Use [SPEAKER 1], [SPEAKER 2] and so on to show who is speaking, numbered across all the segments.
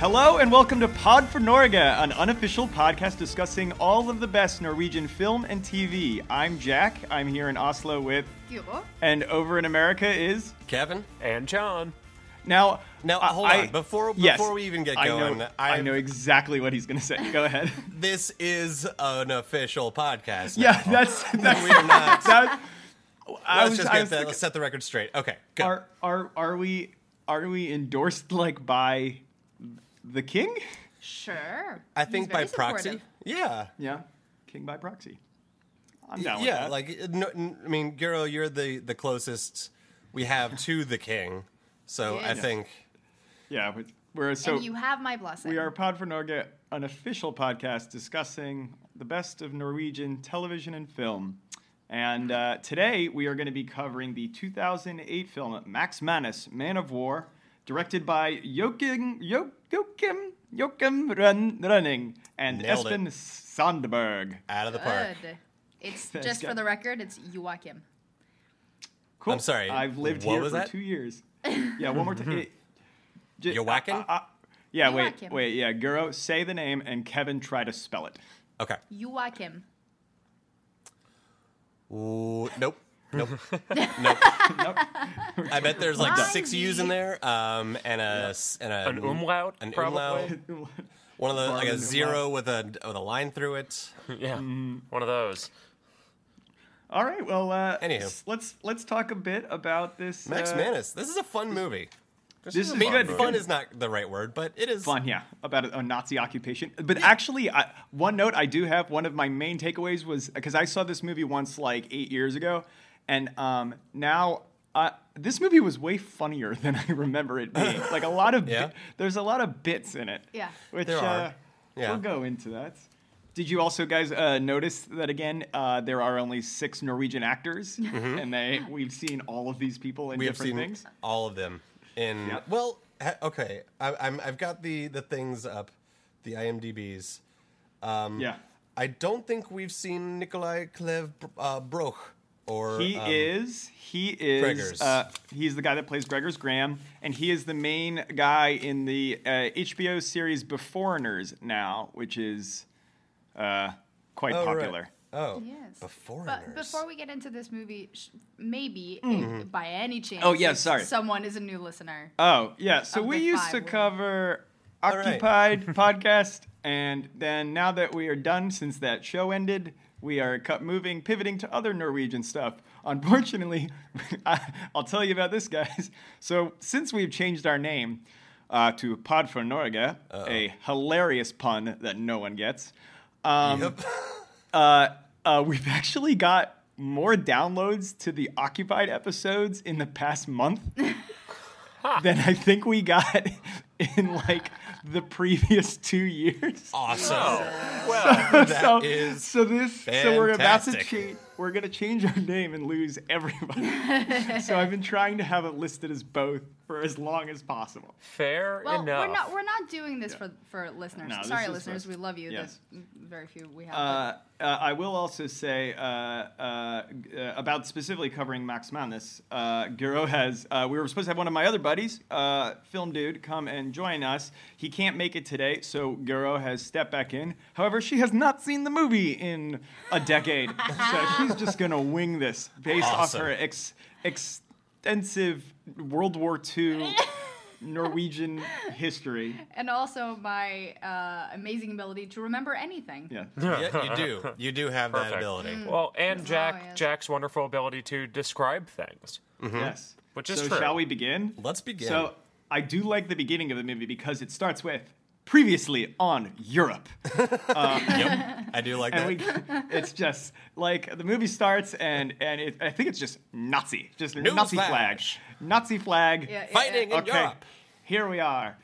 [SPEAKER 1] Hello and welcome to Pod for Norga, an unofficial podcast discussing all of the best Norwegian film and TV. I'm Jack. I'm here in Oslo with,
[SPEAKER 2] Gyro.
[SPEAKER 1] and over in America is
[SPEAKER 3] Kevin.
[SPEAKER 4] and John.
[SPEAKER 1] now.
[SPEAKER 3] Now
[SPEAKER 1] I-
[SPEAKER 3] hold
[SPEAKER 1] I-
[SPEAKER 3] on before
[SPEAKER 1] yes,
[SPEAKER 3] before we even get
[SPEAKER 1] I
[SPEAKER 3] going.
[SPEAKER 1] know, I know exactly what he's going to say. Go ahead.
[SPEAKER 3] this is an official podcast. now.
[SPEAKER 1] yeah, that's that's
[SPEAKER 3] we are not.
[SPEAKER 1] that. I
[SPEAKER 3] let's
[SPEAKER 1] was,
[SPEAKER 3] just
[SPEAKER 1] I
[SPEAKER 3] get
[SPEAKER 1] was
[SPEAKER 3] that.
[SPEAKER 1] thinking-
[SPEAKER 3] Let's set the record straight. Okay, good.
[SPEAKER 1] are are are we are we endorsed like by the king?
[SPEAKER 2] Sure.
[SPEAKER 3] I
[SPEAKER 2] He's
[SPEAKER 3] think by
[SPEAKER 2] very
[SPEAKER 3] proxy.
[SPEAKER 2] supportive.
[SPEAKER 3] Yeah.
[SPEAKER 1] Yeah, king by proxy. I'm down with
[SPEAKER 3] yeah,
[SPEAKER 1] that.
[SPEAKER 3] like no, n- I mean, Giro, you're the the closest we have to the king, so I
[SPEAKER 2] Yes.
[SPEAKER 3] think
[SPEAKER 1] yeah, we- we're so
[SPEAKER 2] and you have my blessing.
[SPEAKER 1] we are Pod for Norge, an official podcast discussing the best of Norwegian television and film. And uh, today we are going to be covering the 2008 film Max Manus, Man of War, directed by Joachim Jo- Joachim Joachim Run, Running and
[SPEAKER 3] Nailed it.
[SPEAKER 1] Espen Sandberg.
[SPEAKER 3] out of the park.
[SPEAKER 2] Good. It's
[SPEAKER 1] That's
[SPEAKER 2] just for
[SPEAKER 1] good.
[SPEAKER 2] the record, it's Joachim.
[SPEAKER 1] Cool.
[SPEAKER 3] I'm sorry,
[SPEAKER 1] I've lived
[SPEAKER 3] what
[SPEAKER 1] here
[SPEAKER 3] was
[SPEAKER 1] for
[SPEAKER 3] that? Mm-hmm.
[SPEAKER 1] two years. Yeah, one more time.
[SPEAKER 3] You're whacking?
[SPEAKER 1] uh, Yeah,
[SPEAKER 2] You
[SPEAKER 1] wait,
[SPEAKER 2] whacking.
[SPEAKER 1] wait, yeah. Guro, say the name, and Kevin, try to spell it.
[SPEAKER 3] Okay.
[SPEAKER 2] Joachim.
[SPEAKER 3] Ooh, nope. Nope. nope.
[SPEAKER 1] Nope.
[SPEAKER 3] I bet there's like
[SPEAKER 2] Why
[SPEAKER 3] six
[SPEAKER 2] the-
[SPEAKER 3] U's in there, um, and a s- and a
[SPEAKER 4] An umlaut,
[SPEAKER 3] Mm-hmm. an
[SPEAKER 4] probably.
[SPEAKER 3] One of the
[SPEAKER 1] Barman
[SPEAKER 3] like a
[SPEAKER 1] umlaut.
[SPEAKER 3] zero with a with a line through it.
[SPEAKER 4] Yeah,
[SPEAKER 3] Mm-hmm.
[SPEAKER 4] one of those.
[SPEAKER 1] All right, well, uh,
[SPEAKER 3] Anywho.
[SPEAKER 1] s- let's let's talk a bit about this.
[SPEAKER 3] Max
[SPEAKER 1] uh,
[SPEAKER 3] Manus. This is a fun movie.
[SPEAKER 1] This is
[SPEAKER 3] I mean,
[SPEAKER 1] good.
[SPEAKER 3] Fun is not the right word, but it is
[SPEAKER 1] fun, yeah, about a, a Nazi occupation. But actually, I, one note I do have. One of my main takeaways was because I saw this movie once, like eight years ago, and um, now uh, this movie was way funnier than I remember it being. like a lot of
[SPEAKER 3] Yeah.
[SPEAKER 1] bit, there's a lot of bits in it.
[SPEAKER 2] Yeah.
[SPEAKER 1] which
[SPEAKER 3] There
[SPEAKER 1] uh,
[SPEAKER 3] are. Yeah.
[SPEAKER 1] we'll go into that. Did you also guys uh, notice that again? Uh, there are only six Norwegian actors, and they we've seen all of these people in
[SPEAKER 3] Mm-hmm. we have
[SPEAKER 1] different
[SPEAKER 3] seen
[SPEAKER 1] things.
[SPEAKER 3] all of them in
[SPEAKER 1] Yep.
[SPEAKER 3] well ha- okay I, I'm, i've got the the things up the imdb's um,
[SPEAKER 1] yeah,
[SPEAKER 3] i don't think we've seen nikolai klev uh, broch or
[SPEAKER 1] he
[SPEAKER 3] um,
[SPEAKER 1] is he is
[SPEAKER 3] Gregers.
[SPEAKER 1] uh, he's the guy that plays Gregor's Graham, and he is the main guy in the uh, HBO series Beforeigners now, which is uh, quite
[SPEAKER 3] oh, right.
[SPEAKER 1] popular.
[SPEAKER 3] oh
[SPEAKER 2] Yes.
[SPEAKER 3] before
[SPEAKER 2] But before we get into this movie, sh- maybe if- by any chance,
[SPEAKER 1] Hmm. Oh, yeah,
[SPEAKER 2] if
[SPEAKER 1] sorry.
[SPEAKER 2] someone is a new listener.
[SPEAKER 1] Oh, yeah. So
[SPEAKER 2] Of
[SPEAKER 1] we
[SPEAKER 2] the
[SPEAKER 1] used
[SPEAKER 2] five
[SPEAKER 1] to
[SPEAKER 2] women.
[SPEAKER 1] cover
[SPEAKER 3] right.
[SPEAKER 1] Occupied podcast, and then now that we are done since that show ended, we are cut moving, pivoting to other Norwegian stuff. Unfortunately, I, I'll tell you about this, guys. So since we've changed our name uh, to Pod for Norge, a hilarious pun that no one gets, um,
[SPEAKER 3] Yep.
[SPEAKER 1] uh, uh, we've actually got more downloads to the occupied episodes in the past month than I think we got in like the previous two years.
[SPEAKER 3] awesome
[SPEAKER 4] Well,
[SPEAKER 3] that
[SPEAKER 1] so,
[SPEAKER 3] is
[SPEAKER 1] so this so we're about to
[SPEAKER 3] fantastic.
[SPEAKER 1] change we're gonna change our name and lose everybody. so I've been trying to have it listed as both for as long as possible.
[SPEAKER 4] fair
[SPEAKER 2] Well,
[SPEAKER 4] enough.
[SPEAKER 2] we're not we're not doing this for for listeners.
[SPEAKER 1] No, this
[SPEAKER 2] Sorry,
[SPEAKER 1] is
[SPEAKER 2] listeners,
[SPEAKER 1] for-
[SPEAKER 2] we love you.
[SPEAKER 1] yes.
[SPEAKER 2] There's very few we have.
[SPEAKER 1] Uh, uh, I will also say uh, uh, g- uh, about specifically covering Max Manus. Uh, Giro has. Uh, we were supposed to have one of my other buddies, uh, film dude, come and join us. He can't make it today, so Giro has stepped back in. However, she has not seen the movie in a decade, so she's just gonna wing this based
[SPEAKER 3] Awesome.
[SPEAKER 1] off her ex- extensive World War II Norwegian history.
[SPEAKER 2] and also my uh, amazing ability to remember anything.
[SPEAKER 1] Yeah.
[SPEAKER 3] yeah, you do you do have that
[SPEAKER 4] Perfect.
[SPEAKER 3] ability
[SPEAKER 2] Mm.
[SPEAKER 4] well, and Jack
[SPEAKER 2] yes.
[SPEAKER 4] Jack's wonderful ability to describe things.
[SPEAKER 1] Yes.
[SPEAKER 4] Hmm? Which is
[SPEAKER 1] so
[SPEAKER 4] true.
[SPEAKER 1] shall we begin?
[SPEAKER 3] Let's begin.
[SPEAKER 1] So I do like the beginning of the movie because it starts with previously on Europe.
[SPEAKER 3] yep i do like that
[SPEAKER 1] And we, it's just like the movie starts and and it, I think it's just Nazi, just Nazi flag,
[SPEAKER 3] flash.
[SPEAKER 1] Nazi flag.
[SPEAKER 2] Yeah, yeah,
[SPEAKER 3] fighting
[SPEAKER 2] yeah.
[SPEAKER 3] in europe
[SPEAKER 1] here we are.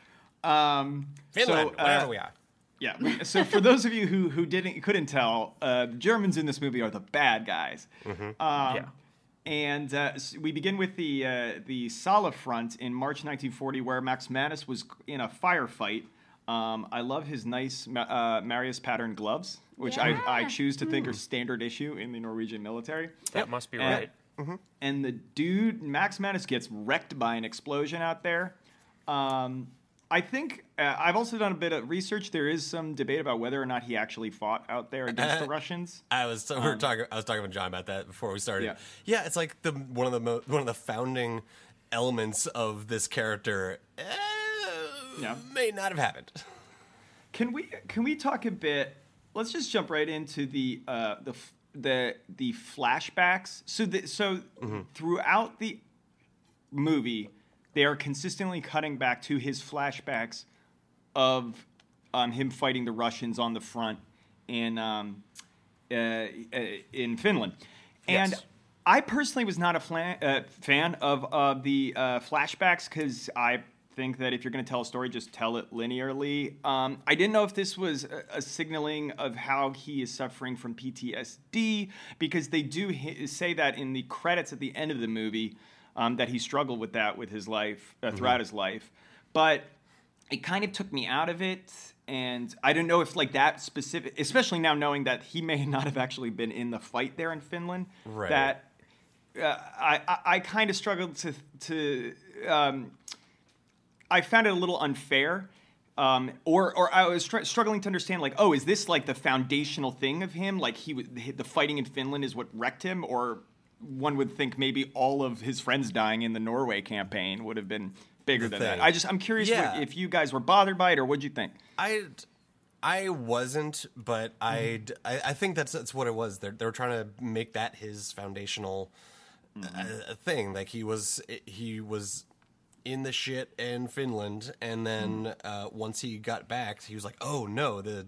[SPEAKER 1] Um,
[SPEAKER 3] finland
[SPEAKER 1] so, uh,
[SPEAKER 3] wherever we are
[SPEAKER 1] yeah. we- So for those of you who who didn't couldn't tell, uh, Germans in this movie are the bad guys. Um,
[SPEAKER 4] yeah.
[SPEAKER 1] And uh, s- we begin with the uh, the Sala front in March 1940, where Max Manus was in a firefight. Um, I love his nice Ma- uh, Marius pattern gloves, which I, I
[SPEAKER 2] Yeah.
[SPEAKER 1] choose to think are standard issue in the Norwegian military.
[SPEAKER 4] That must be
[SPEAKER 1] And-
[SPEAKER 4] right.
[SPEAKER 1] And the dude Max Manus gets wrecked by an explosion out there. Um, I think uh, I've also done a bit of research. There is some debate about whether or not he actually fought out there against the Russians.
[SPEAKER 3] I was we were talking. I was talking with John about that before we started.
[SPEAKER 1] Um, Yeah.
[SPEAKER 3] Yeah, it's like the one of the mo- one of the founding elements of this character. eh,
[SPEAKER 1] Yeah.
[SPEAKER 3] may not have happened.
[SPEAKER 1] Can we can we talk a bit? Let's just jump right into the uh, the f- the the flashbacks. So the, so throughout the movie, they are consistently cutting back to his flashbacks of um, him fighting the Russians on the front in um, uh, uh, in Finland, and.
[SPEAKER 3] Yes.
[SPEAKER 1] I personally was not a flan- uh, fan of uh, the uh, flashbacks because I think that if you're going to tell a story, just tell it linearly. Um, I didn't know if this was a, a signaling of how he is suffering from PTSD because they do hi- say that in the credits at the end of the movie um, that he struggled with that with his life uh, throughout his life, but it kind of took me out of it. And I don't know if like that specific, especially now knowing that he may not have actually been in the fight there in Finland.
[SPEAKER 3] Right.
[SPEAKER 1] That uh, I, I, I kind of struggled to to um, I found it a little unfair. Um, or, or I was str- struggling to understand, like, oh, is this like the foundational thing of him? Like, he w- the fighting in Finland is what wrecked him, or one would think maybe all of his friends dying in the Norway campaign would have been bigger
[SPEAKER 3] The
[SPEAKER 1] than that.
[SPEAKER 3] thing.
[SPEAKER 1] I just, I'm curious what-
[SPEAKER 3] Yeah.
[SPEAKER 1] if you guys were bothered by it, or what'd you think?
[SPEAKER 3] I I wasn't, but I'd, I I think that's that's what it was. They're they're trying to make that his foundational uh, thing. Like he was he was in the shit in Finland, and then uh, once he got back, he was like, "Oh no, the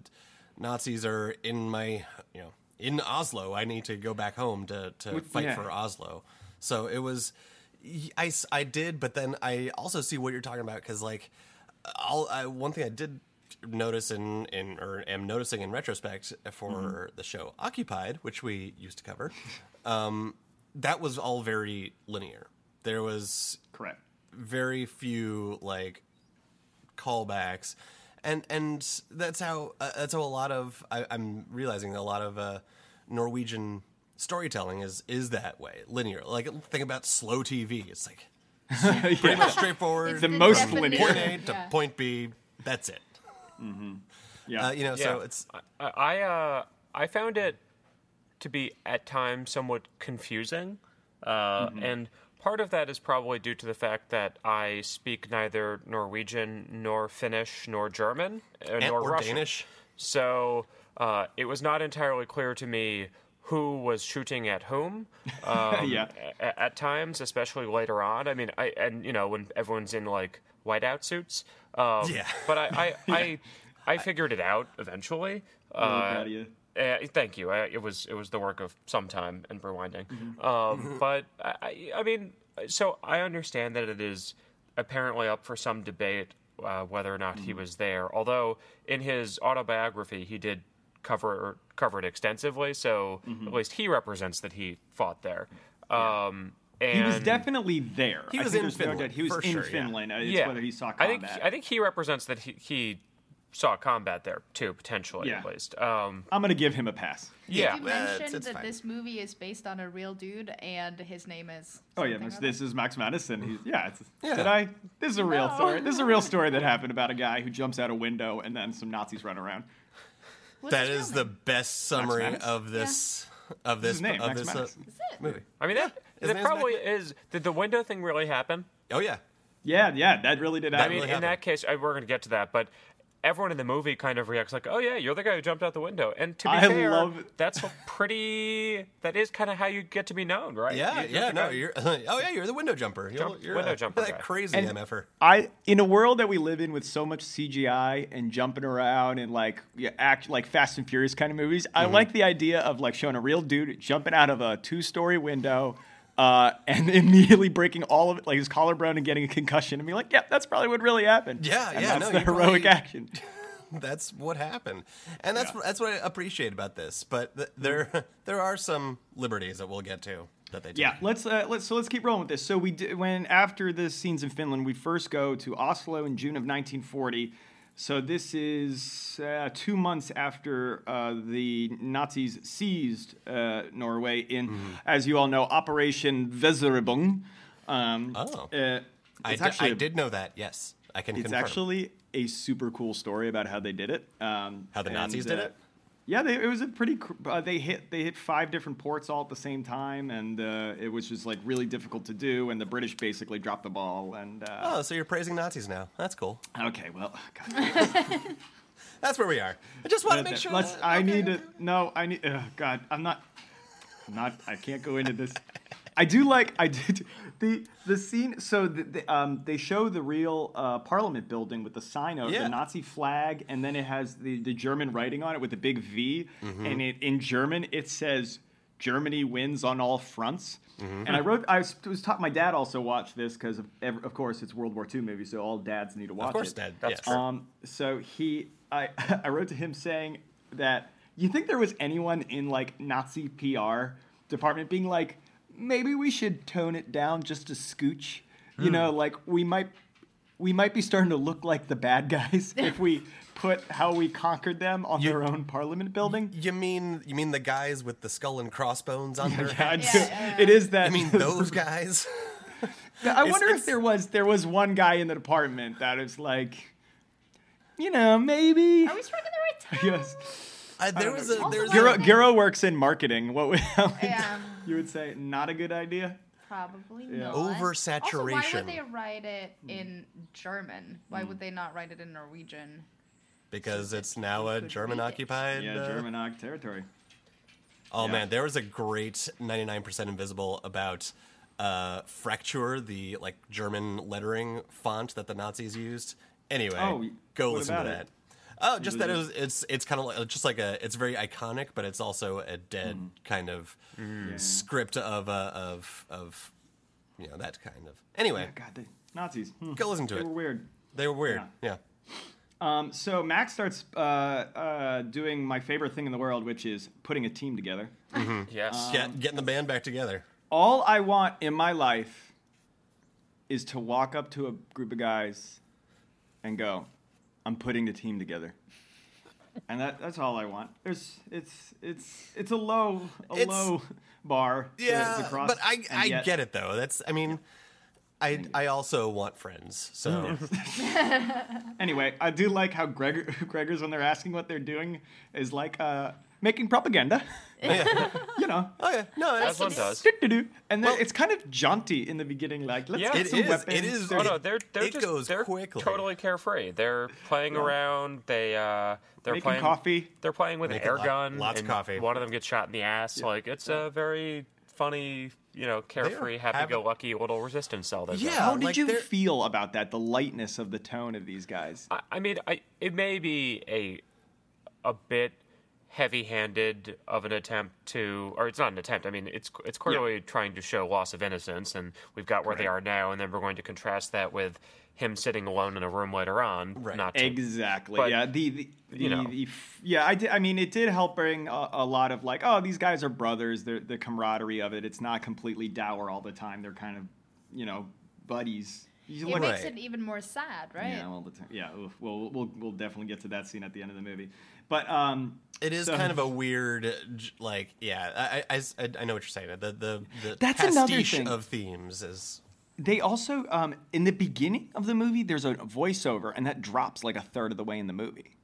[SPEAKER 3] Nazis are in my you know in Oslo. I need to go back home to to fight
[SPEAKER 1] yeah.
[SPEAKER 3] for Oslo." So it was. y- I, s- I did, but then I also see what you're talking about because like, I'll, I, one thing I did notice in, in or am noticing in retrospect for the show Occupied, which we used to cover, um, that was all very linear. There was
[SPEAKER 1] Correct.
[SPEAKER 3] Uh, very few like callbacks and and that's how uh, that's how a lot of I, i'm realizing that a lot of uh norwegian storytelling is is that way linear like think about slow tv it's like pretty much straightforward
[SPEAKER 2] It's
[SPEAKER 1] The most linear.
[SPEAKER 2] definition,
[SPEAKER 3] point a to
[SPEAKER 2] yeah.
[SPEAKER 3] point b that's it
[SPEAKER 1] Yeah.
[SPEAKER 3] uh, you know so
[SPEAKER 4] Yeah.
[SPEAKER 3] it's
[SPEAKER 4] I I, uh, I found it to be at times somewhat confusing, uh,
[SPEAKER 3] Mm-hmm.
[SPEAKER 4] and part of that is probably due to the fact that I speak neither Norwegian nor Finnish nor German uh, nor
[SPEAKER 3] or
[SPEAKER 4] Russian.
[SPEAKER 3] danish
[SPEAKER 4] So uh, it was not entirely clear to me who was shooting at whom um,
[SPEAKER 1] Yeah.
[SPEAKER 4] a- at times, especially later on. I mean, I and you know when everyone's in like whiteout suits. Um,
[SPEAKER 3] Yeah.
[SPEAKER 4] But I I, I I figured it out eventually.
[SPEAKER 1] Really proud
[SPEAKER 4] Uh,
[SPEAKER 1] of you.
[SPEAKER 4] uh, thank you. I, it was it was the work of some time and rewinding.
[SPEAKER 1] Mm-hmm.
[SPEAKER 4] Um, but I, I- I mean, so I understand that it is apparently up for some debate uh, whether or not he
[SPEAKER 1] Mm-hmm.
[SPEAKER 4] was there. Although in his autobiography, he did cover cover it extensively, so
[SPEAKER 1] Mm-hmm.
[SPEAKER 4] at least he represents that he fought there. Um,
[SPEAKER 1] He
[SPEAKER 4] and
[SPEAKER 1] was definitely there.
[SPEAKER 3] He
[SPEAKER 1] I
[SPEAKER 3] was
[SPEAKER 1] think
[SPEAKER 3] in
[SPEAKER 1] there's
[SPEAKER 3] Finland,
[SPEAKER 1] No doubt. He was
[SPEAKER 3] for
[SPEAKER 1] in
[SPEAKER 3] sure, yeah.
[SPEAKER 1] Finland. Uh, It's
[SPEAKER 4] yeah.
[SPEAKER 1] whether he saw
[SPEAKER 4] I
[SPEAKER 1] combat.
[SPEAKER 4] think I think he represents that he, he saw combat there too, potentially
[SPEAKER 1] Yeah.
[SPEAKER 4] at least. Um,
[SPEAKER 1] I'm going to give him a pass.
[SPEAKER 4] yeah.
[SPEAKER 2] You
[SPEAKER 3] Well, it's-
[SPEAKER 2] mentioned
[SPEAKER 3] it's
[SPEAKER 2] that
[SPEAKER 3] fine.
[SPEAKER 2] this movie is based on a real dude, and his name is.
[SPEAKER 1] Oh yeah,
[SPEAKER 2] something
[SPEAKER 1] this,
[SPEAKER 2] or
[SPEAKER 1] this is Max Madison. He's, yeah, it's,
[SPEAKER 3] Yeah.
[SPEAKER 1] did I? This is a real
[SPEAKER 2] No.
[SPEAKER 1] story. This is a real story that happened about a guy who jumps out a window and then some Nazis run around.
[SPEAKER 2] other. What's
[SPEAKER 3] that
[SPEAKER 2] his
[SPEAKER 3] is
[SPEAKER 2] real
[SPEAKER 3] the
[SPEAKER 2] name?
[SPEAKER 3] best summary
[SPEAKER 1] Madison?
[SPEAKER 3] of this of
[SPEAKER 1] What's
[SPEAKER 3] this
[SPEAKER 1] his name,
[SPEAKER 3] of
[SPEAKER 1] Max
[SPEAKER 3] this uh,
[SPEAKER 1] Madison.
[SPEAKER 2] Is it?
[SPEAKER 3] movie
[SPEAKER 4] I mean, that,
[SPEAKER 3] His name's
[SPEAKER 4] that
[SPEAKER 3] Mac-
[SPEAKER 4] probably is. Did the window thing really happen?
[SPEAKER 3] oh yeah
[SPEAKER 1] Yeah, yeah, that really did.
[SPEAKER 4] I
[SPEAKER 1] happen.
[SPEAKER 4] mean,
[SPEAKER 3] really
[SPEAKER 4] in that case, I, we're going to get to that, but everyone in the movie kind of reacts like, "Oh yeah, you're the guy who jumped out the window." And to be
[SPEAKER 1] I
[SPEAKER 4] fair,
[SPEAKER 1] love it.
[SPEAKER 4] that's a pretty. That is kind of how you get to be known, right?
[SPEAKER 3] yeah,
[SPEAKER 4] You-
[SPEAKER 3] yeah,
[SPEAKER 4] the
[SPEAKER 3] no,
[SPEAKER 4] guy-
[SPEAKER 3] you're. Oh yeah, you're the window jumper. You're,
[SPEAKER 4] Jump-
[SPEAKER 3] you're
[SPEAKER 4] window
[SPEAKER 3] uh,
[SPEAKER 4] jumper
[SPEAKER 3] That
[SPEAKER 4] guy.
[SPEAKER 3] crazy
[SPEAKER 1] And-
[SPEAKER 3] mf'er.
[SPEAKER 1] I in a world that we live in with so much CGI and jumping around and like yeah, act like Fast and Furious kind of movies, I
[SPEAKER 3] Mm-hmm.
[SPEAKER 1] like the idea of like showing a real dude jumping out of a two-story window. Uh, and immediately breaking all of it, like his collarbone, and getting a concussion, and being like, "Yep, that's probably what really happened."
[SPEAKER 3] Yeah,
[SPEAKER 1] and
[SPEAKER 3] yeah,
[SPEAKER 1] that's
[SPEAKER 3] no,
[SPEAKER 1] the
[SPEAKER 3] you
[SPEAKER 1] heroic
[SPEAKER 3] probably-
[SPEAKER 1] action.
[SPEAKER 3] That's what happened, and that's
[SPEAKER 1] Yeah.
[SPEAKER 3] that's what I appreciate about this. But th-
[SPEAKER 1] Mm-hmm.
[SPEAKER 3] there there are some liberties that we'll get to that they take.
[SPEAKER 1] Yeah, let's uh, let's so let's keep rolling with this. So we d- when after the scenes in Finland, we first go to Oslo in June of 1940. So this is uh, two months after uh, the Nazis seized uh, Norway in,
[SPEAKER 3] Mm-hmm.
[SPEAKER 1] as you all know, Operation Weserübung. Um,
[SPEAKER 3] Oh.
[SPEAKER 1] uh,
[SPEAKER 3] I
[SPEAKER 1] it's
[SPEAKER 3] di-
[SPEAKER 1] actually
[SPEAKER 3] I
[SPEAKER 1] a-
[SPEAKER 3] did know that. Yes, I I can.
[SPEAKER 1] It's
[SPEAKER 3] confirm.
[SPEAKER 1] actually a super cool story about how they did it. Um,
[SPEAKER 3] How the
[SPEAKER 1] and,
[SPEAKER 3] Nazis did it?
[SPEAKER 1] Yeah, they, it was a pretty. cr- Uh, they hit they hit five different ports all at the same time, and uh, it was just like really difficult to do. And the British basically dropped the ball. And uh,
[SPEAKER 3] Oh, so you're praising Nazis now? That's cool.
[SPEAKER 1] okay, well, God,
[SPEAKER 3] That's where we are. I just want to
[SPEAKER 1] Let-
[SPEAKER 3] make sure.
[SPEAKER 1] let's-
[SPEAKER 3] that-
[SPEAKER 1] I
[SPEAKER 3] okay,
[SPEAKER 1] need
[SPEAKER 3] okay.
[SPEAKER 1] to. No, I need. Oh God, I'm not. I'm not. I can't go into this. I do like. I did the the scene. So the, the, um, they show the real uh, Parliament building with the sign of
[SPEAKER 3] Yeah.
[SPEAKER 1] the Nazi flag, and then it has the the German writing on it with the big V,
[SPEAKER 3] Mm-hmm.
[SPEAKER 1] and it in German it says. Germany wins on all fronts,
[SPEAKER 3] Mm-hmm.
[SPEAKER 1] and I wrote. I was, was taught my dad also watched this because of, ev- of course it's World War II movie, so all dads need to watch
[SPEAKER 3] Of course,
[SPEAKER 1] it.
[SPEAKER 3] Dad.
[SPEAKER 4] That's
[SPEAKER 3] yes.
[SPEAKER 4] true.
[SPEAKER 1] Um, so he, I, I wrote to him saying that you think there was anyone in like Nazi PR department being like, maybe we should tone it down just a scooch,
[SPEAKER 3] Hmm.
[SPEAKER 1] you know, like we might, we might be starting to look like the bad guys if we put how we conquered them on
[SPEAKER 3] You-
[SPEAKER 1] their own parliament building.
[SPEAKER 3] You mean you mean the guys with the skull and crossbones on their
[SPEAKER 1] I
[SPEAKER 3] heads?
[SPEAKER 1] do- It is that.
[SPEAKER 3] I mean those guys.
[SPEAKER 1] I wonder
[SPEAKER 3] it's-
[SPEAKER 1] if there was there was one guy in the department that is like, you know, maybe.
[SPEAKER 2] Are we struck in the right time?
[SPEAKER 1] Yes.
[SPEAKER 3] I, there was a
[SPEAKER 2] know.
[SPEAKER 3] there's
[SPEAKER 2] You're
[SPEAKER 1] Giro,
[SPEAKER 3] a,
[SPEAKER 2] Okay.
[SPEAKER 1] Giro works in marketing. What would, how would
[SPEAKER 2] Yeah.
[SPEAKER 1] you would say? Not a good idea.
[SPEAKER 2] Um, Probably
[SPEAKER 1] Yeah. Hmm.
[SPEAKER 2] not. Also, why
[SPEAKER 3] Oversaturation.
[SPEAKER 2] would they write it in German? Why
[SPEAKER 3] Hmm.
[SPEAKER 2] would they not write it in Norwegian?
[SPEAKER 3] because it's now
[SPEAKER 2] Could
[SPEAKER 3] a
[SPEAKER 2] read it.
[SPEAKER 3] German occupied.
[SPEAKER 1] Yeah,
[SPEAKER 3] uh,
[SPEAKER 1] German oc territory.
[SPEAKER 3] Oh
[SPEAKER 1] Yeah.
[SPEAKER 3] man, there was a great 99% invisible about uh, fracture, the like German lettering font that the Nazis used. Anyway,
[SPEAKER 1] Oh,
[SPEAKER 3] go
[SPEAKER 1] what
[SPEAKER 3] listen to
[SPEAKER 1] about
[SPEAKER 3] that.
[SPEAKER 1] it?
[SPEAKER 3] Oh, just
[SPEAKER 1] was
[SPEAKER 3] that it
[SPEAKER 1] it?
[SPEAKER 3] was, it's it's kind of like just like a it's very iconic, but it's also a dead
[SPEAKER 1] Mm-hmm.
[SPEAKER 3] kind of script of uh, of of you know that kind of. Anyway,
[SPEAKER 1] Oh, God, the Nazis. Hmm.
[SPEAKER 3] go listen to
[SPEAKER 1] They
[SPEAKER 3] it.
[SPEAKER 1] were weird.
[SPEAKER 3] They were weird. Yeah.
[SPEAKER 1] Um, so Max starts uh, uh, doing my favorite thing in the world, which is putting a team together.
[SPEAKER 4] Yes.
[SPEAKER 1] Um,
[SPEAKER 3] Get, getting the band back together.
[SPEAKER 1] All I want in my life is to walk up to a group of guys and go, "I'm putting the team together." And that, that's all I want. There's, it's, it's, it's a low, a
[SPEAKER 3] It's-
[SPEAKER 1] low bar. to-
[SPEAKER 3] yeah,
[SPEAKER 1] to, cross,
[SPEAKER 3] but I
[SPEAKER 1] and
[SPEAKER 3] I
[SPEAKER 1] yet-
[SPEAKER 3] get it though. That's I mean, I I also want friends. So
[SPEAKER 1] Anyway, I do like how Gregor, Gregor's when they're asking what they're doing is like uh, making propaganda.
[SPEAKER 3] yeah.
[SPEAKER 1] you know.
[SPEAKER 3] oh yeah, no,
[SPEAKER 4] As
[SPEAKER 3] it's,
[SPEAKER 4] one does.
[SPEAKER 1] Do-do-do. And then
[SPEAKER 3] Well-
[SPEAKER 1] it's kind of jaunty in the beginning, like let's
[SPEAKER 4] Yeah.
[SPEAKER 1] get
[SPEAKER 4] It
[SPEAKER 1] some
[SPEAKER 3] is,
[SPEAKER 1] weapons.
[SPEAKER 3] it is-
[SPEAKER 4] Oh
[SPEAKER 1] There's-
[SPEAKER 4] no, they're they're
[SPEAKER 3] It
[SPEAKER 4] just
[SPEAKER 3] goes
[SPEAKER 4] they're
[SPEAKER 3] quickly.
[SPEAKER 4] totally carefree. They're playing around. They uh, they're
[SPEAKER 1] Making
[SPEAKER 4] playing
[SPEAKER 1] coffee.
[SPEAKER 4] They're playing with an
[SPEAKER 3] Making
[SPEAKER 4] air
[SPEAKER 3] lo-
[SPEAKER 4] gun.
[SPEAKER 3] lots of
[SPEAKER 4] and
[SPEAKER 3] coffee.
[SPEAKER 4] One of them gets shot in the ass. Like it's a very funny, you know, carefree,
[SPEAKER 3] having-
[SPEAKER 4] happy-go-lucky little resistance cell. they've got.
[SPEAKER 3] Yeah,
[SPEAKER 1] How did
[SPEAKER 3] like
[SPEAKER 1] you
[SPEAKER 3] they're-
[SPEAKER 1] feel about that? The lightness of the tone of these guys.
[SPEAKER 4] I, I mean, I, it may be a a bit heavy-handed of an attempt to, or it's not an attempt. I mean, it's it's clearly trying to show loss of innocence, and we've got where they are now, and then we're going to contrast that with him sitting alone in a room later on.
[SPEAKER 3] Right.
[SPEAKER 4] Not to,
[SPEAKER 1] Exactly.
[SPEAKER 4] But,
[SPEAKER 1] yeah. The, the, the,
[SPEAKER 4] you know.
[SPEAKER 1] the f- yeah. I did. I mean, it did help bring a, a lot of like, oh, these guys are brothers. They're, the camaraderie of it. It's not completely dour all the time. They're kind of, you know, buddies. You
[SPEAKER 2] It
[SPEAKER 1] look-
[SPEAKER 2] makes
[SPEAKER 3] Right.
[SPEAKER 2] it even more sad, right?
[SPEAKER 1] Yeah, all the time. Yeah, oof. well, we'll we'll definitely get to that scene at the end of the movie. But um,
[SPEAKER 3] it is
[SPEAKER 1] So-
[SPEAKER 3] kind of a weird, uh, j- like yeah. I- I, I s- I- I know what you're saying. The the the
[SPEAKER 1] That's another
[SPEAKER 3] pastiche
[SPEAKER 1] thing.
[SPEAKER 3] of themes is
[SPEAKER 1] they also um, in the beginning of the movie, there's a voiceover, and that drops like a third of the way in the movie.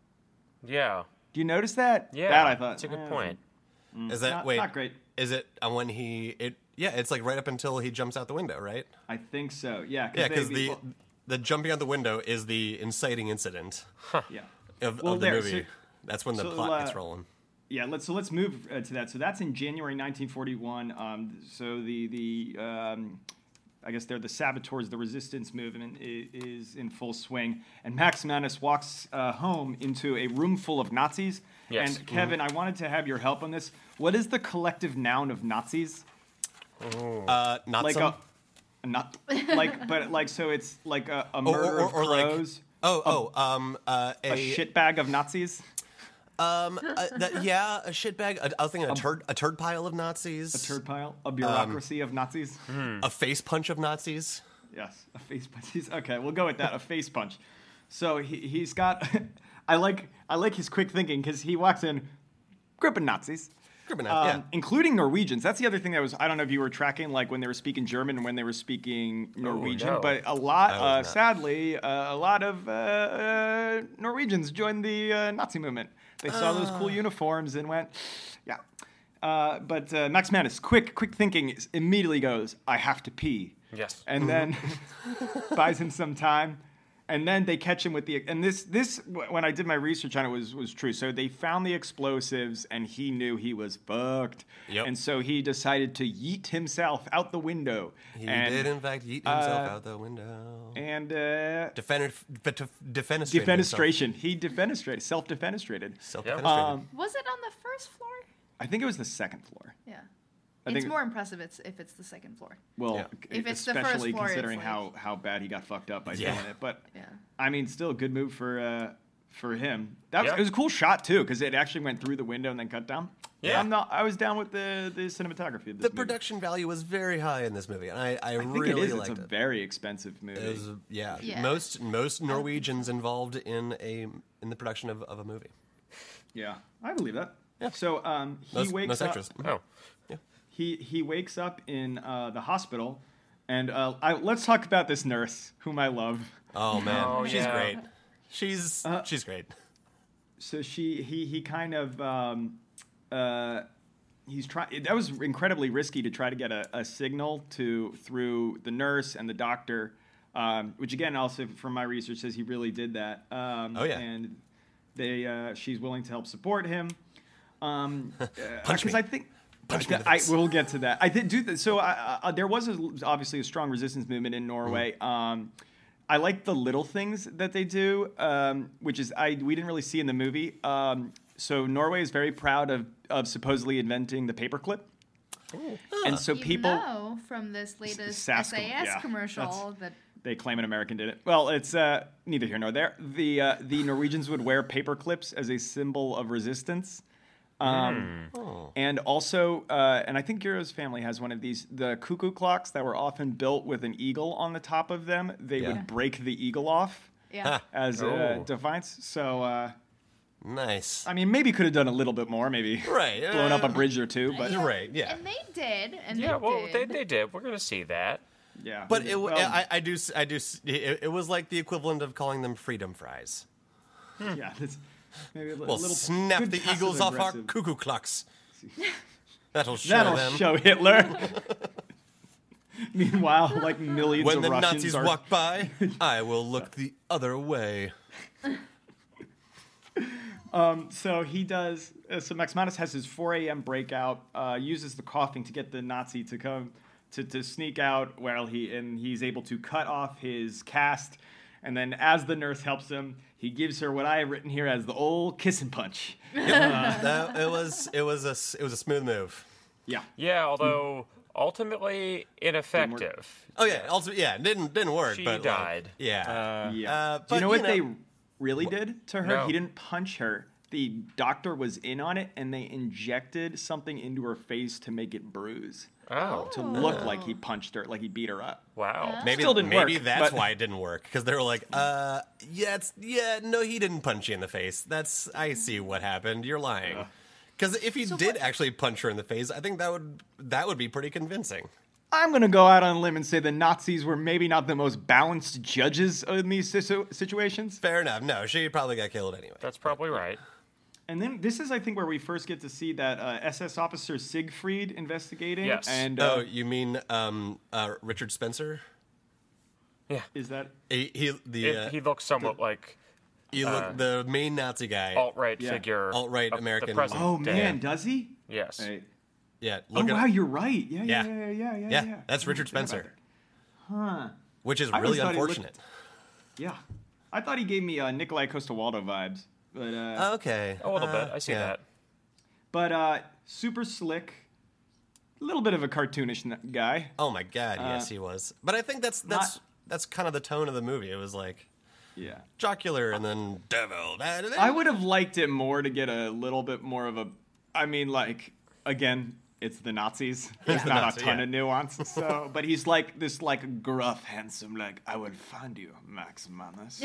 [SPEAKER 4] Yeah.
[SPEAKER 1] Do you notice that?
[SPEAKER 4] Yeah.
[SPEAKER 1] that I thought.
[SPEAKER 4] It's a
[SPEAKER 1] eh,
[SPEAKER 4] good point.
[SPEAKER 3] is that
[SPEAKER 1] Mm, not-
[SPEAKER 3] wait
[SPEAKER 1] Uh, not great.
[SPEAKER 3] Is it uh, when he it yeah? It's like right up until he jumps out the window, right?
[SPEAKER 1] I think so. Yeah.
[SPEAKER 3] Yeah,
[SPEAKER 1] they-
[SPEAKER 3] because
[SPEAKER 1] they-
[SPEAKER 3] the the jumping out the window is the inciting incident
[SPEAKER 1] yeah.
[SPEAKER 3] of,
[SPEAKER 1] Well,
[SPEAKER 3] of the
[SPEAKER 1] there,
[SPEAKER 3] movie.
[SPEAKER 1] so-
[SPEAKER 3] That's when the
[SPEAKER 1] so,
[SPEAKER 3] plot
[SPEAKER 1] uh,
[SPEAKER 3] gets rolling.
[SPEAKER 1] Yeah, let's so let's move uh, to that. So that's in January 1941. Um, so the the um, I guess they're the saboteurs. The resistance movement is, is in full swing, and Max Manus walks uh, home into a room full of Nazis.
[SPEAKER 4] Yes.
[SPEAKER 3] Mm-hmm.
[SPEAKER 1] And Kevin, I wanted to have your help on this. What is the collective noun of Nazis?
[SPEAKER 3] Uh, not
[SPEAKER 1] Like
[SPEAKER 3] some,
[SPEAKER 1] a, a not like, but like so it's like a, a
[SPEAKER 3] or,
[SPEAKER 1] murder
[SPEAKER 3] or, or
[SPEAKER 1] of
[SPEAKER 3] like
[SPEAKER 1] crows,
[SPEAKER 3] oh oh um uh, a,
[SPEAKER 1] a shitbag of Nazis.
[SPEAKER 3] Um, uh, that, yeah, a shitbag. I I was thinking a turd, a turd pile of Nazis, a,
[SPEAKER 1] Turd pile, Um, a bureaucracy of Nazis.
[SPEAKER 3] face punch of Nazis.
[SPEAKER 1] Yes, a face punch. He's, okay, we'll go with that. A face punch. So he, he's got. I like I like his quick thinking because he walks in, gripping Nazis,
[SPEAKER 3] Cribbing out,
[SPEAKER 1] um, including Norwegians. That's the other thing that was I don't know if you were tracking like when they were speaking German and when they were speaking Norwegian,
[SPEAKER 4] no.
[SPEAKER 1] but a lot,
[SPEAKER 3] Oh, I was
[SPEAKER 1] uh,
[SPEAKER 3] not.
[SPEAKER 1] sadly, uh, a lot of uh, uh, Norwegians joined the uh, Nazi movement. They saw those cool uniforms and went, yeah. Uh, but uh, Max Manus, quick, quick thinking, is- immediately goes, I have to pee.
[SPEAKER 4] Yes.
[SPEAKER 1] And then
[SPEAKER 3] Mm-hmm.
[SPEAKER 1] buys him some time. And then they catch him with the and this this wh- when I did my research on it was was true. So they found the explosives and he knew he was fucked.
[SPEAKER 3] Yep.
[SPEAKER 1] And so he decided to yeet himself out the window.
[SPEAKER 3] yeah. He
[SPEAKER 1] and, uh,
[SPEAKER 3] did, in fact, yeet himself out the window.
[SPEAKER 1] And uh,
[SPEAKER 3] Defener, def, defenestrated.
[SPEAKER 1] defenestration. He defenestrated, self defenestrated.
[SPEAKER 3] Self
[SPEAKER 4] Yep.
[SPEAKER 3] defenestrated.
[SPEAKER 1] Um,
[SPEAKER 2] Was it on the first floor?
[SPEAKER 1] I think it was the second floor.
[SPEAKER 2] Yeah.
[SPEAKER 1] I
[SPEAKER 2] it's
[SPEAKER 1] think-
[SPEAKER 2] more impressive it's, if it's the second floor.
[SPEAKER 1] Well,
[SPEAKER 3] Yeah.
[SPEAKER 1] c-
[SPEAKER 2] If it's the first
[SPEAKER 1] especially
[SPEAKER 2] floor, it's
[SPEAKER 1] considering
[SPEAKER 2] like-
[SPEAKER 1] how, how bad he got fucked up by
[SPEAKER 3] Yeah.
[SPEAKER 1] doing it. But
[SPEAKER 2] Yeah.
[SPEAKER 1] I mean, still a good move for uh, for him. That was,
[SPEAKER 4] Yeah.
[SPEAKER 1] it was a cool shot too because it actually went through the window and then cut down.
[SPEAKER 4] Yeah.
[SPEAKER 1] I'm not. I was down with the the cinematography of this.
[SPEAKER 3] the
[SPEAKER 1] movie.
[SPEAKER 3] production value was very high in this movie, and I, I,
[SPEAKER 1] Um, I think
[SPEAKER 3] really
[SPEAKER 1] it is.
[SPEAKER 3] liked
[SPEAKER 1] It's a
[SPEAKER 3] it.
[SPEAKER 1] very expensive movie.
[SPEAKER 3] It was, yeah,
[SPEAKER 2] Yeah.
[SPEAKER 3] most most Norwegians involved in a in the production of, of a movie.
[SPEAKER 1] yeah, I believe that.
[SPEAKER 3] Yeah.
[SPEAKER 1] So um, he
[SPEAKER 3] Most,
[SPEAKER 1] wakes
[SPEAKER 3] most
[SPEAKER 1] up.
[SPEAKER 3] extras.
[SPEAKER 4] Oh.
[SPEAKER 1] He he wakes up in uh, the hospital, and uh, I, let's talk about this nurse whom I love.
[SPEAKER 3] Oh man,
[SPEAKER 4] Oh,
[SPEAKER 3] she's
[SPEAKER 4] yeah.
[SPEAKER 3] great. She's
[SPEAKER 1] Uh,
[SPEAKER 3] she's great.
[SPEAKER 1] so she he he kind of um, uh, he's trying that was incredibly risky to try to get a, a signal to through the nurse and the doctor um, which again also from my research says he really did that um,
[SPEAKER 3] Oh, yeah.
[SPEAKER 1] and they uh, she's willing to help support him um,
[SPEAKER 3] Punch me.
[SPEAKER 1] because I think
[SPEAKER 3] Punch me in the
[SPEAKER 1] I,
[SPEAKER 3] face.
[SPEAKER 1] we'll get to that. I did do that. So I, I, there was a, obviously a strong resistance movement in
[SPEAKER 3] Mm-hmm.
[SPEAKER 1] Norway. Um, I like the little things that they do, um, which is I we didn't really see in the movie. Um, so Norway is very proud of, of supposedly inventing the paperclip, and so
[SPEAKER 2] you
[SPEAKER 1] people
[SPEAKER 2] know from this latest
[SPEAKER 1] SAS
[SPEAKER 2] SAS,
[SPEAKER 1] com- yeah,
[SPEAKER 2] commercial that
[SPEAKER 1] they claim an American did it. Well, it's uh, neither here nor there. The uh, the Norwegians would wear paper clips as a symbol of resistance. Um,
[SPEAKER 3] Oh,
[SPEAKER 1] And also, uh, and I think Giro's family has one of these the cuckoo clocks that were often built with an eagle on the top of them. They
[SPEAKER 3] Yeah.
[SPEAKER 1] would break the eagle off
[SPEAKER 2] yeah.
[SPEAKER 1] as a
[SPEAKER 4] Oh.
[SPEAKER 1] defiance. So, uh,
[SPEAKER 3] Nice.
[SPEAKER 1] I mean, maybe could have done a little bit more, maybe
[SPEAKER 3] Right.
[SPEAKER 1] blown up a
[SPEAKER 3] uh,
[SPEAKER 1] bridge or two, but
[SPEAKER 3] You're right. Yeah.
[SPEAKER 2] And they did. And
[SPEAKER 4] Yeah.
[SPEAKER 2] they
[SPEAKER 4] Well,
[SPEAKER 2] did.
[SPEAKER 4] they, they did. We're gonna see that.
[SPEAKER 1] yeah.
[SPEAKER 3] But it,
[SPEAKER 1] well,
[SPEAKER 3] I, I do s- I do s- it, it was like the equivalent of calling them freedom fries.
[SPEAKER 1] yeah, that's maybe a li-
[SPEAKER 3] Well,
[SPEAKER 1] little
[SPEAKER 3] snap
[SPEAKER 1] good
[SPEAKER 3] the eagles off our
[SPEAKER 1] passive-aggressive.
[SPEAKER 3] cuckoo clocks. That'll show
[SPEAKER 1] That'll
[SPEAKER 3] them.
[SPEAKER 1] show Hitler. Meanwhile, like millions
[SPEAKER 3] when
[SPEAKER 1] of
[SPEAKER 3] the
[SPEAKER 1] Russians
[SPEAKER 3] Nazis
[SPEAKER 1] are.
[SPEAKER 3] walk by, I will look the other way.
[SPEAKER 1] So he does. Uh, so Maximanus has his 4 a.m. breakout. Uh, uses the coughing to get the Nazi to come to, to sneak out. While he and he's able to cut off his cast. And then, as the nurse helps him, he gives her what I have written here as the old kiss and punch.
[SPEAKER 3] That- it was it was a s- it was a smooth move.
[SPEAKER 1] Yeah.
[SPEAKER 4] Yeah. Although ultimately ineffective.
[SPEAKER 3] Oh yeah, also yeah, it didn't didn't work.
[SPEAKER 4] She
[SPEAKER 3] but like,
[SPEAKER 4] died.
[SPEAKER 3] yeah,
[SPEAKER 1] Yeah.
[SPEAKER 3] Uh,
[SPEAKER 1] Do
[SPEAKER 3] but,
[SPEAKER 1] you know
[SPEAKER 3] you
[SPEAKER 1] what
[SPEAKER 3] know-
[SPEAKER 1] they really did to her?
[SPEAKER 4] No.
[SPEAKER 1] He didn't punch her. The doctor was in on it, and they injected something into her face to make it bruise,
[SPEAKER 4] Oh.
[SPEAKER 1] to look like he punched her, like he beat her up.
[SPEAKER 4] Wow.
[SPEAKER 3] maybe
[SPEAKER 1] Still didn't
[SPEAKER 3] maybe
[SPEAKER 1] work,
[SPEAKER 3] that's
[SPEAKER 1] but-
[SPEAKER 3] why it didn't work because they were like, uh, yeah, it's yeah, no, he didn't punch you in the face. That's I see what happened. You're lying. Because if he did
[SPEAKER 2] what-
[SPEAKER 3] actually punch her in the face, I think that would that would be pretty convincing.
[SPEAKER 1] I'm going to go out on a limb and say the Nazis were maybe not the most balanced judges in these situ- situations.
[SPEAKER 3] Fair enough. No, she probably got killed anyway.
[SPEAKER 4] That's probably right.
[SPEAKER 1] And then this is, I think, where we first get to see that uh, SS officer Siegfried investigating.
[SPEAKER 4] Yes.
[SPEAKER 1] And uh,
[SPEAKER 3] Oh, you mean um, uh, Richard Spencer?
[SPEAKER 4] Yeah.
[SPEAKER 1] is that
[SPEAKER 3] He, he the
[SPEAKER 4] It,
[SPEAKER 3] uh,
[SPEAKER 4] he uh, looks somewhat like
[SPEAKER 3] he looked the main Nazi guy.
[SPEAKER 4] alt right
[SPEAKER 1] Yeah.
[SPEAKER 4] figure.
[SPEAKER 3] Alt-right
[SPEAKER 4] of the
[SPEAKER 3] American-
[SPEAKER 4] present
[SPEAKER 1] Oh
[SPEAKER 4] day.
[SPEAKER 1] man, does he?
[SPEAKER 4] Yes.
[SPEAKER 1] Right.
[SPEAKER 3] yeah,
[SPEAKER 1] Oh
[SPEAKER 3] look at
[SPEAKER 1] wow, you're right. Yeah, yeah, yeah,
[SPEAKER 3] Yeah.
[SPEAKER 1] yeah, yeah. Yeah,
[SPEAKER 3] yeah, that's Richard
[SPEAKER 1] I forgot about
[SPEAKER 3] Spencer,
[SPEAKER 1] that. Huh.
[SPEAKER 3] which is
[SPEAKER 1] I always
[SPEAKER 3] really
[SPEAKER 1] thought he looked-
[SPEAKER 3] unfortunate.
[SPEAKER 1] Yeah. I thought he gave me uh, Nikolai Costawaldo vibes, but uh,
[SPEAKER 3] Okay,
[SPEAKER 4] A little
[SPEAKER 3] Uh,
[SPEAKER 4] bit. I see
[SPEAKER 3] yeah.
[SPEAKER 4] that.
[SPEAKER 1] but uh, super slick, a little bit of a cartoonish n- guy.
[SPEAKER 3] Oh my god, yes, he was. But I think that's that's
[SPEAKER 1] Uh, not-
[SPEAKER 3] that's kind of the tone of the movie. It was like
[SPEAKER 1] Yeah.
[SPEAKER 3] jocular and then devil.
[SPEAKER 1] I would have liked it more to get a little bit more of a. I mean, like again, it's the Nazis. There's
[SPEAKER 3] the
[SPEAKER 1] not
[SPEAKER 3] Nazi,
[SPEAKER 1] a ton
[SPEAKER 3] yeah.
[SPEAKER 1] of nuance. So, but he's like this, like gruff, handsome, like I will find you, Max Manus.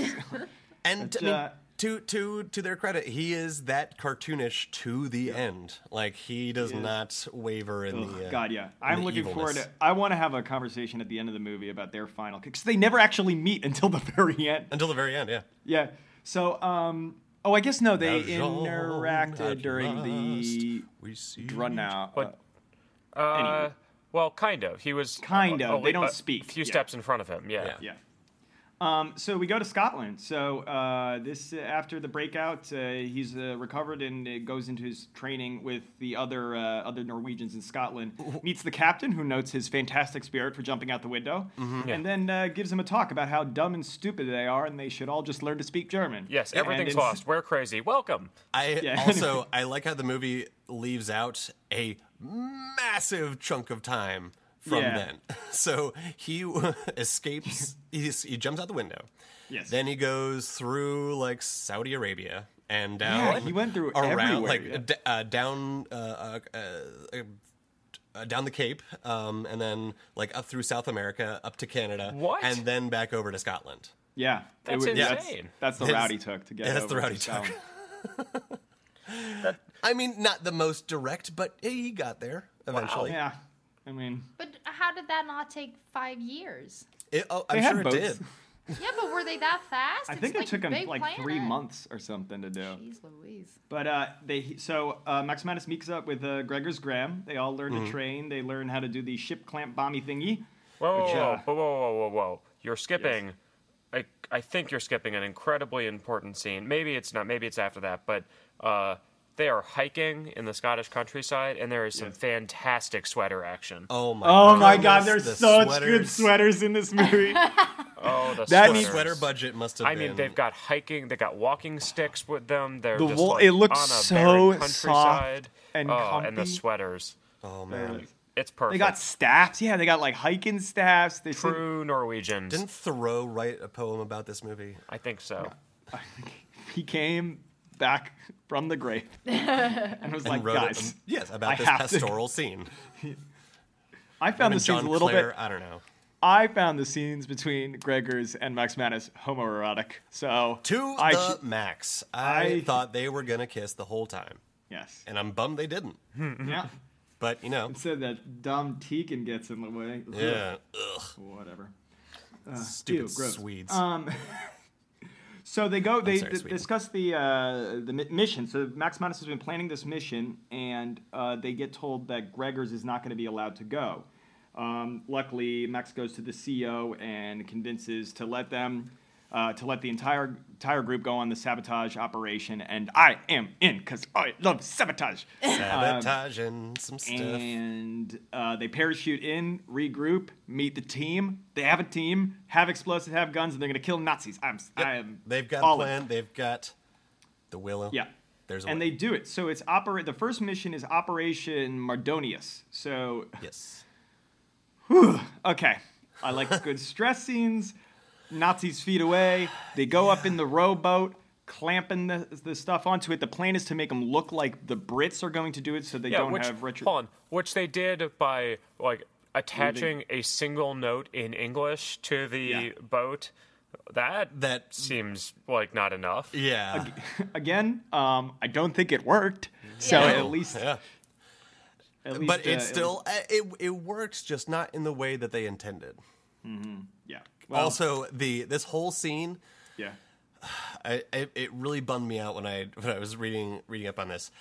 [SPEAKER 3] and I
[SPEAKER 1] But,
[SPEAKER 3] mean,
[SPEAKER 1] uh,
[SPEAKER 3] to to to their credit, he is that cartoonish to the end. Like he does not waver in the uh,
[SPEAKER 1] God, yeah.
[SPEAKER 3] in
[SPEAKER 1] I'm
[SPEAKER 3] the
[SPEAKER 1] looking forward
[SPEAKER 3] evilness.
[SPEAKER 1] to. I want to have a conversation at the end of the movie about their final because they never actually meet until the very end.
[SPEAKER 3] until the very end. Yeah,
[SPEAKER 1] Yeah. So, um, oh, I guess no, they
[SPEAKER 3] Jean
[SPEAKER 1] interacted
[SPEAKER 3] at
[SPEAKER 1] during the
[SPEAKER 3] last we see
[SPEAKER 1] run now.
[SPEAKER 4] But- Uh,
[SPEAKER 1] Anyway.
[SPEAKER 4] Well, kind of. He was
[SPEAKER 1] Kind of.
[SPEAKER 4] only
[SPEAKER 1] They don't
[SPEAKER 4] a
[SPEAKER 1] speak.
[SPEAKER 4] Few
[SPEAKER 1] Yeah.
[SPEAKER 4] steps in front of him. Yeah.
[SPEAKER 1] Yeah. Um, so we go to Scotland. So uh, this after the breakout, uh, he's uh, recovered and uh, goes into his training with the other uh, other Norwegians in Scotland. Meets the captain, who notes his fantastic spirit for jumping out the window,
[SPEAKER 4] Mm-hmm.
[SPEAKER 1] and then uh, gives him a talk about how dumb and stupid they are, and they should all just learn to speak German.
[SPEAKER 4] Yes,
[SPEAKER 1] And
[SPEAKER 4] everything's
[SPEAKER 1] it's-
[SPEAKER 4] lost. We're crazy. Welcome.
[SPEAKER 3] I
[SPEAKER 1] Yeah.
[SPEAKER 3] also I like how the movie leaves out a massive chunk of time from
[SPEAKER 1] Yeah.
[SPEAKER 3] then. So he escapes. He, he jumps out the window.
[SPEAKER 1] Yes.
[SPEAKER 3] Then he goes through like Saudi Arabia and down.
[SPEAKER 1] Yeah, he went through
[SPEAKER 3] around
[SPEAKER 1] everywhere,
[SPEAKER 3] like
[SPEAKER 1] yeah.
[SPEAKER 3] d- uh, down uh, uh, uh, uh, down the Cape, um, and then like up through South America, up to Canada,
[SPEAKER 4] What?
[SPEAKER 3] and then back over to Scotland.
[SPEAKER 1] Yeah,
[SPEAKER 4] That's
[SPEAKER 1] would-
[SPEAKER 4] insane.
[SPEAKER 1] That's, the
[SPEAKER 3] That's-
[SPEAKER 1] route he took to get.
[SPEAKER 3] yeah, that's the
[SPEAKER 1] over
[SPEAKER 3] route
[SPEAKER 1] to
[SPEAKER 3] he took.
[SPEAKER 1] Scotland.
[SPEAKER 3] I mean, not the most direct, but he got there eventually.
[SPEAKER 1] Yeah, I mean,
[SPEAKER 2] But how did that not take five years?
[SPEAKER 3] It, oh,
[SPEAKER 1] They
[SPEAKER 3] I'm
[SPEAKER 1] had
[SPEAKER 3] sure it
[SPEAKER 1] boats.
[SPEAKER 3] did.
[SPEAKER 2] Yeah, but were they that fast?
[SPEAKER 1] I
[SPEAKER 2] It's
[SPEAKER 1] think it
[SPEAKER 2] like
[SPEAKER 1] took him
[SPEAKER 2] Big
[SPEAKER 1] like three
[SPEAKER 2] Planet.
[SPEAKER 1] months or something to do.
[SPEAKER 2] Jeez Louise.
[SPEAKER 1] But uh, they so uh, Max Manus meets up with uh, Gregor's Graham. They all learn
[SPEAKER 3] Mm-hmm.
[SPEAKER 1] to train. They learn how to do the ship clamp bomby thingy.
[SPEAKER 4] Whoa,
[SPEAKER 1] Which,
[SPEAKER 4] whoa,
[SPEAKER 1] uh,
[SPEAKER 4] whoa, whoa, whoa, whoa, whoa. You're skipping. I, I think you're skipping an incredibly important scene. Maybe it's not. Maybe it's after that. But uh, they are hiking in the Scottish countryside, and there is some
[SPEAKER 1] Yes.
[SPEAKER 4] fantastic sweater action. Oh,
[SPEAKER 3] Oh my!
[SPEAKER 1] Oh my
[SPEAKER 3] goodness,
[SPEAKER 1] God! There's
[SPEAKER 3] the
[SPEAKER 1] such good
[SPEAKER 3] sweaters.
[SPEAKER 1] sweaters in this movie.
[SPEAKER 4] Oh, the
[SPEAKER 1] That
[SPEAKER 3] The
[SPEAKER 1] needs-
[SPEAKER 3] sweater budget must have
[SPEAKER 4] I
[SPEAKER 3] been.
[SPEAKER 4] mean, they've got hiking. They got walking sticks with them. They're
[SPEAKER 1] The
[SPEAKER 4] just
[SPEAKER 1] wool-
[SPEAKER 4] like,
[SPEAKER 1] it looks
[SPEAKER 4] on a
[SPEAKER 1] so soft
[SPEAKER 4] barren countryside.
[SPEAKER 1] and
[SPEAKER 4] oh, and the
[SPEAKER 1] comfy.
[SPEAKER 4] sweaters.
[SPEAKER 3] Oh man!
[SPEAKER 4] It's perfect.
[SPEAKER 1] they got staffs. Yeah, they got like hiking staffs. They said-
[SPEAKER 4] true Norwegians.
[SPEAKER 3] Didn't Thoreau write a poem about this movie?
[SPEAKER 4] I think so.
[SPEAKER 1] he came back from the grave and was
[SPEAKER 3] And
[SPEAKER 1] like,
[SPEAKER 3] wrote it-
[SPEAKER 1] guys,
[SPEAKER 3] um, yes, about
[SPEAKER 1] I
[SPEAKER 3] this
[SPEAKER 1] have to-
[SPEAKER 3] pastoral scene.
[SPEAKER 1] I found the
[SPEAKER 3] And
[SPEAKER 1] scenes
[SPEAKER 3] John
[SPEAKER 1] a little
[SPEAKER 3] Clare,
[SPEAKER 1] bit.
[SPEAKER 3] I don't know.
[SPEAKER 1] I found the scenes between Gregor's and Max Manus homoerotic. So
[SPEAKER 3] To
[SPEAKER 1] I
[SPEAKER 3] the
[SPEAKER 1] sh-
[SPEAKER 3] max. I,
[SPEAKER 1] I-
[SPEAKER 3] thought they were gonna kiss the whole time,
[SPEAKER 1] yes,
[SPEAKER 3] and I'm bummed they didn't.
[SPEAKER 1] yeah.
[SPEAKER 3] But you know,
[SPEAKER 1] Said that dumb Tegan gets in the way.
[SPEAKER 3] yeah, ugh,
[SPEAKER 1] whatever.
[SPEAKER 3] stupid
[SPEAKER 1] ew, gross. Um,
[SPEAKER 3] Swedes.
[SPEAKER 1] So they go. They
[SPEAKER 3] sorry,
[SPEAKER 1] d-
[SPEAKER 3] Sweden.
[SPEAKER 1] discuss the uh, the mi- mission. So Max Manus has been planning this mission, and uh, they get told that Gregor's is not going to be allowed to go. Um, luckily, Max goes to the CEO and convinces to let them uh, to let the entire entire group go on the sabotage operation. And I am in because I love sabotage.
[SPEAKER 3] Sabotaging some stuff.
[SPEAKER 1] and uh, they parachute in, regroup, meet the team. They have a team, have explosives, have guns, and they're gonna kill Nazis. I'm, I am.
[SPEAKER 3] They've got
[SPEAKER 1] all in.
[SPEAKER 3] a plan. They've got the willow.
[SPEAKER 1] Yeah.
[SPEAKER 3] There's a
[SPEAKER 1] And
[SPEAKER 3] way.
[SPEAKER 1] they do it. So it's operate. The first mission is Operation Mardonius. So
[SPEAKER 3] yes.
[SPEAKER 1] okay, I like good stress scenes. Nazis feet away. They go up in the rowboat, clamping the, the stuff onto it. The plan is to make them look like the Brits are going to do it, so they
[SPEAKER 4] Yeah,
[SPEAKER 1] don't
[SPEAKER 4] which
[SPEAKER 1] have Richard.
[SPEAKER 4] hold on, which they did by like attaching a single note in English to the
[SPEAKER 1] Yeah.
[SPEAKER 4] boat. That
[SPEAKER 3] That-
[SPEAKER 4] seems like not enough.
[SPEAKER 3] Yeah.
[SPEAKER 1] Again, um, I don't think it worked. So
[SPEAKER 2] Yeah.
[SPEAKER 1] at least,
[SPEAKER 3] Oh, yeah.
[SPEAKER 1] at least
[SPEAKER 3] But
[SPEAKER 1] uh,
[SPEAKER 3] it's
[SPEAKER 1] at
[SPEAKER 3] still uh, it it works, just not in the way that they intended.
[SPEAKER 1] Yeah. Well,
[SPEAKER 3] also, the this whole scene,
[SPEAKER 1] yeah.
[SPEAKER 3] I, it, it really bummed me out when I when I was reading reading up on this.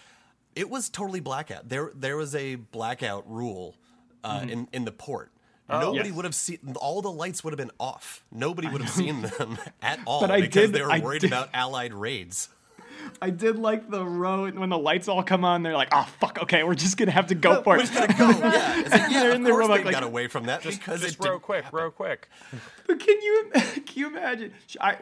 [SPEAKER 3] It was totally blackout. There there was a blackout rule uh, in in the port. Nobody
[SPEAKER 1] Mm-hmm. Yes.
[SPEAKER 3] would have seen. All the lights would have been off. Nobody would have seen them at all
[SPEAKER 1] But I
[SPEAKER 3] because
[SPEAKER 1] did-
[SPEAKER 3] they were
[SPEAKER 1] I
[SPEAKER 3] worried
[SPEAKER 1] did-
[SPEAKER 3] about Allied raids.
[SPEAKER 1] I did like the road when the lights all come on. They're like, oh fuck, okay, we're just gonna have to go for
[SPEAKER 3] We're
[SPEAKER 1] it.
[SPEAKER 3] just gonna go. oh, Yeah, it's like, yeah.
[SPEAKER 1] They're
[SPEAKER 3] of
[SPEAKER 1] in the
[SPEAKER 3] course
[SPEAKER 1] room,
[SPEAKER 3] they
[SPEAKER 1] like-
[SPEAKER 3] got away from that because
[SPEAKER 4] Just
[SPEAKER 3] it didn't
[SPEAKER 4] real quick, real quick.
[SPEAKER 1] But can you im- can you imagine? sh- I,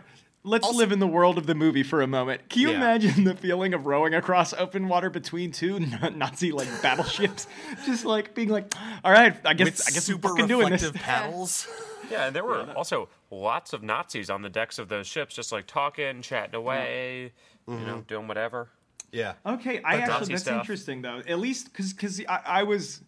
[SPEAKER 1] let's live in the world of the movie for a moment. Can you
[SPEAKER 3] Yeah.
[SPEAKER 1] imagine the feeling of rowing across open water between two Na- Nazi like battleships, just like being like, all right, I guess
[SPEAKER 3] with
[SPEAKER 1] I guess
[SPEAKER 3] super
[SPEAKER 1] we're fucking doing this.
[SPEAKER 3] reflective paddles.
[SPEAKER 4] Yeah, and there were also lots of Nazis on the decks of those ships, just like talking, chatting away, you
[SPEAKER 1] Mm-hmm.
[SPEAKER 4] know, doing whatever.
[SPEAKER 3] yeah.
[SPEAKER 1] Okay, I
[SPEAKER 3] But
[SPEAKER 1] actually
[SPEAKER 4] Nazi
[SPEAKER 1] that's
[SPEAKER 4] stuff.
[SPEAKER 1] interesting though. At least because because I, I was.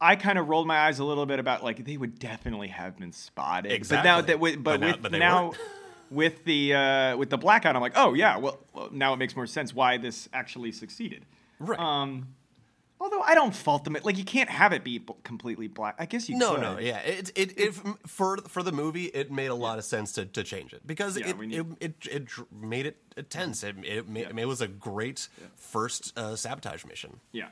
[SPEAKER 1] I kind of rolled my eyes a little bit about like they would definitely have been spotted, but now
[SPEAKER 3] Exactly.
[SPEAKER 1] that with, but,
[SPEAKER 3] But now-
[SPEAKER 1] with
[SPEAKER 3] but they
[SPEAKER 1] now,
[SPEAKER 3] weren't.
[SPEAKER 1] with the uh, with the blackout, I'm like, oh yeah, well, well now it makes more sense why this actually succeeded.
[SPEAKER 3] Right.
[SPEAKER 1] Um, although I don't fault them. Like you can't have it be b- completely black. I guess you
[SPEAKER 3] No,
[SPEAKER 1] could.
[SPEAKER 3] no, yeah. It, it, it, for for the movie, it made a lot of sense to, to change it because
[SPEAKER 1] Yeah,
[SPEAKER 3] it,
[SPEAKER 1] we need-
[SPEAKER 3] it, it it dr- made it tense. It it, ma- it was a great first uh, sabotage mission.
[SPEAKER 1] yeah.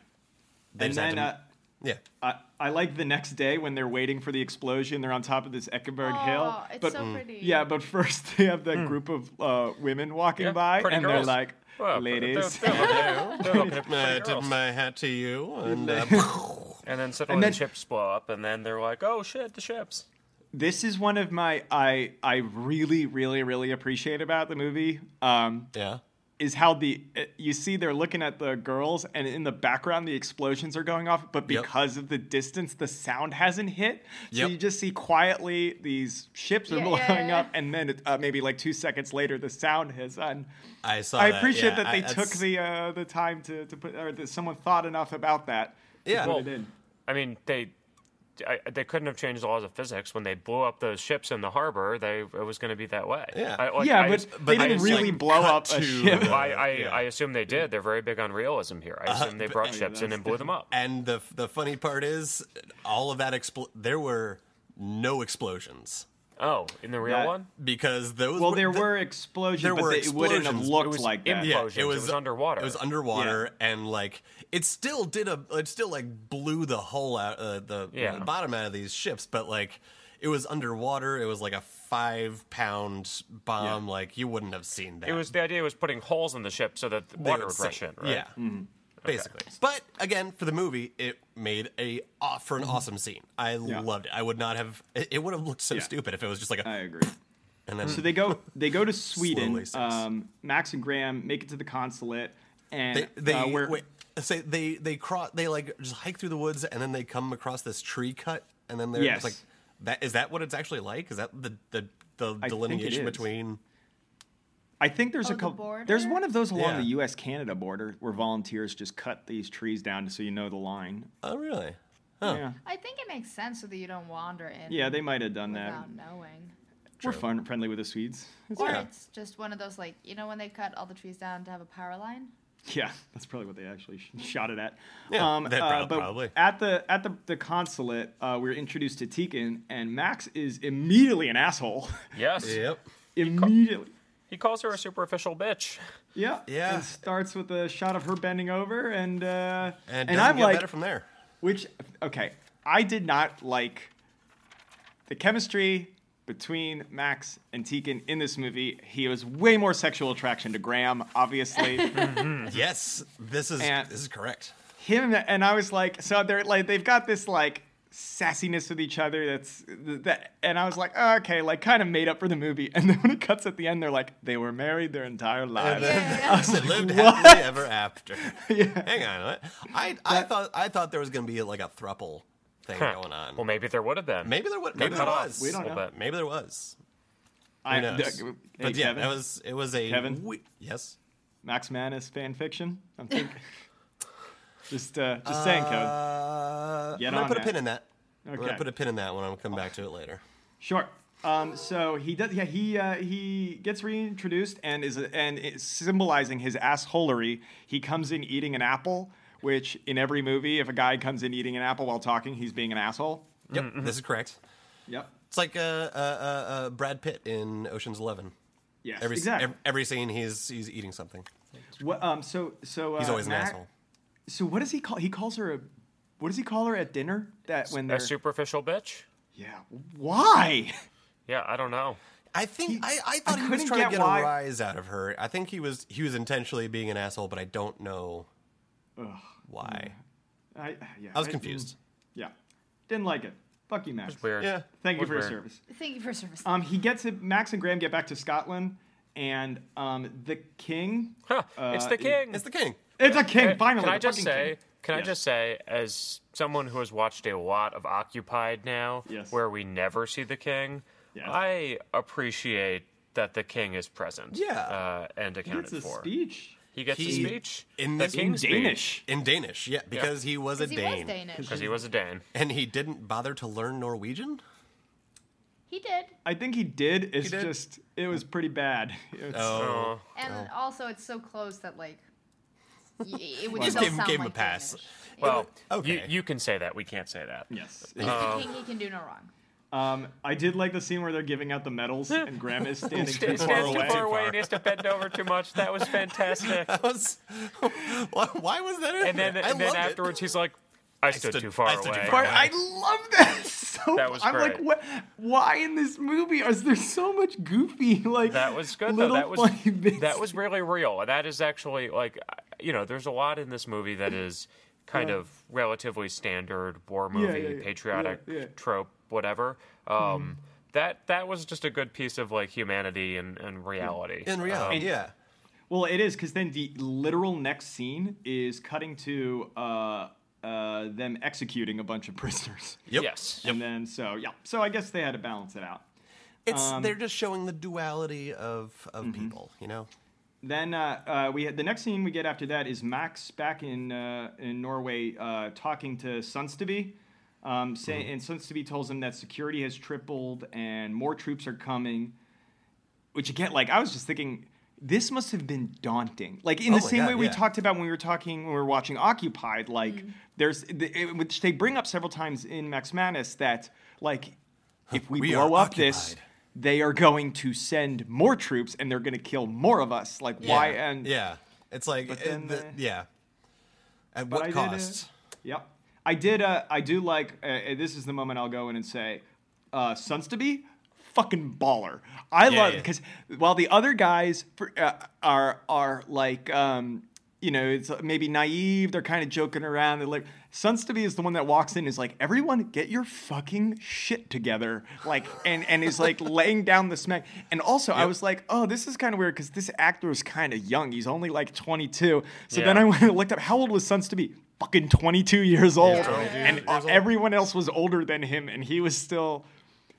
[SPEAKER 3] They
[SPEAKER 1] and
[SPEAKER 3] just
[SPEAKER 1] then.
[SPEAKER 3] had to-
[SPEAKER 1] Uh,
[SPEAKER 3] yeah,
[SPEAKER 1] I, I like the next day when they're waiting for the explosion. They're on top of this Eckenberg
[SPEAKER 2] Oh,
[SPEAKER 1] hill.
[SPEAKER 2] it's
[SPEAKER 1] but,
[SPEAKER 2] so Mm. pretty.
[SPEAKER 1] Yeah, but first they have that group of uh, women walking
[SPEAKER 4] Yeah,
[SPEAKER 1] by,
[SPEAKER 4] pretty
[SPEAKER 1] and
[SPEAKER 4] girls.
[SPEAKER 1] they're like,
[SPEAKER 4] Well, but they're-
[SPEAKER 1] ladies.
[SPEAKER 4] they're looking at- they're looking at
[SPEAKER 3] I
[SPEAKER 4] pretty
[SPEAKER 3] tip
[SPEAKER 4] girls.
[SPEAKER 3] my hat to you, and uh,
[SPEAKER 4] And then suddenly
[SPEAKER 1] And then-
[SPEAKER 4] the ships blow up, and then they're like, "Oh shit, the ships!"
[SPEAKER 1] this is one of my I I really really really appreciate about the movie. Um,
[SPEAKER 3] yeah,
[SPEAKER 1] is how the uh, you see they're looking at the girls and in the background the explosions are going off but
[SPEAKER 3] Yep.
[SPEAKER 1] because of the distance the sound hasn't hit so
[SPEAKER 3] Yep.
[SPEAKER 1] you just see quietly these ships are
[SPEAKER 2] Yeah,
[SPEAKER 1] blowing
[SPEAKER 2] yeah, yeah.
[SPEAKER 1] up and then uh, maybe like two seconds later the sound hits on
[SPEAKER 3] I saw.
[SPEAKER 1] i
[SPEAKER 3] Oh, that,
[SPEAKER 1] appreciate
[SPEAKER 3] yeah,
[SPEAKER 1] that they
[SPEAKER 3] I-
[SPEAKER 1] took
[SPEAKER 3] that's-
[SPEAKER 1] the uh, the time to, to put or that someone thought enough about that to
[SPEAKER 3] Yeah.
[SPEAKER 1] put
[SPEAKER 3] Well,
[SPEAKER 1] it in
[SPEAKER 4] I mean, they I, they couldn't have changed the laws of physics when they blew up those ships in the harbor. They it was going to be that way.
[SPEAKER 3] Yeah.
[SPEAKER 4] I, like,
[SPEAKER 1] yeah
[SPEAKER 4] I
[SPEAKER 1] but,
[SPEAKER 4] just-
[SPEAKER 1] they
[SPEAKER 3] but I
[SPEAKER 1] didn't
[SPEAKER 3] just,
[SPEAKER 1] really
[SPEAKER 3] like,
[SPEAKER 1] blow
[SPEAKER 3] cut
[SPEAKER 1] up a
[SPEAKER 3] to
[SPEAKER 1] ship
[SPEAKER 3] the-
[SPEAKER 4] I I,
[SPEAKER 3] Yeah. Uh-huh.
[SPEAKER 4] I assume they did. They're very big on realism here. I assume they
[SPEAKER 3] but-
[SPEAKER 4] brought
[SPEAKER 3] Hey,
[SPEAKER 4] ships in
[SPEAKER 1] that's
[SPEAKER 4] and blew them up.
[SPEAKER 3] And the the funny part is, all of that expl- there were no explosions
[SPEAKER 4] Oh, in the real
[SPEAKER 1] That-
[SPEAKER 4] one,
[SPEAKER 3] because those.
[SPEAKER 1] well there
[SPEAKER 3] th-
[SPEAKER 1] were explosions
[SPEAKER 3] there
[SPEAKER 1] but
[SPEAKER 3] were
[SPEAKER 1] they- it wouldn't have
[SPEAKER 3] explosions.
[SPEAKER 1] looked
[SPEAKER 4] It was
[SPEAKER 1] like that
[SPEAKER 4] impl- explosions. It was underwater.
[SPEAKER 3] It was underwater, and like it still did a. It still like blew the hole out, uh, the,
[SPEAKER 4] Yeah.
[SPEAKER 3] the bottom out of these ships, but like it was underwater. It was like a five pound bomb. Like you wouldn't have seen that.
[SPEAKER 4] it was the idea was putting holes in the ship so that the
[SPEAKER 3] They
[SPEAKER 4] water
[SPEAKER 3] would
[SPEAKER 4] would
[SPEAKER 3] sink.
[SPEAKER 4] rush in. Right? Mm-hmm.
[SPEAKER 3] Yeah. Mm-hmm. Basically, but again, for the movie, it made a aw- for an
[SPEAKER 4] Mm-hmm.
[SPEAKER 3] awesome scene. I loved it. I would not have. It, it would have looked so
[SPEAKER 1] Yeah.
[SPEAKER 3] stupid if it was just like a.
[SPEAKER 1] i agree
[SPEAKER 3] and then
[SPEAKER 1] So they go they go to
[SPEAKER 3] Slowly
[SPEAKER 1] Sweden.
[SPEAKER 3] sinks.
[SPEAKER 1] Um, Max and Graham make it to the consulate, and
[SPEAKER 3] they, they
[SPEAKER 1] uh, where-
[SPEAKER 3] wait, say they they cross they like just hike through the woods and then they come across this tree cut and then they're
[SPEAKER 1] Yes.
[SPEAKER 3] just like that is that what it's actually like is that the the the
[SPEAKER 1] it
[SPEAKER 3] delineation
[SPEAKER 1] is.
[SPEAKER 3] between
[SPEAKER 1] I think there's
[SPEAKER 2] Oh,
[SPEAKER 1] a
[SPEAKER 2] the
[SPEAKER 1] couple.
[SPEAKER 2] border?
[SPEAKER 1] there's one of those along
[SPEAKER 3] Yeah.
[SPEAKER 1] the U.S. Canada border where volunteers just cut these trees down so you know the line.
[SPEAKER 3] oh really
[SPEAKER 1] Yeah,
[SPEAKER 2] I think it makes sense so that you don't wander in
[SPEAKER 1] yeah, they might have done that.
[SPEAKER 2] without knowing.
[SPEAKER 1] We're
[SPEAKER 3] True.
[SPEAKER 1] fun, friendly with the Swedes. It's-
[SPEAKER 2] Or
[SPEAKER 3] Yeah.
[SPEAKER 2] it's just one of those like you know when they cut all the trees down to have a power line.
[SPEAKER 1] Yeah, that's probably what they actually sh- shot it at. Um, uh,
[SPEAKER 3] Yeah, that prob-
[SPEAKER 1] but
[SPEAKER 3] probably.
[SPEAKER 1] At the at the, the consulate, uh, we are introduced to Tekin, and Max is immediately an asshole.
[SPEAKER 4] Yes.
[SPEAKER 3] yep
[SPEAKER 1] immediately.
[SPEAKER 4] He calls her a superficial bitch.
[SPEAKER 1] Yeah.
[SPEAKER 3] Yeah.
[SPEAKER 1] And starts with a shot of her bending over, and uh,
[SPEAKER 3] and,
[SPEAKER 1] and,
[SPEAKER 3] it doesn't
[SPEAKER 1] I'm
[SPEAKER 3] get
[SPEAKER 1] like,
[SPEAKER 3] better from there
[SPEAKER 1] which okay, I did not like the chemistry between Max and Tegan in this movie. He was way more sexual attraction to Graham, obviously.
[SPEAKER 3] yes this is
[SPEAKER 1] Mhm. And-
[SPEAKER 3] this is correct
[SPEAKER 1] Him and I was like, so they're like they've got this like sassiness with each other that's that and i was like oh, okay like kind of made up for the movie and then when it cuts at the end they're like they were married their entire lives
[SPEAKER 2] Yeah.
[SPEAKER 3] They lived happily ever after hang on what? I I thought I thought there was gonna be like a thruple thing
[SPEAKER 4] Huh.
[SPEAKER 3] going on
[SPEAKER 4] Well, maybe there would have been.
[SPEAKER 3] maybe there was maybe there
[SPEAKER 4] cut off.
[SPEAKER 3] was
[SPEAKER 1] We don't
[SPEAKER 4] Well,
[SPEAKER 1] know.
[SPEAKER 4] but-
[SPEAKER 3] maybe there was
[SPEAKER 1] I, uh,
[SPEAKER 3] Who knows?
[SPEAKER 1] hey,
[SPEAKER 3] but yeah,
[SPEAKER 1] Kevin.
[SPEAKER 3] that was it was a
[SPEAKER 1] Kevin?
[SPEAKER 3] we- yes.
[SPEAKER 1] Max Manus fan fiction. I'm thinking. just, uh, just saying, Kevin.
[SPEAKER 3] Uh,
[SPEAKER 1] Get
[SPEAKER 3] I'm gonna
[SPEAKER 1] on
[SPEAKER 3] put a
[SPEAKER 1] that.
[SPEAKER 3] pin in that. I'm
[SPEAKER 1] Okay.
[SPEAKER 3] gonna put a pin in that when I'm come back to it later.
[SPEAKER 1] Sure. Um, so he does. Yeah, he uh, he gets reintroduced and is and is symbolizing his assholery. He comes in eating an apple, which in every movie, if a guy comes in eating an apple while talking, he's being an asshole.
[SPEAKER 3] Yep, this is correct.
[SPEAKER 1] Yep.
[SPEAKER 3] It's like uh, uh, uh, uh, Brad Pitt in Ocean's Eleven.
[SPEAKER 1] Yes.
[SPEAKER 3] Every
[SPEAKER 1] exactly.
[SPEAKER 3] ev- every scene he's he's eating something.
[SPEAKER 1] What- um. So so uh,
[SPEAKER 3] He's always an
[SPEAKER 1] Mac-
[SPEAKER 3] asshole.
[SPEAKER 1] So what does he call? He calls her a. What does he call her at dinner? That when they're
[SPEAKER 4] A superficial bitch.
[SPEAKER 1] yeah. Why?
[SPEAKER 4] Yeah, I don't know.
[SPEAKER 3] I think I, I thought he was
[SPEAKER 1] couldn't
[SPEAKER 3] trying
[SPEAKER 1] get
[SPEAKER 3] to get
[SPEAKER 1] why-
[SPEAKER 3] a rise out of her. I think he was he was intentionally being an asshole, but I don't know why.
[SPEAKER 1] I yeah.
[SPEAKER 3] I was confused.
[SPEAKER 1] Yeah. Didn't like it. Fuck you, Max.
[SPEAKER 4] It's weird.
[SPEAKER 3] Yeah.
[SPEAKER 1] Thank you
[SPEAKER 4] Was
[SPEAKER 1] for your
[SPEAKER 4] weird.
[SPEAKER 1] service.
[SPEAKER 2] Thank you for service.
[SPEAKER 1] Um, he gets it. Max and Graham get back to Scotland, and um, the king.
[SPEAKER 4] Huh, it's
[SPEAKER 1] Uh,
[SPEAKER 4] the king.
[SPEAKER 3] It's the king.
[SPEAKER 1] It's a king.
[SPEAKER 4] Hey,
[SPEAKER 1] finally,
[SPEAKER 4] Can I
[SPEAKER 1] the
[SPEAKER 4] just
[SPEAKER 1] fucking
[SPEAKER 4] say?
[SPEAKER 1] king.
[SPEAKER 4] Can
[SPEAKER 1] Yes.
[SPEAKER 4] I just say, as someone who has watched a lot of Occupied now,
[SPEAKER 1] Yes.
[SPEAKER 4] where we never see the king,
[SPEAKER 1] Yes.
[SPEAKER 4] I appreciate that the king is present.
[SPEAKER 3] Yeah.
[SPEAKER 4] uh, and
[SPEAKER 1] He
[SPEAKER 4] accounted
[SPEAKER 1] gets a
[SPEAKER 4] for.
[SPEAKER 1] speech
[SPEAKER 4] He gets
[SPEAKER 3] He-
[SPEAKER 4] a speech
[SPEAKER 3] in
[SPEAKER 4] the
[SPEAKER 3] this- in
[SPEAKER 4] king's
[SPEAKER 1] Danish.
[SPEAKER 3] In Danish, yeah, because he was a
[SPEAKER 2] Because he was
[SPEAKER 3] Dane,
[SPEAKER 2] Danish.
[SPEAKER 4] because he was a Dane.
[SPEAKER 3] and he didn't bother to learn Norwegian.
[SPEAKER 2] He did.
[SPEAKER 1] I think he did. It's
[SPEAKER 3] did?
[SPEAKER 1] just it was pretty bad. It's-
[SPEAKER 3] Oh,
[SPEAKER 4] Oh.
[SPEAKER 2] And also, it's so close that like y- it would
[SPEAKER 3] just
[SPEAKER 2] still
[SPEAKER 3] gave, him-
[SPEAKER 2] sound
[SPEAKER 3] gave him
[SPEAKER 2] like
[SPEAKER 3] a pass.
[SPEAKER 2] Danish.
[SPEAKER 4] Well, you,
[SPEAKER 3] okay.
[SPEAKER 4] you can say that. We can't say that.
[SPEAKER 1] Yes.
[SPEAKER 2] He's the king. He can do no wrong.
[SPEAKER 1] Um, I did like the scene where they're giving out the medals and Graham is standing
[SPEAKER 4] Sta-
[SPEAKER 1] too
[SPEAKER 4] stands
[SPEAKER 1] far away.
[SPEAKER 4] too far away
[SPEAKER 3] Far.
[SPEAKER 4] and he has to bend over too much. That was fantastic.
[SPEAKER 3] That was why, why was that? In
[SPEAKER 4] And then,
[SPEAKER 3] there? I
[SPEAKER 4] and then
[SPEAKER 3] loved it.
[SPEAKER 4] afterwards, he's like, "I stood,
[SPEAKER 3] stood-
[SPEAKER 4] too far
[SPEAKER 3] I stood too
[SPEAKER 4] away."
[SPEAKER 3] far
[SPEAKER 1] But I love that so.
[SPEAKER 4] That was
[SPEAKER 1] I'm like,
[SPEAKER 4] great.
[SPEAKER 1] what? Why in this movie is there so much goofy like?
[SPEAKER 4] That was good though.
[SPEAKER 1] Little
[SPEAKER 4] That was
[SPEAKER 1] funny bits?
[SPEAKER 4] that was really real. And That is actually like I- you know, there's a lot in this movie that is kind of relatively standard war movie,
[SPEAKER 1] yeah, yeah.
[SPEAKER 4] patriotic
[SPEAKER 1] Yeah, Mm-hmm. yeah.
[SPEAKER 4] trope, whatever. Um, That that was just a good piece of like humanity and, and reality.
[SPEAKER 3] in reality,
[SPEAKER 1] Um,
[SPEAKER 3] yeah.
[SPEAKER 1] Well, it is because then the literal next scene is cutting to uh, uh, them executing a bunch of prisoners,
[SPEAKER 3] Yep.
[SPEAKER 4] Yes.
[SPEAKER 1] and then so yeah. So I guess they had to balance it out.
[SPEAKER 3] It's
[SPEAKER 1] Um,
[SPEAKER 3] they're just showing the duality of
[SPEAKER 4] Mm-hmm.
[SPEAKER 3] of people, you know.
[SPEAKER 1] Then uh, uh, we had the next scene we get after that is Max back in uh, in Norway uh, talking to Sunsteby. Um, say,
[SPEAKER 3] Mm-hmm.
[SPEAKER 1] And Sunsteby tells him that security has tripled and more troops are coming. Which again, like I was just thinking, this must have been daunting. Like in
[SPEAKER 3] Oh
[SPEAKER 1] the
[SPEAKER 3] my
[SPEAKER 1] same
[SPEAKER 3] God,
[SPEAKER 1] way we
[SPEAKER 3] yeah.
[SPEAKER 1] talked about when we were talking when we were watching Occupied. Like there's the, it, which they bring up several times in Max Manus that like if we,
[SPEAKER 3] We
[SPEAKER 1] blow
[SPEAKER 3] are
[SPEAKER 1] up this.
[SPEAKER 3] occupied.
[SPEAKER 1] They are going to send more troops, and they're going to kill more of us. Like, why
[SPEAKER 3] Yeah.
[SPEAKER 1] and
[SPEAKER 3] yeah, it's like
[SPEAKER 1] But
[SPEAKER 3] uh,
[SPEAKER 1] then,
[SPEAKER 3] the-
[SPEAKER 1] uh,
[SPEAKER 3] yeah. At
[SPEAKER 1] I
[SPEAKER 3] what
[SPEAKER 1] did, uh,
[SPEAKER 3] cost?
[SPEAKER 1] Yep. I did. Uh, I do like. Uh, uh, this is the moment I'll go in and say, uh, Sunstaby, fucking baller. I
[SPEAKER 3] Yeah,
[SPEAKER 1] love
[SPEAKER 3] yeah.
[SPEAKER 1] because while the other guys for- uh, are are like. Um, you know, it's maybe naive. They're kind of joking around. They're like, Sunstaby is the one that walks in. and Is like, everyone, get your fucking shit together. Like, and and is like laying down the smack. And also, I was like, oh, this is kind of weird because this actor is kind of young. He's only like 22. So then
[SPEAKER 4] Yeah.
[SPEAKER 1] I went and looked up how old was Sunstaby. Fucking 22 years old,
[SPEAKER 3] 22
[SPEAKER 1] and
[SPEAKER 3] years
[SPEAKER 1] uh,
[SPEAKER 3] old.
[SPEAKER 1] everyone else was older than him, and he was still,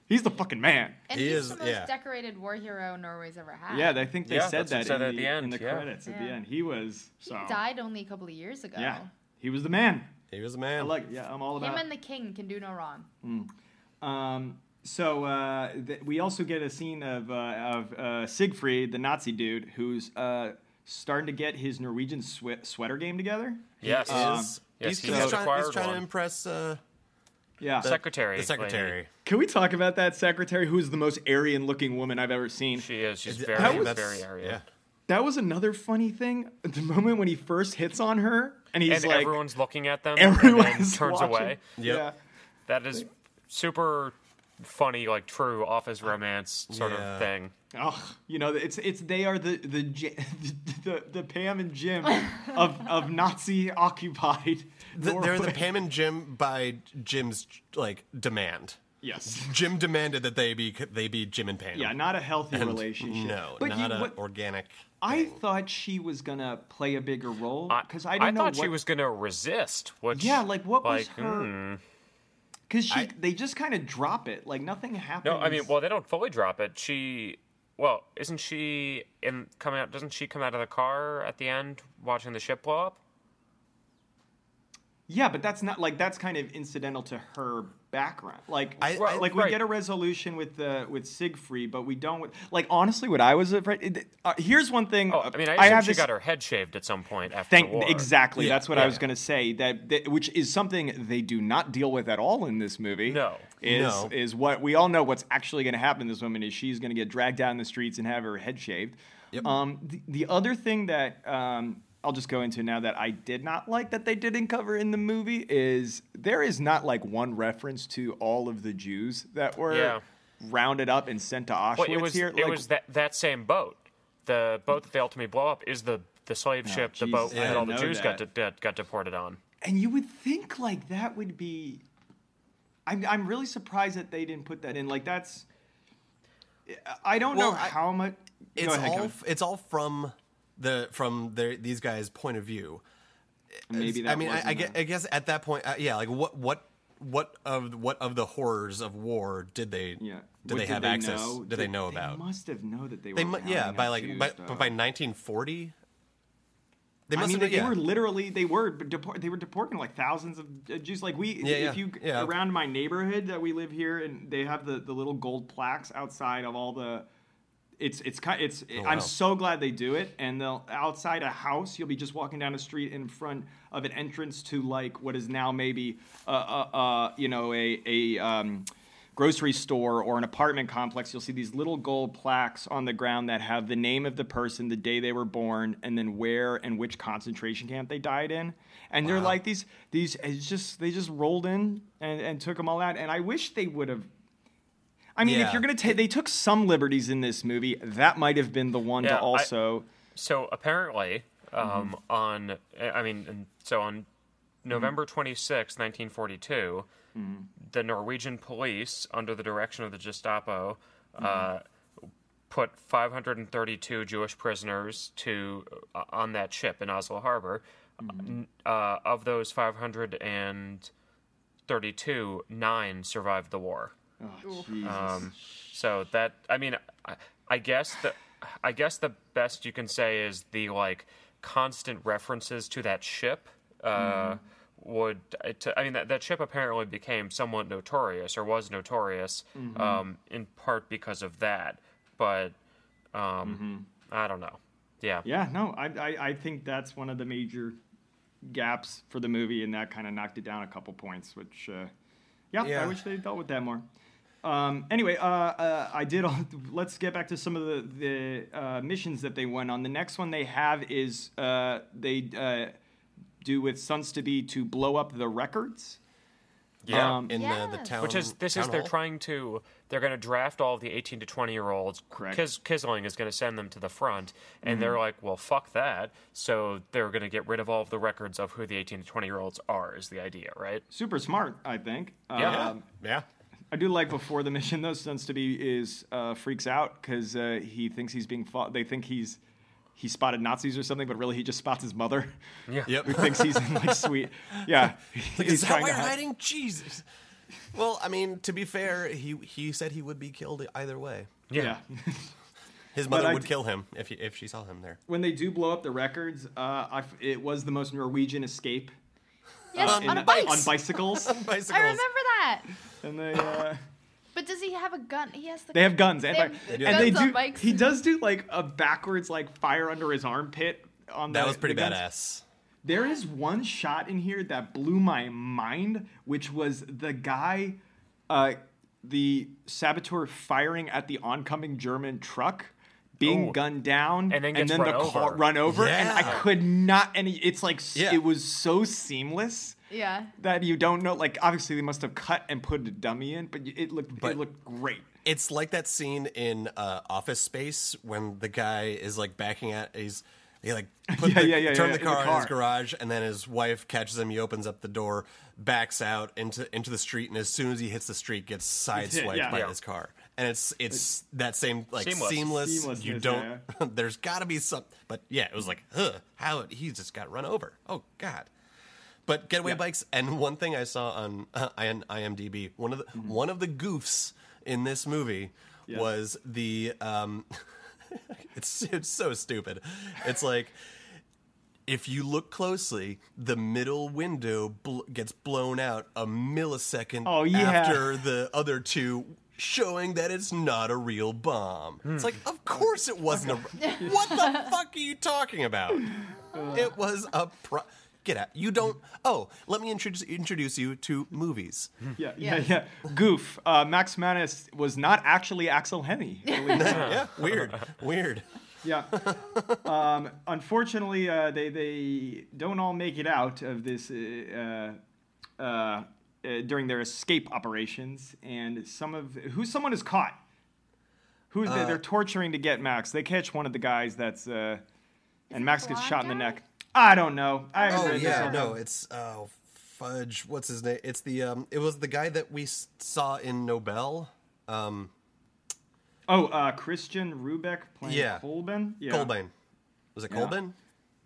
[SPEAKER 1] he's the fucking man.
[SPEAKER 2] And
[SPEAKER 3] He
[SPEAKER 2] he's
[SPEAKER 3] is-
[SPEAKER 2] the most
[SPEAKER 3] yeah.
[SPEAKER 2] decorated war hero Norway's ever had.
[SPEAKER 1] Yeah, I think they
[SPEAKER 4] Yeah,
[SPEAKER 1] said
[SPEAKER 4] that's what
[SPEAKER 1] that
[SPEAKER 4] said
[SPEAKER 1] in,
[SPEAKER 4] at
[SPEAKER 1] the,
[SPEAKER 4] the
[SPEAKER 1] in
[SPEAKER 4] end,
[SPEAKER 1] the
[SPEAKER 4] yeah.
[SPEAKER 1] credits at the
[SPEAKER 2] Yeah.
[SPEAKER 1] end. He was
[SPEAKER 2] He
[SPEAKER 1] so
[SPEAKER 2] died only a couple of years ago.
[SPEAKER 1] yeah, he was the man.
[SPEAKER 3] He was a
[SPEAKER 1] I
[SPEAKER 3] man.
[SPEAKER 1] like it. Yeah, I'm all
[SPEAKER 2] Him
[SPEAKER 1] about.
[SPEAKER 2] and the king can do no wrong.
[SPEAKER 3] Uh,
[SPEAKER 1] Um, so uh, th- we also get a scene of uh, of uh, Siegfried, the Nazi dude, who's uh, starting to get his Norwegian swe- sweater game together.
[SPEAKER 4] Yes.
[SPEAKER 1] Um,
[SPEAKER 4] Uh,
[SPEAKER 3] Is-
[SPEAKER 4] yes,
[SPEAKER 3] he's,
[SPEAKER 4] he
[SPEAKER 3] he's
[SPEAKER 4] has
[SPEAKER 3] trying,
[SPEAKER 4] acquired
[SPEAKER 3] he's trying to
[SPEAKER 4] one.
[SPEAKER 3] impress uh,
[SPEAKER 1] Yeah.
[SPEAKER 3] the
[SPEAKER 4] Secretary
[SPEAKER 3] The
[SPEAKER 4] lady.
[SPEAKER 3] secretary.
[SPEAKER 1] Can we talk about that secretary, who is the most Aryan-looking woman I've ever seen?
[SPEAKER 4] She is. She's
[SPEAKER 3] Th-
[SPEAKER 4] very,
[SPEAKER 1] that was-
[SPEAKER 4] very area.
[SPEAKER 3] Yeah.
[SPEAKER 1] That was another funny thing. The moment when he first hits on her, and he's
[SPEAKER 4] And
[SPEAKER 1] like,
[SPEAKER 4] everyone's looking at them and then
[SPEAKER 1] everyone's
[SPEAKER 4] turns
[SPEAKER 1] watching.
[SPEAKER 4] away.
[SPEAKER 3] Yep.
[SPEAKER 1] Yeah.
[SPEAKER 4] That is super funny, like true office romance sort
[SPEAKER 3] Yeah.
[SPEAKER 4] of thing.
[SPEAKER 1] Oh, you know, it's it's they are the the J- the, the Pam and Jim of of Nazi occupied.
[SPEAKER 3] The, they're the
[SPEAKER 1] Norway.
[SPEAKER 3] Pam and Jim by Jim's like demand.
[SPEAKER 1] yes.
[SPEAKER 3] Jim demanded that they be they be Jim and Pam.
[SPEAKER 1] Yeah, not a healthy relationship.
[SPEAKER 3] no,
[SPEAKER 1] but
[SPEAKER 3] not
[SPEAKER 1] you,
[SPEAKER 3] a
[SPEAKER 1] what-
[SPEAKER 3] organic.
[SPEAKER 1] I thought she was gonna play a bigger role because I,
[SPEAKER 4] I,
[SPEAKER 1] didn't know
[SPEAKER 4] thought
[SPEAKER 1] what,
[SPEAKER 4] she was going to resist. Which,
[SPEAKER 1] Yeah, like, what was
[SPEAKER 4] like,
[SPEAKER 1] her-
[SPEAKER 4] hmm.
[SPEAKER 1] because she
[SPEAKER 3] I-
[SPEAKER 1] they just kind of drop it like nothing happens.
[SPEAKER 4] No, I mean, well, they don't fully drop it. She, well, isn't she in coming out? Doesn't she come out of the car at the end watching the ship blow up?
[SPEAKER 1] Yeah, but that's not like that's kind of incidental to her background. Like,
[SPEAKER 3] I- Right,
[SPEAKER 1] like we
[SPEAKER 4] right.
[SPEAKER 1] get a resolution with the with Siegfried, but we don't. With, like, honestly, what I was afraid. It, uh, here's one thing.
[SPEAKER 4] Oh,
[SPEAKER 1] uh,
[SPEAKER 4] I mean, I, assume
[SPEAKER 1] have
[SPEAKER 4] she
[SPEAKER 1] this,
[SPEAKER 4] got her head shaved at some point after
[SPEAKER 1] Thank
[SPEAKER 4] the war.
[SPEAKER 1] exactly.
[SPEAKER 3] Yeah,
[SPEAKER 1] that's what I
[SPEAKER 3] yeah.
[SPEAKER 1] was going to say. That, that which is something they do not deal with at all in this movie.
[SPEAKER 4] No.
[SPEAKER 1] is
[SPEAKER 3] No.
[SPEAKER 1] is what we all know. What's actually going to happen to this woman is she's going to get dragged down the streets and have her head shaved.
[SPEAKER 3] Yep.
[SPEAKER 1] Um, the, the other thing that um, I'll just go into now that I did not like that they didn't cover in the movie is there is not like one reference to all of the Jews that were
[SPEAKER 4] Yeah.
[SPEAKER 1] rounded up and sent to Auschwitz
[SPEAKER 4] Well, it was
[SPEAKER 1] here.
[SPEAKER 4] it
[SPEAKER 1] Like,
[SPEAKER 4] was that that same boat. The boat that they ultimately blow up is the the slave ship, the
[SPEAKER 1] Oh, Jesus,
[SPEAKER 4] boat
[SPEAKER 1] I
[SPEAKER 4] that all the
[SPEAKER 1] didn't know
[SPEAKER 4] Jews got
[SPEAKER 1] that.
[SPEAKER 4] de- got deported on.
[SPEAKER 1] And you would think like that would be. I'm I'm really surprised that they didn't put that in. Like that's. I don't
[SPEAKER 3] Well,
[SPEAKER 1] know
[SPEAKER 3] I-
[SPEAKER 1] how much.
[SPEAKER 3] It's
[SPEAKER 1] go ahead,
[SPEAKER 3] all
[SPEAKER 1] Kevin.
[SPEAKER 3] it's all from the from their these guys' point of view.
[SPEAKER 1] Maybe that
[SPEAKER 3] I mean, I, I,
[SPEAKER 1] wasn't
[SPEAKER 3] guess,
[SPEAKER 1] a-
[SPEAKER 3] I guess at that point, uh, yeah, like what what what of what of the horrors of war did they
[SPEAKER 1] Yeah.
[SPEAKER 3] did
[SPEAKER 1] What
[SPEAKER 3] they have access?
[SPEAKER 1] know?
[SPEAKER 3] Did they know about?
[SPEAKER 1] They must have known that they were.
[SPEAKER 3] They mu-
[SPEAKER 1] rounding
[SPEAKER 3] yeah,
[SPEAKER 1] up
[SPEAKER 3] by like
[SPEAKER 1] Jews,
[SPEAKER 3] by,
[SPEAKER 1] though.
[SPEAKER 3] but by 1940, They
[SPEAKER 1] I
[SPEAKER 3] must
[SPEAKER 1] mean,
[SPEAKER 3] have
[SPEAKER 1] they,
[SPEAKER 3] been- yeah.
[SPEAKER 1] were literally they were deport, they were deporting like thousands of uh, Jews. Like we,
[SPEAKER 3] Yeah,
[SPEAKER 1] if
[SPEAKER 3] yeah,
[SPEAKER 1] you
[SPEAKER 3] yeah.
[SPEAKER 1] around my neighborhood that we live here, and they have the, the little gold plaques outside of all the. It's it's kind it's.
[SPEAKER 3] wow.
[SPEAKER 1] I'm so glad they do it, and they'll outside a house. You'll be just walking down a street in front of an entrance to like what is now maybe uh, uh, uh you know a a. Um, grocery store or an apartment complex you'll see these little gold plaques on the ground that have the name of the person the day they were born and then where and which concentration camp they died in and they're like these these it's just they just rolled in and, and took them all out and i wish they would have I mean,
[SPEAKER 3] Yeah.
[SPEAKER 1] if you're gonna take, they took some liberties in this movie. That might have been the one
[SPEAKER 4] Yeah,
[SPEAKER 1] to
[SPEAKER 4] I-
[SPEAKER 1] also.
[SPEAKER 4] So apparently, um, on I mean, and so on November twenty sixth, 1942, the Norwegian police, under the direction of the Gestapo, uh, put 532 Jewish prisoners to uh, on that ship in Oslo Harbor. N- Uh, of those 532, nine survived the war.
[SPEAKER 1] Oh, Jesus.
[SPEAKER 4] Um, So that I mean, I, I guess the I guess the best you can say is the like constant references to that ship uh, would. To, I mean, that, that ship apparently became somewhat notorious or was notorious um, in part because of that. But um, I don't know. Yeah.
[SPEAKER 1] yeah, no, I, I I think that's one of the major gaps for the movie, and that kind of knocked it down a couple points. Which, uh, yeah, I
[SPEAKER 3] Yeah.
[SPEAKER 1] wish they dealt with that more. Um, anyway, uh, uh, I did. All, let's get back to some of the the uh, missions that they went on. The next one they have is uh, they uh, do with Sons to Be to blow up the records.
[SPEAKER 4] Yeah.
[SPEAKER 1] Um,
[SPEAKER 3] in the, the
[SPEAKER 2] Yes.
[SPEAKER 3] town.
[SPEAKER 4] which is this
[SPEAKER 3] town
[SPEAKER 4] is they're
[SPEAKER 3] hall?
[SPEAKER 4] trying to they're going to draft all of the 18 to 20 year olds
[SPEAKER 1] Correct.
[SPEAKER 4] Kis, kisling is going to send them to the front and they're like well fuck that so they're going to get rid of all of the records of who the 18 to 20 year olds are is the idea right
[SPEAKER 1] Super smart, I think.
[SPEAKER 4] Yeah.
[SPEAKER 1] Um,
[SPEAKER 3] Yeah.
[SPEAKER 1] I do like before the mission though. Sons to be is uh, freaks out because uh, he thinks he's being fought. They think he's he spotted Nazis or something, but really he just spots his mother,
[SPEAKER 4] yeah
[SPEAKER 3] Yep.
[SPEAKER 1] who thinks he's in like sweet. Yeah,
[SPEAKER 3] Like,
[SPEAKER 1] he's
[SPEAKER 3] is that
[SPEAKER 1] trying
[SPEAKER 3] why
[SPEAKER 1] to
[SPEAKER 3] you're
[SPEAKER 1] hide.
[SPEAKER 3] hiding? Jesus. Well, I mean, to be fair, he he said he would be killed either way.
[SPEAKER 1] Yeah.
[SPEAKER 3] His mother
[SPEAKER 1] I
[SPEAKER 3] would
[SPEAKER 1] d-
[SPEAKER 3] kill him if he, if she saw him there.
[SPEAKER 1] when they do blow up the records, uh, I f it was the most Norwegian escape
[SPEAKER 2] Yes,
[SPEAKER 1] in- uh,
[SPEAKER 2] on a bike.
[SPEAKER 1] on bicycles,
[SPEAKER 3] Bicycles.
[SPEAKER 2] I remember that.
[SPEAKER 1] and they. Uh,
[SPEAKER 2] But does he have a gun? He has the.
[SPEAKER 1] They have guns, and,
[SPEAKER 2] They
[SPEAKER 1] bi-
[SPEAKER 2] have They
[SPEAKER 3] do.
[SPEAKER 1] and they
[SPEAKER 2] guns on
[SPEAKER 1] do.
[SPEAKER 2] bikes.
[SPEAKER 1] He does do like a backwards, like fire under his armpit. On
[SPEAKER 3] That
[SPEAKER 1] the-
[SPEAKER 3] was pretty
[SPEAKER 1] the guns.
[SPEAKER 3] badass.
[SPEAKER 1] There is one shot in here that blew my mind, which was the guy, uh, the saboteur firing at the oncoming German truck, being
[SPEAKER 4] Oh.
[SPEAKER 1] gunned down,
[SPEAKER 4] And then gets
[SPEAKER 1] the
[SPEAKER 4] run
[SPEAKER 1] car
[SPEAKER 4] over.
[SPEAKER 1] run over, and I
[SPEAKER 3] Yeah.
[SPEAKER 1] could not. And it's like s-
[SPEAKER 3] Yeah.
[SPEAKER 1] it was so seamless
[SPEAKER 2] yeah.
[SPEAKER 1] that you don't know. Like obviously they must have cut and put a dummy in, but it looked
[SPEAKER 3] But-
[SPEAKER 1] it looked great.
[SPEAKER 3] It's like that scene in uh, Office Space when the guy is like backing out. He's he like put
[SPEAKER 1] Yeah,
[SPEAKER 3] the,
[SPEAKER 1] yeah, yeah,
[SPEAKER 3] turn
[SPEAKER 1] yeah,
[SPEAKER 3] the
[SPEAKER 1] in the
[SPEAKER 3] car in
[SPEAKER 1] car.
[SPEAKER 3] his garage, and then his wife catches him. He opens up the door, backs out into into the street, and as soon as he hits the street, gets sideswiped
[SPEAKER 1] yeah.
[SPEAKER 3] by
[SPEAKER 4] Yeah.
[SPEAKER 3] this car. And it's it's that same like
[SPEAKER 4] Seamless.
[SPEAKER 3] seamless. you
[SPEAKER 1] Seamlessness,
[SPEAKER 3] don't. there's got to be some. But yeah, it was like, huh, how he just got run over. Oh God. But getaway bikes, and one thing I saw on uh, on IMDb, one of the one of the goofs in this movie was the um, it's it's so stupid. It's like if you look closely, the middle window bl- gets blown out a millisecond
[SPEAKER 1] Oh, yeah.
[SPEAKER 3] after the other two. Showing that it's not a real bomb.
[SPEAKER 1] Hmm.
[SPEAKER 3] It's like, of course it wasn't a. What the fuck are you talking about? It was a pro. Get out. You don't. Oh, let me introduce introduce you to movies.
[SPEAKER 1] Yeah, yeah, yeah. Goof. Uh, Max Manus was not actually Axel Henny. believe it or not.
[SPEAKER 3] yeah, weird, weird.
[SPEAKER 1] yeah. Um, unfortunately, uh, they they don't all make it out of this uh, uh, uh, during their escape operations, and some of who someone is caught. Who's they,
[SPEAKER 3] Uh,
[SPEAKER 1] they're torturing to get Max? They catch one of the guys that's uh, and Max gets shot in the
[SPEAKER 2] blonde
[SPEAKER 1] neck. I don't know. I haven't
[SPEAKER 3] Oh
[SPEAKER 1] read
[SPEAKER 3] yeah,
[SPEAKER 1] this
[SPEAKER 3] no, it's oh fudge. What's his name? It's the um. It was the guy that we s- saw in Nobel. Um,
[SPEAKER 1] Oh, uh, Christian Rubeck playing
[SPEAKER 3] Yeah.
[SPEAKER 1] Colbin. Yeah.
[SPEAKER 3] Colbane. Was it
[SPEAKER 1] Yeah.
[SPEAKER 3] Colbane?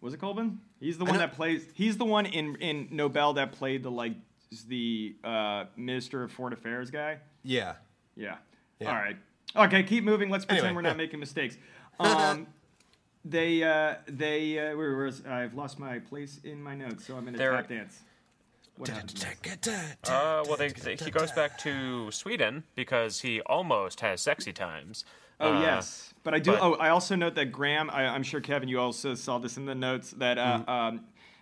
[SPEAKER 1] Was it Colvin? He's the one
[SPEAKER 3] know-
[SPEAKER 1] that plays. He's the one in in Nobel that played the like the uh, Minister of Foreign Affairs guy.
[SPEAKER 3] Yeah.
[SPEAKER 1] Yeah.
[SPEAKER 3] Yeah.
[SPEAKER 1] All right. Okay, keep moving. Let's pretend
[SPEAKER 3] Anyway,
[SPEAKER 1] we're not
[SPEAKER 3] yeah.
[SPEAKER 1] making mistakes. Um, they uh, they uh, where, where is, I've lost my place in my notes, so I'm gonna
[SPEAKER 4] They're-
[SPEAKER 1] tap dance. What happened next?
[SPEAKER 4] Uh, well, they, they, he goes back to Sweden because he almost has sexy times.
[SPEAKER 1] Oh
[SPEAKER 4] Uh,
[SPEAKER 1] yes, but I do.
[SPEAKER 4] but-
[SPEAKER 1] oh, I also note that Graham. I, I'm sure Kevin, you also saw this in the notes that uh,
[SPEAKER 3] Mm-hmm.
[SPEAKER 1] um,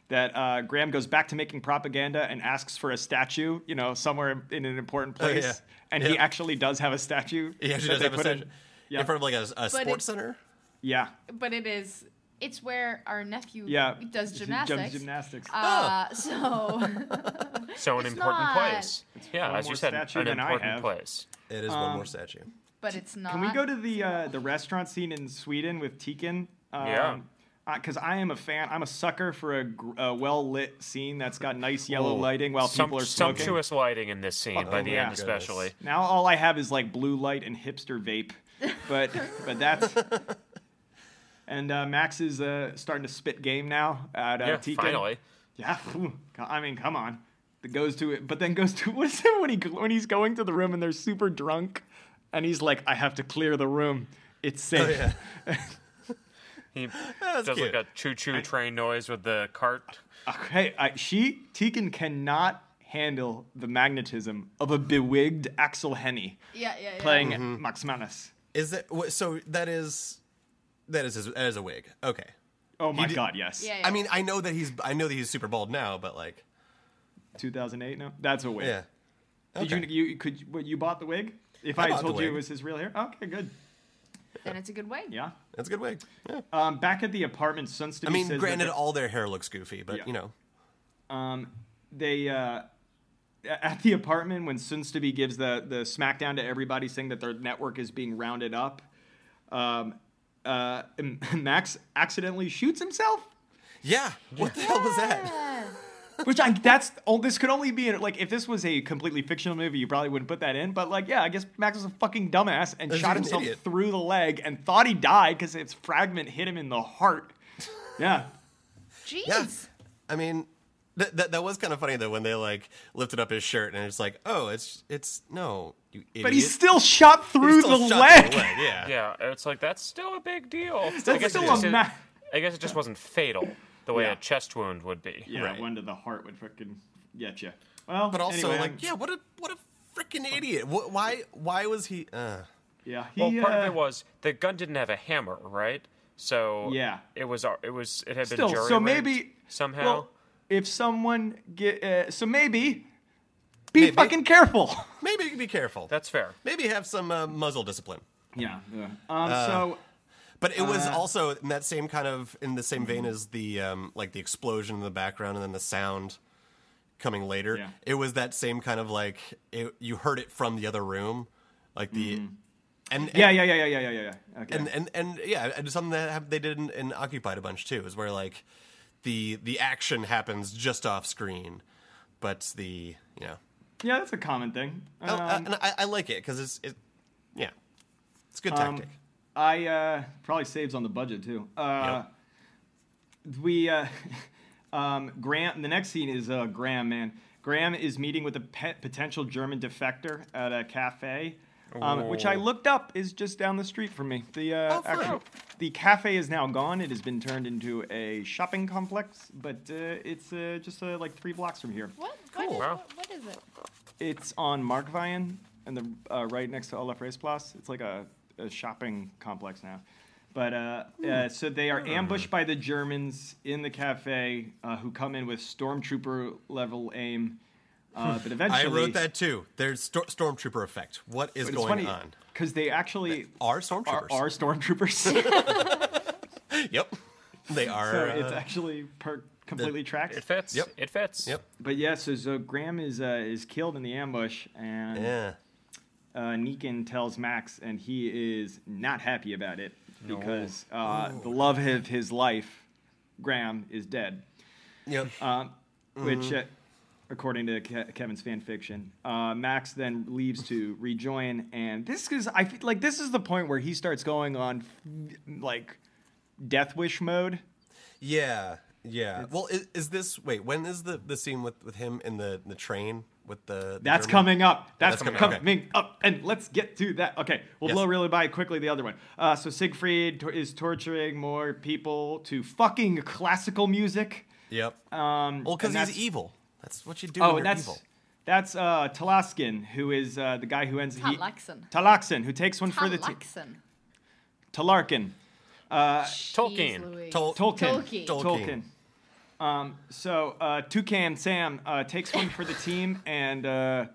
[SPEAKER 1] that uh, Graham goes back to making propaganda and asks for a statue. You know, somewhere in an important
[SPEAKER 3] Oh, yeah.
[SPEAKER 1] place, and he
[SPEAKER 3] Yeah.
[SPEAKER 1] actually does have a statue.
[SPEAKER 3] He actually
[SPEAKER 1] that
[SPEAKER 3] does
[SPEAKER 1] they
[SPEAKER 3] have a
[SPEAKER 1] put in-
[SPEAKER 3] session in front of like a, a
[SPEAKER 2] it's-
[SPEAKER 3] sports center.
[SPEAKER 1] Yeah,
[SPEAKER 2] But it is. It's where our nephew
[SPEAKER 1] yeah.
[SPEAKER 2] does
[SPEAKER 1] He
[SPEAKER 2] gymnastics.
[SPEAKER 1] Does gymnastics.
[SPEAKER 2] Uh,
[SPEAKER 3] Oh.
[SPEAKER 2] so
[SPEAKER 4] So an
[SPEAKER 2] It's
[SPEAKER 4] important
[SPEAKER 2] not-
[SPEAKER 4] place. Yeah,
[SPEAKER 1] one
[SPEAKER 4] as
[SPEAKER 1] more
[SPEAKER 4] you said, an
[SPEAKER 1] statue than I
[SPEAKER 4] important
[SPEAKER 1] have.
[SPEAKER 4] place.
[SPEAKER 3] It is
[SPEAKER 1] Um,
[SPEAKER 3] one more statue.
[SPEAKER 2] but it's not.
[SPEAKER 1] Can we go to the uh, the restaurant scene in Sweden with Tekin? Um,
[SPEAKER 4] Yeah.
[SPEAKER 1] Because I am a fan, I'm a sucker for a, gr- a well lit scene that's got nice yellow
[SPEAKER 3] Ooh.
[SPEAKER 1] lighting while
[SPEAKER 4] Some,
[SPEAKER 1] people are smoking.
[SPEAKER 4] sumptuous lighting in this scene by
[SPEAKER 3] Oh,
[SPEAKER 4] the
[SPEAKER 1] yeah.
[SPEAKER 4] end, especially.
[SPEAKER 3] Goodness.
[SPEAKER 1] Now all I have is like blue light and hipster vape, but but that's. And uh, Max is uh, starting to spit game now at uh,
[SPEAKER 4] Yeah,
[SPEAKER 1] Tekin.
[SPEAKER 4] finally.
[SPEAKER 1] Yeah, phew. Co- I mean, come on. That goes to it, but then goes to what is it when he when he's going to the room and they're super drunk, and he's like, "I have to clear the room. It's
[SPEAKER 4] Oh,
[SPEAKER 1] safe."
[SPEAKER 3] Oh, yeah.
[SPEAKER 4] He
[SPEAKER 3] That's
[SPEAKER 4] does
[SPEAKER 3] cute.
[SPEAKER 4] like a choo-choo train noise with the cart.
[SPEAKER 1] Okay, Uh, I, she Tegan cannot handle the magnetism of a bewigged Axel Henny
[SPEAKER 2] Yeah, yeah, yeah.
[SPEAKER 1] playing
[SPEAKER 4] Mm-hmm.
[SPEAKER 1] Max Manus.
[SPEAKER 3] Is that wh- so? That is that is his, that is a wig. Okay.
[SPEAKER 1] Oh my
[SPEAKER 3] did-
[SPEAKER 1] God, yes.
[SPEAKER 2] Yeah, yeah.
[SPEAKER 3] I mean, I know that he's I know that he's super bald now, but like,
[SPEAKER 1] 2008. No, that's a wig.
[SPEAKER 3] yeah.
[SPEAKER 1] Did
[SPEAKER 3] Okay.
[SPEAKER 1] you you could what, you bought the wig? If I,
[SPEAKER 3] bought the
[SPEAKER 1] told you it
[SPEAKER 3] wig.
[SPEAKER 1] was his real hair, okay, good.
[SPEAKER 2] then it's a good way.
[SPEAKER 1] Yeah.
[SPEAKER 3] That's a good wig. Yeah.
[SPEAKER 1] Um, back at the apartment, Suns to
[SPEAKER 3] I mean,
[SPEAKER 1] says
[SPEAKER 3] granted, uh,
[SPEAKER 1] that
[SPEAKER 3] all their hair looks goofy, but
[SPEAKER 1] Yeah.
[SPEAKER 3] you know,
[SPEAKER 1] they, they uh, at the apartment when Sunstaby gives the the smackdown to everybody, saying that their network is being rounded up. Um, uh, Max accidentally shoots himself.
[SPEAKER 3] yeah. What the hell was that?
[SPEAKER 2] Uh,
[SPEAKER 1] Which I that's oh, this could only be in- like if this was a completely fictional movie, you probably wouldn't put that in. But like, yeah, I guess Max was a fucking dumbass and
[SPEAKER 3] He's
[SPEAKER 1] shot
[SPEAKER 3] an
[SPEAKER 1] himself
[SPEAKER 3] idiot.
[SPEAKER 1] through the leg and thought he died because its fragment hit him in the heart. Yeah,
[SPEAKER 2] Jeez.
[SPEAKER 3] Yeah. I mean, that that that was kind of funny though when they like lifted up his shirt and it's like, oh, it's it's no, you idiot.
[SPEAKER 1] but he's still shot
[SPEAKER 3] He's
[SPEAKER 1] through
[SPEAKER 3] still
[SPEAKER 1] the
[SPEAKER 3] shot through
[SPEAKER 1] leg.
[SPEAKER 3] the Yeah.
[SPEAKER 4] Yeah, it's like that's still a big deal. I
[SPEAKER 1] That's
[SPEAKER 4] guess,
[SPEAKER 1] still
[SPEAKER 4] it
[SPEAKER 1] a
[SPEAKER 4] just,
[SPEAKER 1] ma-
[SPEAKER 4] I guess it just wasn't fatal the way
[SPEAKER 1] Yeah.
[SPEAKER 4] a chest wound would be.
[SPEAKER 1] Yeah,
[SPEAKER 3] Right.
[SPEAKER 1] one to the heart would fucking get you. Well,
[SPEAKER 3] But also,
[SPEAKER 1] anyway, um,
[SPEAKER 3] like,
[SPEAKER 1] I'm-
[SPEAKER 3] yeah, what a what a freaking idiot. What, why why was he? Uh,
[SPEAKER 1] yeah, he,
[SPEAKER 4] Well, part of
[SPEAKER 1] uh,
[SPEAKER 4] it was the gun didn't have a hammer, right? So
[SPEAKER 1] Yeah.
[SPEAKER 4] it was it was it had
[SPEAKER 1] still.
[SPEAKER 4] been jury
[SPEAKER 1] So maybe
[SPEAKER 4] somehow.
[SPEAKER 1] well, if someone get uh, so maybe be
[SPEAKER 3] Maybe.
[SPEAKER 1] fucking careful.
[SPEAKER 3] maybe you can be careful.
[SPEAKER 4] That's fair.
[SPEAKER 3] maybe have some uh, muzzle discipline.
[SPEAKER 1] Yeah. yeah. Um.
[SPEAKER 4] Uh,
[SPEAKER 1] so.
[SPEAKER 3] But it
[SPEAKER 1] Uh.
[SPEAKER 3] was also in that same kind of in the same vein as the um, like the explosion in the background and then the sound coming later.
[SPEAKER 1] Yeah.
[SPEAKER 3] It was that same kind of like it, you heard it from the other room, like the
[SPEAKER 1] Mm-hmm.
[SPEAKER 3] and, and
[SPEAKER 1] Yeah, yeah, yeah, yeah, yeah, yeah, yeah, yeah. Okay.
[SPEAKER 3] and, and and yeah, and something that hap- they did in, in Occupied a bunch too is where like the the action happens just off screen, but the you know
[SPEAKER 1] yeah, that's a common thing.
[SPEAKER 3] I- I-
[SPEAKER 1] Um,
[SPEAKER 3] and I, I like it because it's it yeah it's a good
[SPEAKER 1] um,
[SPEAKER 3] tactic.
[SPEAKER 1] I uh, probably saves on the budget too. Uh, We uh, um, Graham. The next scene is uh, Graham. Man, Graham is meeting with a pe- potential German defector at a cafe, um, which I
[SPEAKER 4] Ooh.
[SPEAKER 1] looked up is just down the street from me. The uh,
[SPEAKER 3] Oh, fun.
[SPEAKER 1] actual- the cafe is now gone. It has been turned into a shopping complex, but uh, it's uh, just uh, like three blocks from here.
[SPEAKER 2] What?
[SPEAKER 3] Cool.
[SPEAKER 2] What,
[SPEAKER 4] Wow.
[SPEAKER 2] is, what, what is it?
[SPEAKER 1] It's on Markveien and the uh, right next to Olaf Reisplatz. It's like a, a shopping complex now. But uh,
[SPEAKER 3] Hmm.
[SPEAKER 1] uh, so they are ambushed by the Germans in the cafe, uh, who come in with stormtrooper level aim. Uh, but eventually,
[SPEAKER 3] Hmm. I wrote that too. There's stor- stormtrooper effect. What is going on?
[SPEAKER 1] because they actually
[SPEAKER 3] Are
[SPEAKER 1] are,
[SPEAKER 3] stormtroopers?
[SPEAKER 1] are stormtroopers.
[SPEAKER 3] Yep. They are.
[SPEAKER 1] so it's
[SPEAKER 3] uh,
[SPEAKER 1] actually per- completely tracked.
[SPEAKER 4] It fits.
[SPEAKER 3] Yep.
[SPEAKER 4] It fits.
[SPEAKER 3] Yep.
[SPEAKER 1] But yeah, so, so Graham is uh, is killed in the ambush, and
[SPEAKER 3] yeah.
[SPEAKER 1] uh, Negan tells Max, and he is not happy about it because uh, the love of his life, Graham, is dead.
[SPEAKER 3] Yep.
[SPEAKER 1] Um, Which, uh, according to Ke- Kevin's fan fiction, uh, Max then leaves to rejoin, and this is I feel like this is the point where he starts going on like death wish mode.
[SPEAKER 3] yeah. Yeah. Well, is, is this wait? When is the the scene with with him in the the train? with the, the
[SPEAKER 1] That's
[SPEAKER 3] German-
[SPEAKER 1] coming up. That's,
[SPEAKER 3] that's coming
[SPEAKER 1] coming,
[SPEAKER 3] up, okay.
[SPEAKER 1] up. And let's get to that. Okay, we'll
[SPEAKER 3] Yes.
[SPEAKER 1] blow really by quickly the other one. Uh, so Siegfried tor- is torturing more people to fucking classical music.
[SPEAKER 3] Yep.
[SPEAKER 1] Um,
[SPEAKER 3] well, because
[SPEAKER 1] and
[SPEAKER 3] he's
[SPEAKER 1] that's-
[SPEAKER 3] evil. That's what you do.
[SPEAKER 1] Oh, and
[SPEAKER 3] when you're
[SPEAKER 1] that's
[SPEAKER 3] evil.
[SPEAKER 1] that's uh, Talaskin, who is uh, the guy who ends he-
[SPEAKER 2] Talaxin.
[SPEAKER 1] Talaxin, who takes one for the team.
[SPEAKER 2] Talaxin.
[SPEAKER 1] Talarkin.
[SPEAKER 4] Tolkien.
[SPEAKER 3] Tol-
[SPEAKER 1] Tolkien.
[SPEAKER 2] Tolkien.
[SPEAKER 3] Tolkien.
[SPEAKER 1] Tolkien. Um, so uh, Toucan Sam uh, takes one for the team and uh,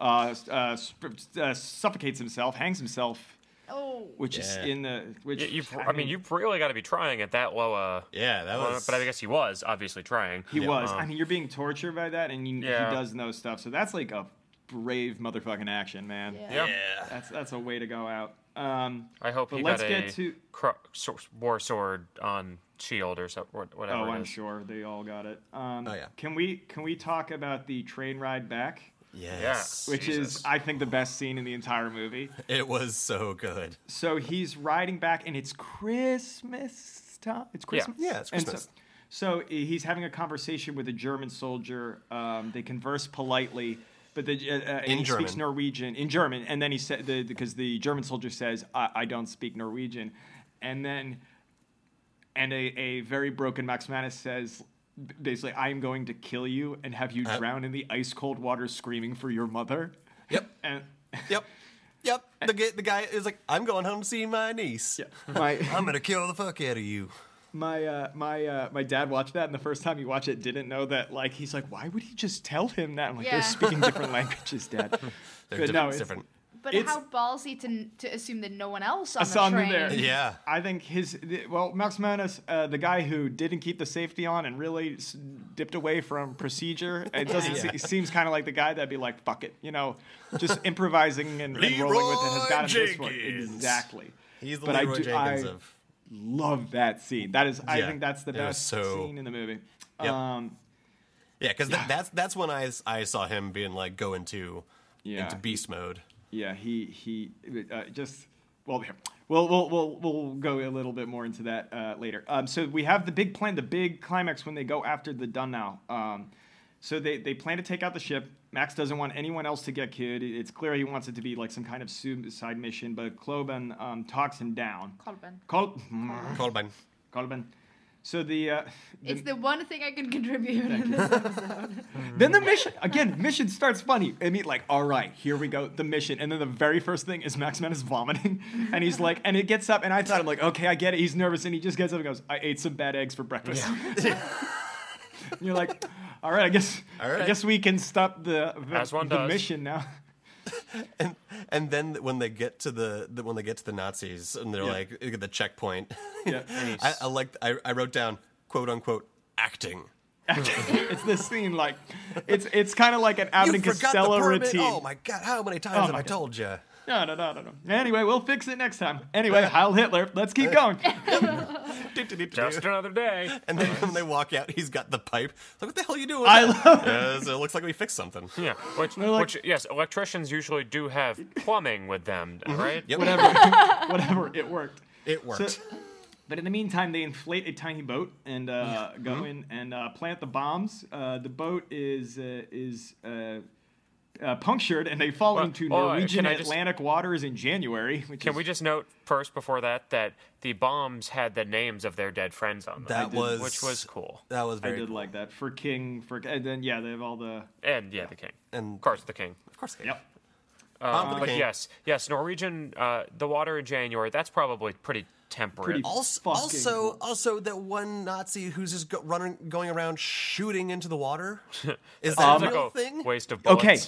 [SPEAKER 1] uh, s- uh, sp- uh, suffocates himself, hangs himself,
[SPEAKER 2] Oh.
[SPEAKER 1] which is
[SPEAKER 3] Yeah.
[SPEAKER 1] in the which.
[SPEAKER 4] You, have I mean, you've really got to be trying at that low. Uh,
[SPEAKER 3] Yeah, that
[SPEAKER 4] uh,
[SPEAKER 3] was.
[SPEAKER 4] but I guess he was obviously trying.
[SPEAKER 1] he
[SPEAKER 3] yeah,
[SPEAKER 1] was.
[SPEAKER 4] um,
[SPEAKER 1] I mean, you're being tortured by that, and you,
[SPEAKER 4] Yeah.
[SPEAKER 1] he does know stuff. So that's like a brave motherfucking action, man.
[SPEAKER 2] Yeah.
[SPEAKER 4] Yeah.
[SPEAKER 3] Yeah.
[SPEAKER 1] That's that's a way to go out. Um,
[SPEAKER 4] I hope
[SPEAKER 1] But
[SPEAKER 4] he
[SPEAKER 1] let's
[SPEAKER 4] got
[SPEAKER 1] get
[SPEAKER 4] a
[SPEAKER 1] to-
[SPEAKER 4] cro- so- war sword on shield or so, or whatever.
[SPEAKER 1] oh,
[SPEAKER 4] it
[SPEAKER 1] I'm
[SPEAKER 4] is.
[SPEAKER 1] sure they all got it. Um,
[SPEAKER 3] Oh, yeah.
[SPEAKER 1] Can we can we talk about the train ride back,
[SPEAKER 3] Yes.
[SPEAKER 1] which
[SPEAKER 4] Jesus.
[SPEAKER 1] is I think the best scene in the entire movie.
[SPEAKER 3] It was so good.
[SPEAKER 1] so he's riding back and it's christmas time it's christmas
[SPEAKER 3] Yeah, it's
[SPEAKER 1] And so-
[SPEAKER 3] Christmas.
[SPEAKER 1] so, he's having a conversation with a german soldier um, they converse politely but the, uh, uh, and
[SPEAKER 3] In
[SPEAKER 1] he
[SPEAKER 3] German.
[SPEAKER 1] speaks norwegian in german and then he said the, because the german soldier says I, I don't speak norwegian and then and a, a very broken max Manus says basically i am going to kill you and have you
[SPEAKER 3] Uh.
[SPEAKER 1] drown in the ice cold water screaming for your mother
[SPEAKER 3] Yep.
[SPEAKER 1] and
[SPEAKER 3] Yep. Yep. The, gu- the guy is like, I'm going home to see my niece.
[SPEAKER 1] yeah, my,
[SPEAKER 3] I'm gonna kill the fuck out of you.
[SPEAKER 1] My uh, my uh, my dad watched that, and the first time he watched it, didn't know that. Like, he's like, "Why would he just tell him that?" I'm like,
[SPEAKER 2] Yeah.
[SPEAKER 1] "They're speaking different languages, Dad."
[SPEAKER 3] They're
[SPEAKER 1] But
[SPEAKER 3] different.
[SPEAKER 1] no, it's-
[SPEAKER 3] different.
[SPEAKER 2] But
[SPEAKER 1] It's-
[SPEAKER 2] how ballsy to to assume that no one else on
[SPEAKER 1] I saw
[SPEAKER 2] the
[SPEAKER 1] him
[SPEAKER 2] train.
[SPEAKER 1] there.
[SPEAKER 3] Yeah.
[SPEAKER 1] I think his the- well, Max Manus, uh, the guy who didn't keep the safety on and really s- dipped away from procedure, it doesn't
[SPEAKER 3] Yeah.
[SPEAKER 1] se- seems kind of like the guy that'd be like, "Fuck it," you know, just improvising and, and rolling with it has got him this one
[SPEAKER 3] Jenkins.
[SPEAKER 1] exactly.
[SPEAKER 3] He's the
[SPEAKER 1] But I
[SPEAKER 3] Leroy
[SPEAKER 1] do-
[SPEAKER 3] Jenkins
[SPEAKER 1] I-
[SPEAKER 3] of.
[SPEAKER 1] Love that scene. That is, I
[SPEAKER 3] Yeah.
[SPEAKER 1] think that's the
[SPEAKER 3] It was
[SPEAKER 1] best
[SPEAKER 3] so-
[SPEAKER 1] scene in the movie.
[SPEAKER 3] Yep.
[SPEAKER 1] Um,
[SPEAKER 3] Yeah, because that's that's when I, s- I saw him being like go into
[SPEAKER 1] Yeah.
[SPEAKER 3] into beast mode.
[SPEAKER 1] Yeah, he he uh, just well, here. we'll we'll we'll we'll go a little bit more into that uh, later. Um, so we have the big plan, the big climax when they go after the Dunnow. Um, so they they plan to take out the ship. Max doesn't want anyone else to get killed. It- It's clear he wants it to be like some kind of suicide mission, but Kloben um, talks him down.
[SPEAKER 2] Colburn.
[SPEAKER 1] Kol-
[SPEAKER 3] Kolbein.
[SPEAKER 1] Kolben. So the, uh, the
[SPEAKER 2] It's the one thing I can contribute.
[SPEAKER 1] Then the mission again. Mission starts funny. I mean, like, all right, here we go. The mission, and then the very first thing is Max Man is vomiting, and he's like, and it gets up, and I thought I'm like, okay, I get it. He's nervous, and he just gets up and goes, I ate some bad eggs for breakfast. And you're like, all right, I guess,
[SPEAKER 3] All
[SPEAKER 1] I
[SPEAKER 3] right.
[SPEAKER 1] guess we can stop the the,
[SPEAKER 4] As one
[SPEAKER 1] the
[SPEAKER 4] does.
[SPEAKER 1] mission now.
[SPEAKER 3] And and then when they get to the, the when they get to the Nazis and they're
[SPEAKER 1] Yeah.
[SPEAKER 3] like look at the checkpoint.
[SPEAKER 1] Yeah.
[SPEAKER 3] I, I like I, I wrote down quote unquote acting.
[SPEAKER 1] it's this scene like, it's it's kind of like an Abbott
[SPEAKER 3] you
[SPEAKER 1] and
[SPEAKER 3] forgot
[SPEAKER 1] Costello
[SPEAKER 3] the permit.
[SPEAKER 1] routine.
[SPEAKER 3] Oh my god! How many times
[SPEAKER 1] Oh
[SPEAKER 3] have
[SPEAKER 1] my
[SPEAKER 3] I
[SPEAKER 1] God.
[SPEAKER 3] told you?
[SPEAKER 1] No, no, no, no, no. Anyway, we'll fix it next time. Anyway, Heil Hitler. Let's keep going.
[SPEAKER 4] Just another day.
[SPEAKER 3] And then when they walk out, he's got the pipe. It's Like what the hell are you doing?
[SPEAKER 1] I
[SPEAKER 3] with that?" Yeah, so it looks like we fixed something.
[SPEAKER 4] Yeah, which,
[SPEAKER 1] like-
[SPEAKER 4] which yes, electricians usually do have plumbing with them, right?
[SPEAKER 3] Mm-hmm. Yep.
[SPEAKER 1] whatever, whatever. It worked.
[SPEAKER 3] It worked.
[SPEAKER 1] But in the meantime, they inflate a tiny boat and uh,
[SPEAKER 4] Mm-hmm.
[SPEAKER 1] go in and uh, plant the bombs. Uh, the boat is uh, is uh, uh, punctured, and they fall
[SPEAKER 4] Well,
[SPEAKER 1] into
[SPEAKER 4] oh,
[SPEAKER 1] Norwegian
[SPEAKER 4] can I just-
[SPEAKER 1] Atlantic waters in January. Which
[SPEAKER 4] Can
[SPEAKER 1] is,
[SPEAKER 4] we just note first before that that the bombs had the names of their dead friends on them,
[SPEAKER 3] that was
[SPEAKER 4] which was cool.
[SPEAKER 3] That was
[SPEAKER 1] I
[SPEAKER 3] very.
[SPEAKER 1] did like that for King for and then yeah they have all the
[SPEAKER 4] And yeah, the king.
[SPEAKER 3] And
[SPEAKER 4] Of course, the king.
[SPEAKER 3] of course,
[SPEAKER 1] yep
[SPEAKER 3] Bomb for the
[SPEAKER 4] but
[SPEAKER 3] king.
[SPEAKER 4] Uh, yes, yes, Norwegian. Uh, the water in January. That's probably pretty temperate.
[SPEAKER 1] Pretty-
[SPEAKER 3] Also,
[SPEAKER 1] Fucking
[SPEAKER 3] also,
[SPEAKER 1] cool.
[SPEAKER 3] also, that one Nazi who's just go, running, going around shooting into the water. Is that
[SPEAKER 4] Sounds
[SPEAKER 3] a
[SPEAKER 4] like
[SPEAKER 3] real
[SPEAKER 4] a
[SPEAKER 3] thing?
[SPEAKER 4] waste of bullets.
[SPEAKER 1] Okay.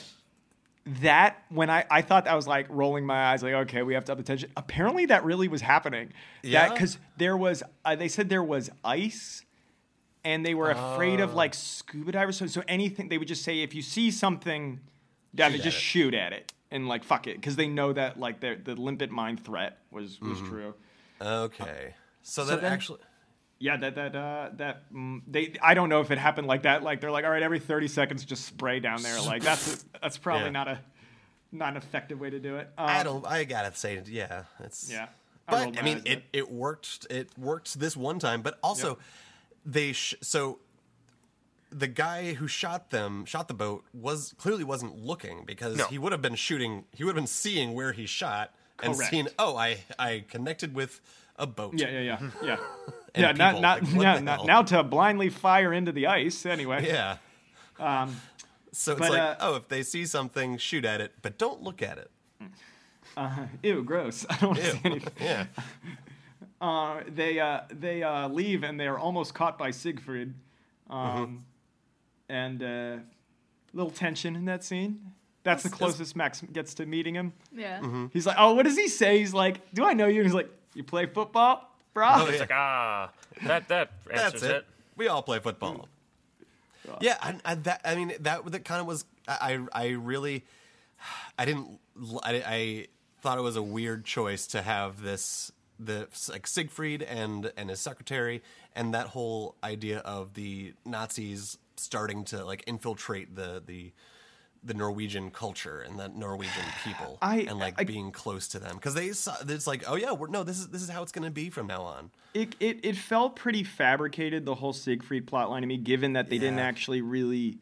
[SPEAKER 1] that when I I thought that was like rolling my eyes like okay we have to up the tension. Apparently that really was happening.
[SPEAKER 3] Yeah?
[SPEAKER 1] That because there was uh, they said there was ice, and they were afraid
[SPEAKER 3] Oh.
[SPEAKER 1] of like scuba divers. So, so anything they would just say if you see something, down
[SPEAKER 3] Shoot
[SPEAKER 1] to
[SPEAKER 3] at
[SPEAKER 1] just
[SPEAKER 3] it.
[SPEAKER 1] shoot at it and like fuck it because they know that like the the limpet mine threat was was
[SPEAKER 3] Mm-hmm.
[SPEAKER 1] true.
[SPEAKER 3] Okay. So, that
[SPEAKER 1] then-
[SPEAKER 3] actually.
[SPEAKER 1] Yeah, that that uh, that mm, they. I don't know if it happened like that. Like they're like, all right, every thirty seconds, just spray down there. Like that's that's probably
[SPEAKER 3] Yeah.
[SPEAKER 1] not a not an effective way to do it. Um,
[SPEAKER 3] I don't. I gotta say, yeah, it's
[SPEAKER 1] Yeah. I rolled
[SPEAKER 3] But I,
[SPEAKER 1] my
[SPEAKER 3] mean,
[SPEAKER 1] eyes at
[SPEAKER 3] it,
[SPEAKER 1] it.
[SPEAKER 3] it worked. It worked this one time, but also they sh- so the guy who shot them, shot the boat, was clearly wasn't looking because
[SPEAKER 4] No.
[SPEAKER 3] he would have been shooting. He would have been seeing where he shot and
[SPEAKER 1] Correct.
[SPEAKER 3] seen. Oh, I I connected with a boat.
[SPEAKER 1] Yeah, yeah, yeah, yeah.
[SPEAKER 3] And
[SPEAKER 1] yeah, not
[SPEAKER 3] people,
[SPEAKER 1] not
[SPEAKER 3] like, what
[SPEAKER 1] yeah,
[SPEAKER 3] the
[SPEAKER 1] not,
[SPEAKER 3] hell?
[SPEAKER 1] now to blindly fire into the ice. Anyway,
[SPEAKER 3] Yeah. so it's
[SPEAKER 1] Um, but,
[SPEAKER 3] like,
[SPEAKER 1] uh,
[SPEAKER 3] oh, if they see something, shoot at it, but don't look at it.
[SPEAKER 1] ew, gross. I don't want to
[SPEAKER 3] Ew.
[SPEAKER 1] see anything.
[SPEAKER 3] yeah.
[SPEAKER 1] Uh, they uh, they uh, leave and they are almost caught by Siegfried,
[SPEAKER 3] Mm-hmm.
[SPEAKER 1] um, and uh, little tension in that scene. That's the
[SPEAKER 3] It's- it's-
[SPEAKER 1] closest Max gets to meeting him.
[SPEAKER 2] Yeah.
[SPEAKER 1] He's like, "Oh, what does he say?" He's like, "Do I know you?" And he's like, "You play football, bro?"
[SPEAKER 3] Oh, yeah.
[SPEAKER 4] Like ah, that that answers
[SPEAKER 3] That's it.
[SPEAKER 4] it. Mm.
[SPEAKER 3] We all play football. Yeah, and, and that I mean that that kind of was I I I really I didn't l- I, I thought it was a weird choice to have this the like Siegfried and and his secretary and that whole idea of the Nazis starting to like infiltrate the the the Norwegian culture and the Norwegian people
[SPEAKER 1] I-
[SPEAKER 3] and like
[SPEAKER 1] I-
[SPEAKER 3] being close to them because they saw it's like oh yeah we're no this is this is how it's gonna be from now on
[SPEAKER 1] it, it it felt pretty fabricated the whole Siegfried plotline to me, given that they didn't
[SPEAKER 3] Yeah.
[SPEAKER 1] actually really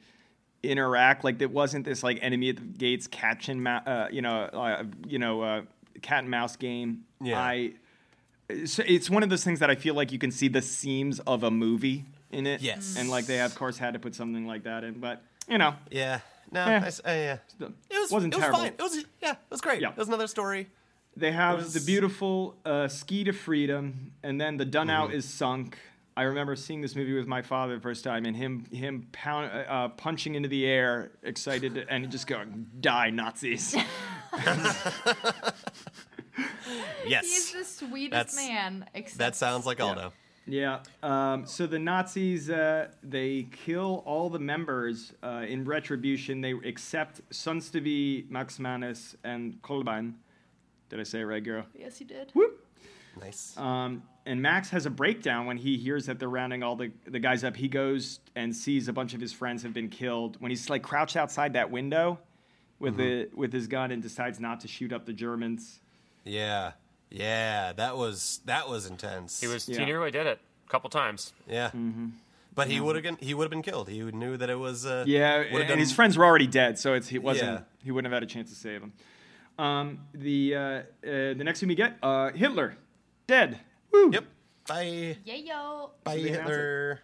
[SPEAKER 1] interact. Like it wasn't this like enemy at the gates catch and ma- uh, you know uh, you know uh, cat and mouse game.
[SPEAKER 3] Yeah.
[SPEAKER 1] I it's, it's one of those things that I feel like you can see the seams of a movie in it.
[SPEAKER 3] Yes.
[SPEAKER 1] and like they of course had to put something like that in, but you know
[SPEAKER 3] yeah no
[SPEAKER 1] Yeah.
[SPEAKER 3] I s- uh, yeah.
[SPEAKER 1] it
[SPEAKER 3] It was,
[SPEAKER 1] wasn't
[SPEAKER 3] it was
[SPEAKER 1] terrible.
[SPEAKER 3] fine. It was yeah, it was great.
[SPEAKER 1] Yeah.
[SPEAKER 3] It was another story.
[SPEAKER 1] They have
[SPEAKER 3] was-
[SPEAKER 1] the beautiful uh, ski to freedom, and then the Dunnow is sunk. I remember seeing this movie with my father the first time, and him him pound, uh, uh, punching into the air, excited, and just going, "Die Nazis!"
[SPEAKER 2] He's
[SPEAKER 3] Yes.
[SPEAKER 2] the sweetest
[SPEAKER 3] That's-
[SPEAKER 2] man. Except
[SPEAKER 3] That sounds like Aldo.
[SPEAKER 1] yeah. Um, so the Nazis uh, they kill all the members uh, in retribution. They except Sunstevie, Max Manus, and Kolbein. Did I say it right, girl?
[SPEAKER 2] Yes, he did.
[SPEAKER 1] Whoop.
[SPEAKER 3] Nice.
[SPEAKER 1] Um, and Max has a breakdown when he hears that they're rounding all the, the guys up. He goes and sees a bunch of his friends have been killed. When he's like crouched outside that window with the with his gun and decides not to shoot up the Germans.
[SPEAKER 3] yeah. Yeah, that was that was intense.
[SPEAKER 4] He was
[SPEAKER 1] Yeah.
[SPEAKER 4] he nearly did it a couple times.
[SPEAKER 3] yeah.
[SPEAKER 1] Mm-hmm.
[SPEAKER 3] But he would have he would have been killed. He knew that it was uh
[SPEAKER 1] Yeah,
[SPEAKER 3] would've
[SPEAKER 1] and
[SPEAKER 3] done-
[SPEAKER 1] his friends were already dead, so it's he wasn't
[SPEAKER 3] Yeah.
[SPEAKER 1] he wouldn't have had a chance to save him. Um, the uh, uh, the next thing we get uh, Hitler dead. Woo.
[SPEAKER 3] Yep. Bye.
[SPEAKER 2] Yeah, yo.
[SPEAKER 3] Bye
[SPEAKER 1] So they announce
[SPEAKER 3] Hitler.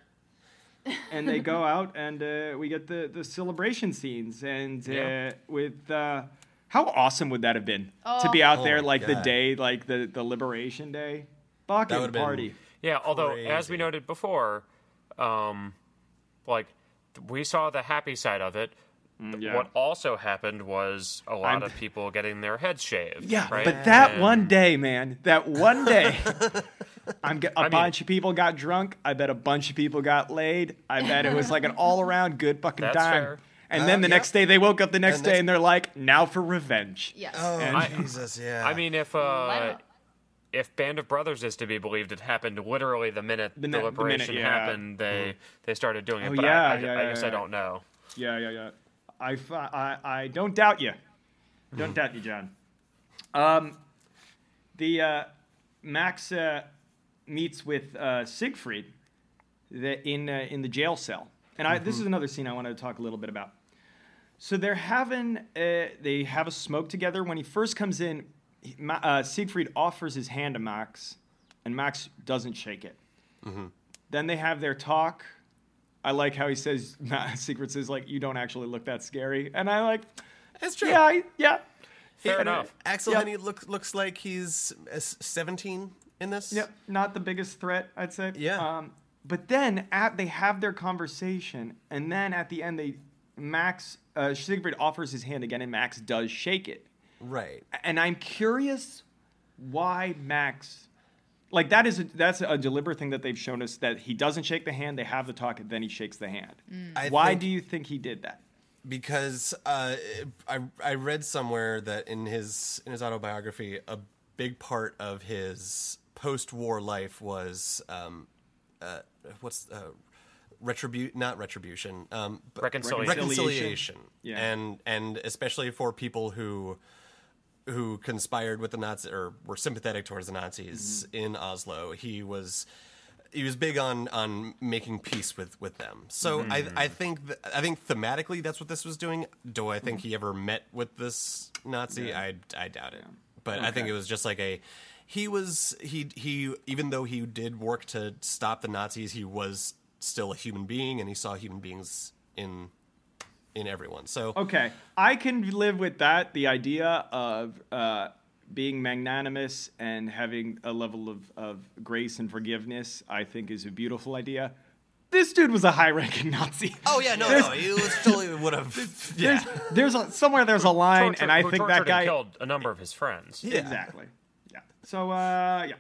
[SPEAKER 1] and they go out and uh, we get the, the celebration scenes and uh,
[SPEAKER 3] Yeah.
[SPEAKER 1] with uh, how awesome would that have been to
[SPEAKER 2] Oh.
[SPEAKER 1] be out
[SPEAKER 3] Oh
[SPEAKER 1] there
[SPEAKER 3] my
[SPEAKER 1] like the
[SPEAKER 3] God.
[SPEAKER 1] day like the, the liberation day fucking
[SPEAKER 3] would've been-
[SPEAKER 1] party
[SPEAKER 4] Yeah, although as
[SPEAKER 3] Crazy.
[SPEAKER 4] we noted before, um, like th- we saw the happy side of it.
[SPEAKER 1] Mm, yeah.
[SPEAKER 4] What also happened was a lot
[SPEAKER 1] I'm-
[SPEAKER 4] of people getting their heads shaved.
[SPEAKER 1] yeah
[SPEAKER 4] right?
[SPEAKER 1] but that
[SPEAKER 4] And-
[SPEAKER 1] one day man that one day I'm ge- a
[SPEAKER 4] mean-
[SPEAKER 1] bunch of people got drunk I bet a bunch of people got laid I bet it was like an all around good fucking
[SPEAKER 4] That's
[SPEAKER 1] time
[SPEAKER 4] fair.
[SPEAKER 1] and
[SPEAKER 3] Uh,
[SPEAKER 1] then the
[SPEAKER 3] yeah.
[SPEAKER 1] next day they woke up the next
[SPEAKER 3] And
[SPEAKER 1] day
[SPEAKER 3] that's-
[SPEAKER 1] and they're like now for revenge
[SPEAKER 2] Yes.
[SPEAKER 3] Oh
[SPEAKER 1] And- I-
[SPEAKER 3] Jesus, yeah.
[SPEAKER 4] I mean, if
[SPEAKER 2] Let
[SPEAKER 4] uh,
[SPEAKER 2] it-
[SPEAKER 4] if Band of Brothers is to be believed, it happened literally the minute the,
[SPEAKER 1] mi- the minute,
[SPEAKER 4] liberation
[SPEAKER 1] yeah. Mm.
[SPEAKER 4] happened. They they started doing it.
[SPEAKER 1] Oh,
[SPEAKER 4] but I-
[SPEAKER 1] yeah,
[SPEAKER 4] I,
[SPEAKER 1] yeah,
[SPEAKER 4] I
[SPEAKER 1] yeah,
[SPEAKER 4] guess I
[SPEAKER 1] yeah.
[SPEAKER 4] don't know.
[SPEAKER 1] Yeah, yeah, yeah. I, fi- I, I don't doubt you. Don't doubt you, John. Um, the uh, Max uh, meets with uh, Siegfried the, in uh, in the jail cell, and I, this is another scene I wanted to talk a little bit about. So they're having uh, they have a smoke together. When he first comes in, he, Ma- uh, Siegfried offers his hand to Max, and Max doesn't shake it. Then they have their talk. I like how he says Matt Secret says like you don't actually look that scary, and I like
[SPEAKER 3] it's true.
[SPEAKER 1] yeah I- yeah
[SPEAKER 4] Fair
[SPEAKER 1] and, uh,
[SPEAKER 4] enough.
[SPEAKER 3] Axel
[SPEAKER 1] Yeah.
[SPEAKER 3] Henny looks looks like he's uh, s- 17 in this.
[SPEAKER 1] yep not the biggest threat I'd say
[SPEAKER 3] Yeah.
[SPEAKER 1] Um, but then at they have their conversation, and then at the end they Max uh, Siegfried offers his hand again, and Max does shake it.
[SPEAKER 3] Right.
[SPEAKER 1] and I'm curious why Max like that is a, that's a deliberate thing that they've shown us that he doesn't shake the hand they have the talk and then he shakes the hand
[SPEAKER 4] Mm.
[SPEAKER 3] I
[SPEAKER 1] why
[SPEAKER 3] think-
[SPEAKER 1] do you think he did that
[SPEAKER 3] because uh, I I read somewhere that in his in his autobiography, a big part of his post-war life was um, uh, what's uh, retribu not retribution, um, but
[SPEAKER 4] Reconciliation.
[SPEAKER 3] reconciliation,
[SPEAKER 1] Yeah.
[SPEAKER 3] and and especially for people who who conspired with the Nazis or were sympathetic towards the Nazis in Oslo. He was he was big on on making peace with with them. So I I think th- I think thematically that's what this was doing. Do I think he ever met with this Nazi? I I doubt it. But I think it was just like a he was he he even though he did work to stop the Nazis, he was still a human being and he saw human beings in in everyone. So
[SPEAKER 1] Okay, I can live with that. The idea of uh, being magnanimous and having a level of, of grace and forgiveness, I think, is a beautiful idea. This dude was a high-ranking Nazi.
[SPEAKER 3] Oh yeah, no, no, he was totally would have. Yeah,
[SPEAKER 1] There's a, somewhere there's a line,
[SPEAKER 4] Tortured-
[SPEAKER 1] and I
[SPEAKER 4] who
[SPEAKER 1] think
[SPEAKER 4] tortured
[SPEAKER 1] that
[SPEAKER 4] and
[SPEAKER 1] guy
[SPEAKER 4] killed a number of his friends.
[SPEAKER 3] Yeah.
[SPEAKER 1] exactly. Yeah. So uh, yeah,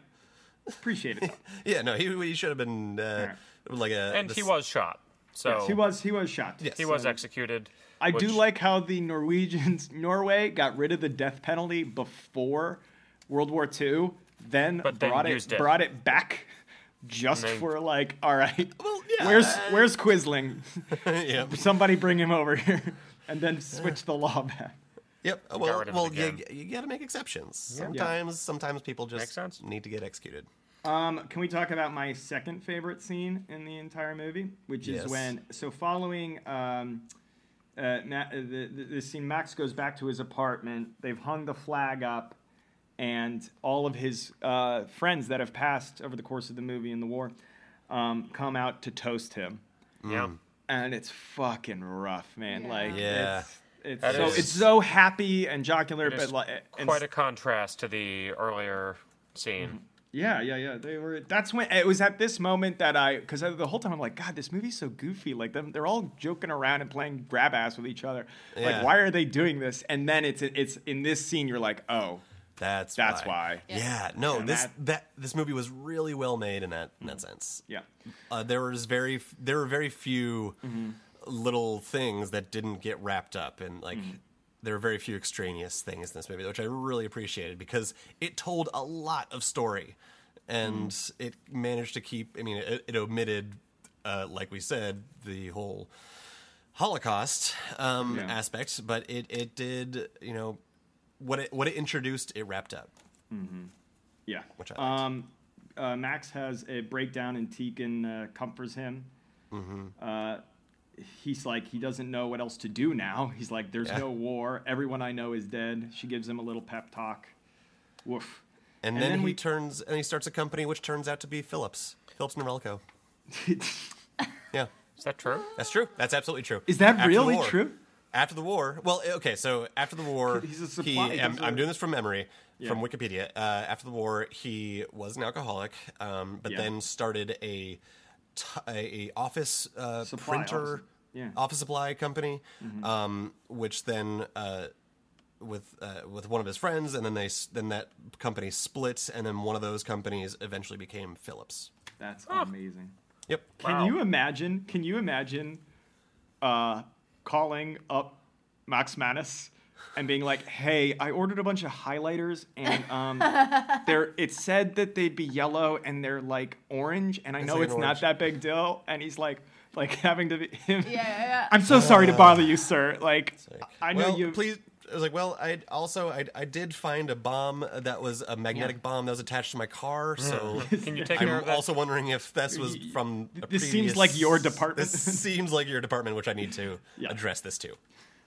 [SPEAKER 1] appreciate it. though.
[SPEAKER 3] yeah, no, he, he should have been uh, like a.
[SPEAKER 4] And
[SPEAKER 3] this-
[SPEAKER 4] he was shot. So
[SPEAKER 1] he was he was shot.
[SPEAKER 3] Yes.
[SPEAKER 4] he was
[SPEAKER 1] So-
[SPEAKER 4] executed.
[SPEAKER 1] I do
[SPEAKER 4] which-
[SPEAKER 1] like how the Norwegians, Norway, got rid of the death penalty before World War II, then,
[SPEAKER 4] But then
[SPEAKER 1] brought it
[SPEAKER 4] used it.
[SPEAKER 1] brought it back, just
[SPEAKER 4] And they-
[SPEAKER 1] for like, all right,
[SPEAKER 3] Well, yeah.
[SPEAKER 1] where's where's Quisling?
[SPEAKER 3] yeah.
[SPEAKER 1] Somebody bring him over here, and then switch the law back.
[SPEAKER 3] Yep. Well,
[SPEAKER 4] rid of it
[SPEAKER 3] well, you,
[SPEAKER 4] again.
[SPEAKER 3] you got to make exceptions. Sometimes, sometimes people
[SPEAKER 4] Makes
[SPEAKER 3] just
[SPEAKER 4] sense.
[SPEAKER 3] need to get executed.
[SPEAKER 1] Um, can we talk about my second favorite scene in the entire movie, which is
[SPEAKER 3] Yes.
[SPEAKER 1] when so following um, uh, Ma- the, the, the scene, Max goes back to his apartment. They've hung the flag up, and all of his uh, friends that have passed over the course of the movie and the war um, come out to toast him,
[SPEAKER 4] Yeah.
[SPEAKER 1] Mm. and it's fucking rough, man.
[SPEAKER 2] Yeah.
[SPEAKER 1] Like,
[SPEAKER 3] Yeah.
[SPEAKER 1] it's,
[SPEAKER 4] That
[SPEAKER 1] it's so
[SPEAKER 4] is-
[SPEAKER 1] it's so happy and jocular,
[SPEAKER 4] It is
[SPEAKER 1] but like and
[SPEAKER 4] quite a contrast to the earlier scene.
[SPEAKER 1] Yeah, yeah, yeah. They were. That's when it was at this moment that I, because the whole time I'm like, God, this movie's so goofy. Like them, they're all joking around and playing grab ass with each other.
[SPEAKER 3] Yeah.
[SPEAKER 1] Like, why are they doing this? And then it's it's in this scene you're like, oh,
[SPEAKER 3] That's
[SPEAKER 1] that's why.
[SPEAKER 3] why.
[SPEAKER 2] Yeah.
[SPEAKER 3] Yeah. No,
[SPEAKER 1] And
[SPEAKER 3] this
[SPEAKER 1] that-
[SPEAKER 3] that, this movie was really well made in that in
[SPEAKER 4] Mm-hmm.
[SPEAKER 3] that sense.
[SPEAKER 1] Yeah,
[SPEAKER 3] Uh, there was very f- there were very few little things that didn't get wrapped up and like there were very few extraneous things in this movie which i really appreciated because it told a lot of story and it managed to keep i mean it, it omitted uh, like we said the whole holocaust um,
[SPEAKER 1] Yeah.
[SPEAKER 3] aspect but it, it did you know what it what it introduced it wrapped up
[SPEAKER 1] yeah.
[SPEAKER 3] which i liked.
[SPEAKER 1] Um, uh, Max has a breakdown and Tegan uh, comforts him.
[SPEAKER 3] Mm-hmm.
[SPEAKER 1] Uh, he's like, he doesn't know what else to do now. He's like, there's
[SPEAKER 3] Yeah.
[SPEAKER 1] no war. Everyone I know is dead. She gives him a little pep talk. Woof.
[SPEAKER 3] and, then, he
[SPEAKER 1] we-
[SPEAKER 3] turns and he starts a company which turns out to be phillips phillips norelco yeah
[SPEAKER 4] Is that true?
[SPEAKER 3] That's true. That's absolutely true.
[SPEAKER 1] Is that
[SPEAKER 3] After the
[SPEAKER 1] really
[SPEAKER 3] war-
[SPEAKER 1] true?
[SPEAKER 3] After the war, well, eh, okay. So after the war,
[SPEAKER 1] He's a supply-
[SPEAKER 3] he- I'm,
[SPEAKER 1] he's a-
[SPEAKER 3] I'm doing this from memory, from
[SPEAKER 1] Yeah.
[SPEAKER 3] Wikipedia. Uh, after the war, he was an alcoholic, um, but
[SPEAKER 1] Yeah.
[SPEAKER 3] then started a t- a- a office uh,
[SPEAKER 1] Supply,
[SPEAKER 3] printer,
[SPEAKER 1] office- Mm-hmm. yeah.
[SPEAKER 3] office supply company, um, which then. Uh, with uh, with one of his friends, and then they s- then that company split, and then one of those companies eventually became Phillips.
[SPEAKER 1] That's amazing.
[SPEAKER 3] Yep.
[SPEAKER 1] Can
[SPEAKER 4] Wow.
[SPEAKER 1] you imagine? Can you imagine uh, calling up Max Manus and being like, "Hey, I ordered a bunch of highlighters, and um, they're it said that they'd be yellow, and they're like orange, and I know
[SPEAKER 3] like
[SPEAKER 1] it's
[SPEAKER 3] an
[SPEAKER 1] not
[SPEAKER 3] orange."
[SPEAKER 1] that big deal." And he's like, like having to be him.
[SPEAKER 2] Yeah, yeah, yeah.
[SPEAKER 1] I'm so sorry to bother you, sir. Like,
[SPEAKER 3] Like,
[SPEAKER 1] I know
[SPEAKER 3] well,
[SPEAKER 1] you.
[SPEAKER 3] Please, I was like, well, I also I, I did find a bomb that was a magnetic bomb that was attached to my car, so.
[SPEAKER 4] Can you take care of
[SPEAKER 3] I'm
[SPEAKER 4] that?
[SPEAKER 3] also wondering if this was from. A
[SPEAKER 1] This seems
[SPEAKER 3] previous-
[SPEAKER 1] like your department.
[SPEAKER 3] This seems like your department, which I need to
[SPEAKER 1] Yeah.
[SPEAKER 3] address this to.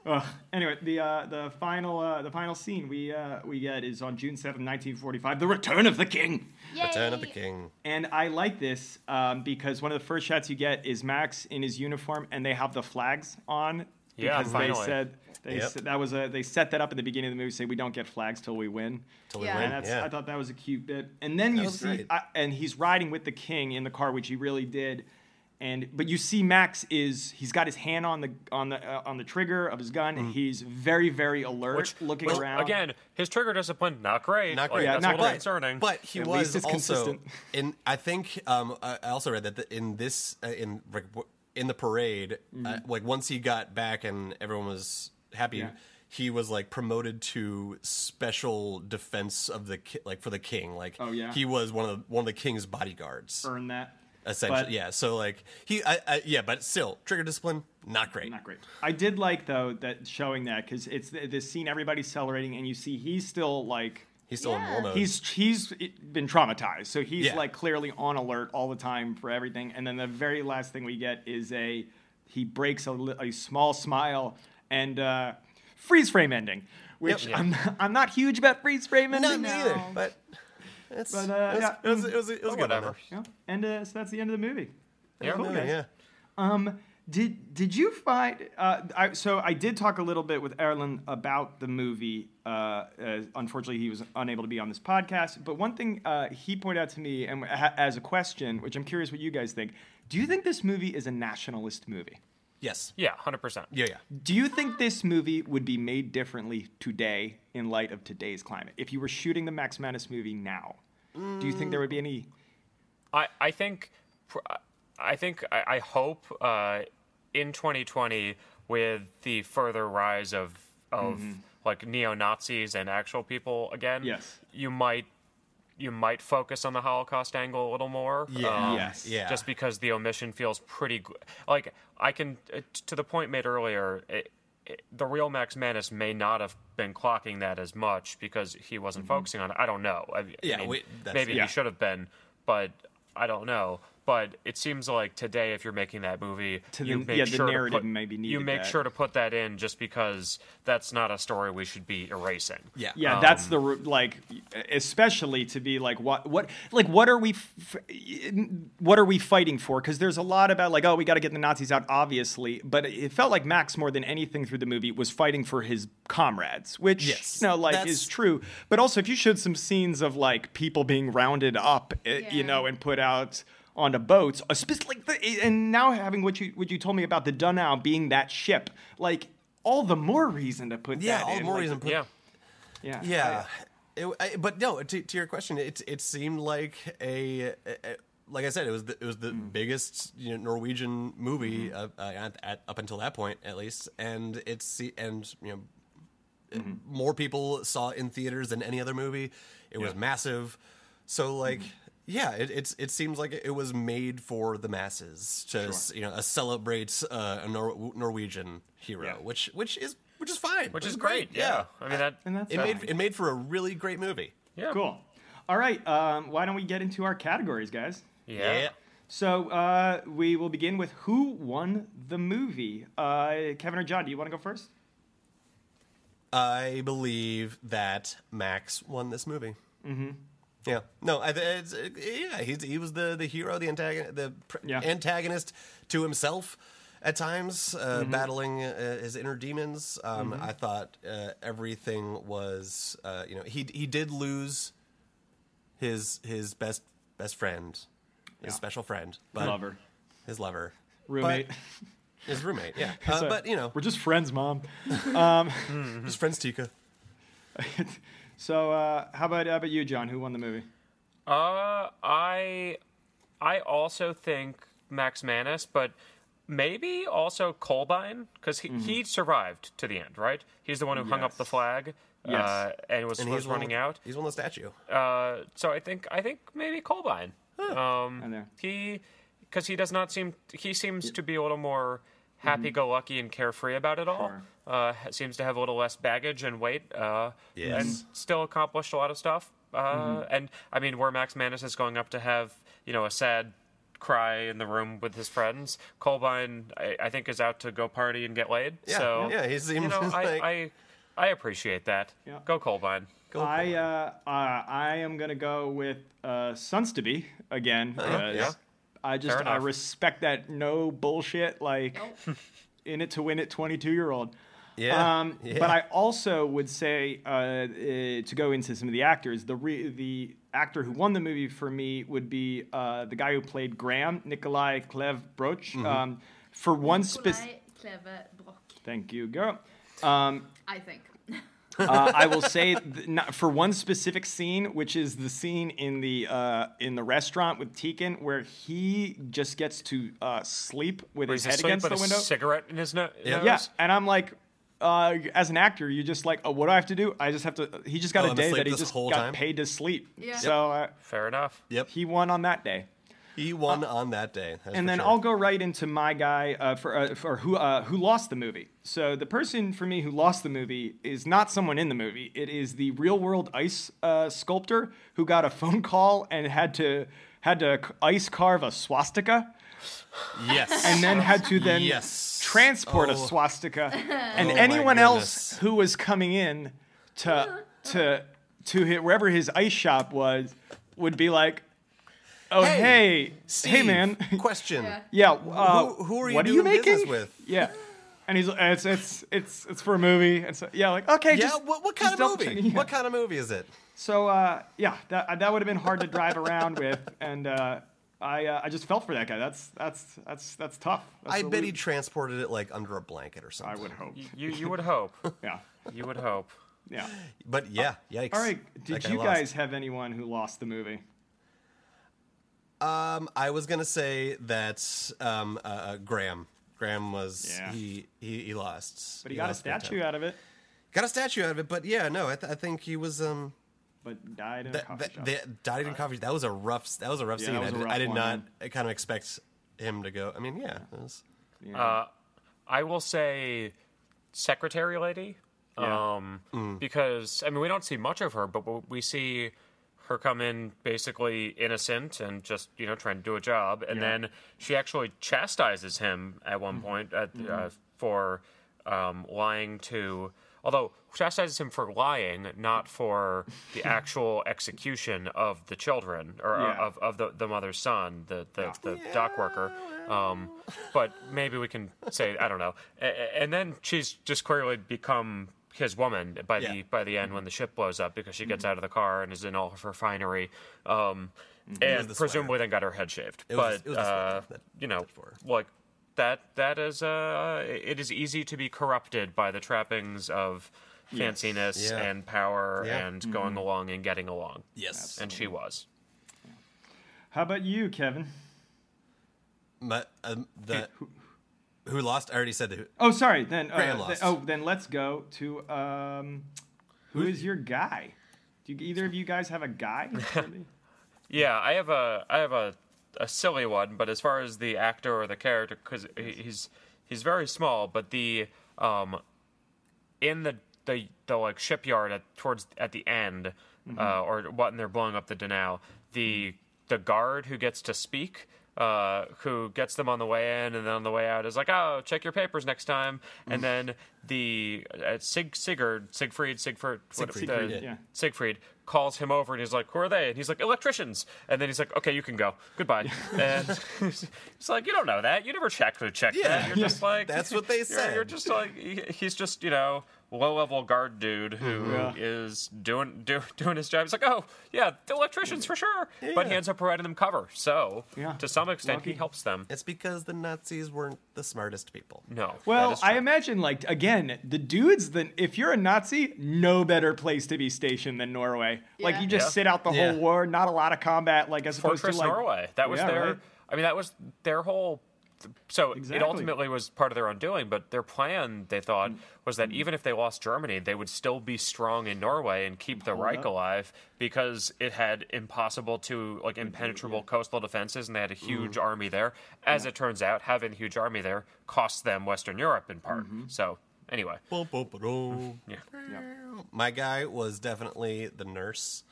[SPEAKER 1] Ugh. anyway, the uh, the final uh, the final scene we uh, we get is on June seventh, nineteen forty five. The return of the king.
[SPEAKER 2] Yay.
[SPEAKER 3] Return of the King.
[SPEAKER 1] And I like this um, because one of the first shots you get is Max in his uniform, and they have the flags on.
[SPEAKER 4] Yeah,
[SPEAKER 1] because
[SPEAKER 4] finally.
[SPEAKER 1] they said they
[SPEAKER 3] Yep.
[SPEAKER 1] said that was a they set that up at the beginning of the movie. Say we don't get flags till we win.
[SPEAKER 3] Till we
[SPEAKER 2] Yeah.
[SPEAKER 3] win.
[SPEAKER 1] And that's,
[SPEAKER 3] yeah.
[SPEAKER 1] I thought that was a cute bit. And then you
[SPEAKER 3] was
[SPEAKER 1] see,
[SPEAKER 3] great.
[SPEAKER 1] I, and he's riding with the king in the car, which he really did. And but you see, Max is he's got his hand on the on the uh, on the trigger of his gun, and he's very very alert,
[SPEAKER 4] Which-
[SPEAKER 1] looking
[SPEAKER 4] which,
[SPEAKER 1] around.
[SPEAKER 4] Again, his trigger discipline not great.
[SPEAKER 3] Not
[SPEAKER 4] Like,
[SPEAKER 3] great.
[SPEAKER 1] Oh, Yeah,
[SPEAKER 4] that's
[SPEAKER 1] not
[SPEAKER 4] a little
[SPEAKER 1] great.
[SPEAKER 4] concerning.
[SPEAKER 3] But he
[SPEAKER 1] At least
[SPEAKER 3] was
[SPEAKER 1] it's
[SPEAKER 3] also
[SPEAKER 1] consistent.
[SPEAKER 3] in. I think um, I I also read that the, in this uh, in like, w- in the parade, uh, like once he got back and everyone was happy,
[SPEAKER 1] Mm-hmm. Yeah.
[SPEAKER 3] he was like promoted to special defense of the ki- like for the king. Like
[SPEAKER 1] Oh, yeah.
[SPEAKER 3] he was one of the, one of the king's bodyguards.
[SPEAKER 1] burn that.
[SPEAKER 3] Essentially,
[SPEAKER 1] But-
[SPEAKER 3] yeah. So like he, I, I, yeah, but still, trigger discipline not great.
[SPEAKER 1] Not great. I did like though that showing that because it's th- this scene everybody's celebrating and you see he's still like
[SPEAKER 3] He's still in
[SPEAKER 2] Yeah.
[SPEAKER 3] war mode.
[SPEAKER 1] He's he's been traumatized, so he's
[SPEAKER 3] Uh, Yeah.
[SPEAKER 1] like clearly on alert all the time for everything. And then the very last thing we get is a he breaks a, li- a small smile and uh, freeze frame ending, which
[SPEAKER 4] Yep.
[SPEAKER 1] I'm not, I'm not huge about freeze frame
[SPEAKER 3] not
[SPEAKER 1] ending.
[SPEAKER 3] me
[SPEAKER 2] No.
[SPEAKER 3] either, but it's
[SPEAKER 1] But, uh,
[SPEAKER 3] it was,
[SPEAKER 1] yeah.
[SPEAKER 3] it was, it was, it was a good one,
[SPEAKER 4] whatever.
[SPEAKER 1] Yeah. And uh, so that's the end of the movie.
[SPEAKER 4] Yeah.
[SPEAKER 1] Cool,
[SPEAKER 3] though.
[SPEAKER 1] guys.
[SPEAKER 3] Yeah.
[SPEAKER 1] Um, did did you find? Uh, I, so I did talk a little bit with Erlen about the movie. Uh, uh, unfortunately, he was unable to be on this podcast. But one thing uh, he pointed out to me, and ha- as a question, which I'm curious what you guys think. Do you think this movie is a nationalist movie?
[SPEAKER 3] Yes.
[SPEAKER 4] Yeah, hundred percent.
[SPEAKER 3] Yeah, yeah.
[SPEAKER 1] Do you think this movie would be made differently today in light of today's climate? If you were shooting the Max Manus movie now, do you think there would be any?
[SPEAKER 4] I, I think, pr- I think, I, I hope uh, in 2020 with the further rise of of
[SPEAKER 3] Mm-hmm.
[SPEAKER 4] like neo Nazis and actual people again.
[SPEAKER 1] Yes.
[SPEAKER 4] you might you might focus on the Holocaust angle a little more. Um,
[SPEAKER 3] Yeah.
[SPEAKER 1] Yes.
[SPEAKER 3] Yeah.
[SPEAKER 4] Just because the omission feels pretty g- like I can uh, t- to the point made earlier. It, it, the real Max Manus may not have been clocking that as much because he wasn't focusing on it. I don't know. I, I
[SPEAKER 3] Yeah,
[SPEAKER 4] mean,
[SPEAKER 3] we- that's-
[SPEAKER 4] maybe
[SPEAKER 1] Mm-hmm. yeah.
[SPEAKER 4] he should have been, but I don't know. But it seems like today, if you're making that movie,
[SPEAKER 1] To
[SPEAKER 4] you
[SPEAKER 1] the-
[SPEAKER 4] make
[SPEAKER 1] yeah, the
[SPEAKER 4] sure
[SPEAKER 1] narrative
[SPEAKER 4] to put,
[SPEAKER 1] may be
[SPEAKER 4] You
[SPEAKER 1] needed
[SPEAKER 4] make
[SPEAKER 1] that.
[SPEAKER 4] sure to put that in just because that's not a story we should be erasing.
[SPEAKER 3] Yeah. Um,
[SPEAKER 1] Yeah, that's the ru- like, especially to be like, what, what, like, what are we, f- what are we fighting for? Because there's a lot about like, oh, we got to get the Nazis out, obviously. But it felt like Max, more than anything through the movie, was fighting for his comrades, which
[SPEAKER 3] Yes,
[SPEAKER 1] you know, like, is
[SPEAKER 3] that's-
[SPEAKER 1] true. But also, if you showed some scenes of like people being rounded up, eh, you
[SPEAKER 2] Yeah.
[SPEAKER 1] know, and put out onto boats, a spec- like, the, eh, and now having what you what you told me about the Dunau being that ship, like. All the more reason to put
[SPEAKER 3] Yeah,
[SPEAKER 1] that
[SPEAKER 3] all
[SPEAKER 1] in,
[SPEAKER 3] the more
[SPEAKER 1] like,
[SPEAKER 3] reason. put-
[SPEAKER 4] Yeah.
[SPEAKER 1] Yeah.
[SPEAKER 3] Yeah. It- I- but no, to, to your question, it it seemed like a, a- a- like I said, it was the, it was the
[SPEAKER 4] Mm.
[SPEAKER 3] biggest you know, Norwegian movie uh,
[SPEAKER 4] Mm-hmm.
[SPEAKER 3] uh, at, at, up until that point, at least, and it's se- and you know
[SPEAKER 4] Mm-hmm.
[SPEAKER 3] more people saw it in theaters than any other movie. It was massive. So like
[SPEAKER 4] Mm-hmm.
[SPEAKER 3] yeah, it, it's it seems like it was made for the masses to s- you know uh, celebrate uh, a Nor- Norwegian hero,
[SPEAKER 1] Yeah.
[SPEAKER 3] which which is which is fine,
[SPEAKER 4] Which is great. Yeah. I mean that.
[SPEAKER 1] And that's
[SPEAKER 3] It
[SPEAKER 1] fine.
[SPEAKER 3] made it made for a really great movie.
[SPEAKER 4] yeah.
[SPEAKER 1] Cool. All right. Um, why don't we get into our categories, guys?
[SPEAKER 4] Yeah.
[SPEAKER 1] So uh, we will begin with who won the movie. Uh, Kevin or John, do you want to go first?
[SPEAKER 3] I believe that Max won this movie. Mm-hmm. Yeah. No. I, th- it's, uh, yeah. He's, he was the the hero, the antagonist, the pr-
[SPEAKER 1] Yeah.
[SPEAKER 3] antagonist to himself at times, uh,
[SPEAKER 1] Mm-hmm.
[SPEAKER 3] battling uh, his inner demons. Um, I thought uh, everything was, uh, you know, he he did lose his his best best friend, his special friend, but
[SPEAKER 1] Lover,
[SPEAKER 3] his lover,
[SPEAKER 1] roommate.
[SPEAKER 3] But- his roommate. Yeah. Uh,
[SPEAKER 1] So-
[SPEAKER 3] but you know,
[SPEAKER 1] we're just friends, mom.
[SPEAKER 3] his friend's Tika.
[SPEAKER 1] So uh, how about how about you, John? Who won the movie?
[SPEAKER 4] Uh, I, I also think Max Manus, but maybe also Colbine because he, he survived to the end, right? He's the one who hung up the
[SPEAKER 1] Yes.
[SPEAKER 4] flag.
[SPEAKER 1] Yes.
[SPEAKER 4] Uh, and was, was
[SPEAKER 3] the one
[SPEAKER 4] running
[SPEAKER 3] with-
[SPEAKER 4] out.
[SPEAKER 3] He's won the statue.
[SPEAKER 4] Uh, so I think I think maybe Colbine.
[SPEAKER 3] Mm.
[SPEAKER 4] Um,
[SPEAKER 1] I know.
[SPEAKER 4] he because he does not seem he seems to be a little more happy-go-lucky and carefree about it all.
[SPEAKER 1] Mm-hmm. Sure.
[SPEAKER 4] Uh, ha- seems to have a little less baggage and weight. Uh, and
[SPEAKER 3] Yes.
[SPEAKER 4] still accomplished a lot of stuff. Uh,
[SPEAKER 1] Mm-hmm.
[SPEAKER 4] And I mean, where Max Manus is going up to have you know a sad cry in the room with his friends, Colbine I, I think is out to go party and get laid.
[SPEAKER 3] Yeah,
[SPEAKER 4] so
[SPEAKER 3] yeah, he
[SPEAKER 4] you
[SPEAKER 3] seems
[SPEAKER 4] know
[SPEAKER 3] like-
[SPEAKER 4] I, I I appreciate that.
[SPEAKER 1] Yeah.
[SPEAKER 4] Go Colbine.
[SPEAKER 3] Go
[SPEAKER 1] I uh, uh, I am gonna go with uh, Sons to Be again. because
[SPEAKER 3] Oh, yeah.
[SPEAKER 1] I just
[SPEAKER 4] Fair
[SPEAKER 1] I
[SPEAKER 4] enough.
[SPEAKER 1] respect that no bullshit like in it to win it twenty two year old.
[SPEAKER 3] Yeah.
[SPEAKER 1] Um,
[SPEAKER 3] yeah.
[SPEAKER 1] But I also would say uh, uh, to go into some of the actors. The re- the actor who won the movie for me would be uh, the guy who played Graham, Nikolai Klev Broch.
[SPEAKER 4] Mm-hmm.
[SPEAKER 1] Um, for one specific,
[SPEAKER 2] Nikolai Kleve Broch,
[SPEAKER 1] thank you, girl. Um,
[SPEAKER 2] I think.
[SPEAKER 1] uh, I will say th- not, for one specific scene, which is the scene in the uh, in the restaurant with Tekin, where he just gets to uh, sleep with
[SPEAKER 4] Where
[SPEAKER 1] his
[SPEAKER 4] he's
[SPEAKER 1] head
[SPEAKER 4] asleep
[SPEAKER 1] against the
[SPEAKER 4] with a
[SPEAKER 1] window.
[SPEAKER 4] cigarette in his no- nose.
[SPEAKER 1] Yeah, and I'm like, uh, as an actor, you just like, oh, what do I have to do? I just have to. He just got
[SPEAKER 3] Oh,
[SPEAKER 1] a
[SPEAKER 3] I'm
[SPEAKER 1] day
[SPEAKER 3] asleep
[SPEAKER 1] that he
[SPEAKER 3] this
[SPEAKER 1] just
[SPEAKER 3] whole
[SPEAKER 1] got
[SPEAKER 3] time?
[SPEAKER 1] paid to sleep.
[SPEAKER 2] Yeah.
[SPEAKER 1] So uh,
[SPEAKER 4] Fair enough.
[SPEAKER 3] yep.
[SPEAKER 1] he won on that day.
[SPEAKER 3] He won on that day. that's
[SPEAKER 1] and
[SPEAKER 3] for
[SPEAKER 1] then
[SPEAKER 3] sure.
[SPEAKER 1] I'll go right into my guy uh, for uh, for who uh, who lost the movie. So the person for me who lost the movie is not someone in the movie. It is the real world ice uh, sculptor who got a phone call and had to had to c- ice carve a swastika
[SPEAKER 3] yes,
[SPEAKER 1] and then had to then
[SPEAKER 3] Yes.
[SPEAKER 1] transport a
[SPEAKER 3] Oh.
[SPEAKER 1] swastika and
[SPEAKER 3] Oh my
[SPEAKER 1] anyone else
[SPEAKER 3] goodness.
[SPEAKER 1] who was coming in to to to hit wherever his ice shop was would be like oh hey
[SPEAKER 3] Hey,
[SPEAKER 1] hey,
[SPEAKER 3] Steve,
[SPEAKER 1] man
[SPEAKER 3] Question.
[SPEAKER 2] Yeah.
[SPEAKER 1] yeah uh,
[SPEAKER 3] Who- who are you
[SPEAKER 1] what are
[SPEAKER 3] doing
[SPEAKER 1] you making
[SPEAKER 3] business with?
[SPEAKER 1] yeah and he's it's it's it's it's for a movie and so yeah like okay
[SPEAKER 3] Yeah.
[SPEAKER 1] just,
[SPEAKER 3] what, what
[SPEAKER 1] just
[SPEAKER 3] kind of
[SPEAKER 1] double
[SPEAKER 3] movie?
[SPEAKER 1] check. Yeah.
[SPEAKER 3] What kind of movie is it?
[SPEAKER 1] So uh, yeah, that that would have been hard to drive around with, and uh, I uh, I just felt for that guy. That's that's that's that's tough. That's
[SPEAKER 3] I
[SPEAKER 1] a
[SPEAKER 3] bet
[SPEAKER 1] lo-
[SPEAKER 3] he transported it like under a blanket or something.
[SPEAKER 1] I would hope.
[SPEAKER 4] You you would hope.
[SPEAKER 1] Yeah,
[SPEAKER 4] You would hope.
[SPEAKER 1] yeah.
[SPEAKER 3] But yeah, yikes.
[SPEAKER 1] Uh, All right.
[SPEAKER 3] That
[SPEAKER 1] Did
[SPEAKER 3] guy
[SPEAKER 1] you
[SPEAKER 3] lost.
[SPEAKER 1] guys have anyone who lost the movie?
[SPEAKER 3] Um, I was gonna say that um, uh, uh, Graham. Graham was
[SPEAKER 1] Yeah.
[SPEAKER 3] he, he he lost,
[SPEAKER 1] But he got a
[SPEAKER 3] lost big
[SPEAKER 1] statue
[SPEAKER 3] time.
[SPEAKER 1] out of it,
[SPEAKER 3] Got a statue out of it, but yeah, no, I, th- I think he was um
[SPEAKER 1] but died in a
[SPEAKER 3] that,
[SPEAKER 1] coffee shop.
[SPEAKER 3] that, that died in coffee. That was a rough that was a rough
[SPEAKER 1] Yeah,
[SPEAKER 3] scene.
[SPEAKER 1] that
[SPEAKER 3] I
[SPEAKER 1] was a
[SPEAKER 3] did,
[SPEAKER 1] rough
[SPEAKER 3] I did
[SPEAKER 1] one,
[SPEAKER 3] not
[SPEAKER 1] man.
[SPEAKER 3] I kind of expect him to go. I mean, yeah, it was,
[SPEAKER 1] Yeah.
[SPEAKER 4] Uh, I will say, secretary lady,
[SPEAKER 1] Yeah.
[SPEAKER 4] um, because I mean we don't see much of her, but w- we see her come in basically innocent and just you know trying to do a job, and
[SPEAKER 1] Yeah. Mm-hmm.
[SPEAKER 4] then she actually chastises him at one point at, uh, for um, lying to. Although chastises him for lying, not for the actual execution of the children or uh,
[SPEAKER 1] Yeah.
[SPEAKER 4] of, of the, the mother's son, the the,
[SPEAKER 1] Yeah.
[SPEAKER 4] the dock worker. Um, but maybe we can say I don't know. A- a- And then she's just clearly become his woman by the
[SPEAKER 3] Yeah. Mm-hmm.
[SPEAKER 4] by the end when the ship blows up because she gets out of the car and is in all of her finery. Um,
[SPEAKER 3] Mm-hmm.
[SPEAKER 4] and
[SPEAKER 3] was the sweater.
[SPEAKER 4] presumably then got her head shaved.
[SPEAKER 3] It
[SPEAKER 4] but
[SPEAKER 3] was- it was the sweater
[SPEAKER 4] uh,
[SPEAKER 3] that-
[SPEAKER 4] you know,
[SPEAKER 3] for her.
[SPEAKER 4] like that that is uh, it is easy to be corrupted by the trappings of fanciness
[SPEAKER 3] Yeah.
[SPEAKER 4] and power
[SPEAKER 3] Yeah. Mm-hmm.
[SPEAKER 4] and going along and getting along.
[SPEAKER 3] yes.
[SPEAKER 4] And she was.
[SPEAKER 1] How about you, Kevin?
[SPEAKER 3] My, um, the who lost? I already said the who.
[SPEAKER 1] Oh, sorry. Then, uh,
[SPEAKER 3] Graham
[SPEAKER 1] th-
[SPEAKER 3] lost.
[SPEAKER 1] oh, then let's go to um, who is your guy? Do you, either of you guys have a guy? for me?
[SPEAKER 4] Yeah, I have a I have a, a silly one, but as far as the actor or the character, because he's he's very small, but the um in the the, the like shipyard at towards at the end,
[SPEAKER 3] Mm-hmm.
[SPEAKER 4] uh, or when they're blowing up the Danao, the the guard who gets to speak. Uh, who gets them on the way in and then on the way out is like, oh, check your papers next time.
[SPEAKER 3] Mm-hmm.
[SPEAKER 4] And then the uh, Sig Sigurd Siegfried Siegfried what-
[SPEAKER 3] Siegfried,
[SPEAKER 4] the-
[SPEAKER 3] yeah.
[SPEAKER 1] Yeah.
[SPEAKER 4] Siegfried calls him over and he's like, "Who are they?" And he's like, "Electricians." And then he's like, "Okay, you can go. Goodbye." and he's like, "You don't know that. You never check to check
[SPEAKER 3] Yeah.
[SPEAKER 4] that. You're just like
[SPEAKER 3] That's what they
[SPEAKER 4] you're-
[SPEAKER 3] said.
[SPEAKER 4] You're just like he- he's just you know low level guard dude who is
[SPEAKER 1] Yeah.
[SPEAKER 3] Mm-hmm.
[SPEAKER 4] doing do, doing his job. He's like, "Oh yeah, the electricians for sure." But he
[SPEAKER 3] Yeah.
[SPEAKER 4] ends up providing them cover, so
[SPEAKER 1] Yeah.
[SPEAKER 4] to some extent
[SPEAKER 1] Lucky.
[SPEAKER 4] he helps them.
[SPEAKER 3] It's because the Nazis weren't the smartest people.
[SPEAKER 4] No, that
[SPEAKER 1] Well,
[SPEAKER 4] is
[SPEAKER 1] I
[SPEAKER 4] true.
[SPEAKER 1] imagine, like, again, the dudes, then, if you're a Nazi, no better place to be stationed than Norway. Like,
[SPEAKER 2] Yeah.
[SPEAKER 1] you just
[SPEAKER 4] Yeah.
[SPEAKER 1] sit out the
[SPEAKER 3] Yeah.
[SPEAKER 1] whole war, not a lot of combat, like, as opposed
[SPEAKER 4] Fortress
[SPEAKER 1] to, like,
[SPEAKER 4] Norway. That was
[SPEAKER 1] Yeah,
[SPEAKER 4] their.
[SPEAKER 1] right?
[SPEAKER 4] I mean, that was their whole. So it
[SPEAKER 1] Exactly. Mm.
[SPEAKER 4] ultimately was part of their undoing, but their plan, they thought, was that even if they lost Germany, they would still be strong in Norway and keep the Reich
[SPEAKER 1] up.
[SPEAKER 4] alive because it had impossible to like impenetrable coastal defenses, and they had a
[SPEAKER 1] Mm-hmm.
[SPEAKER 4] huge army there. As it turns out, having a huge army there cost them Western Europe in part.
[SPEAKER 1] Mm-hmm.
[SPEAKER 4] So anyway,
[SPEAKER 3] Bum, bum, ba-dum.
[SPEAKER 1] Mm,
[SPEAKER 4] Yeah.
[SPEAKER 3] My guy was definitely the nurse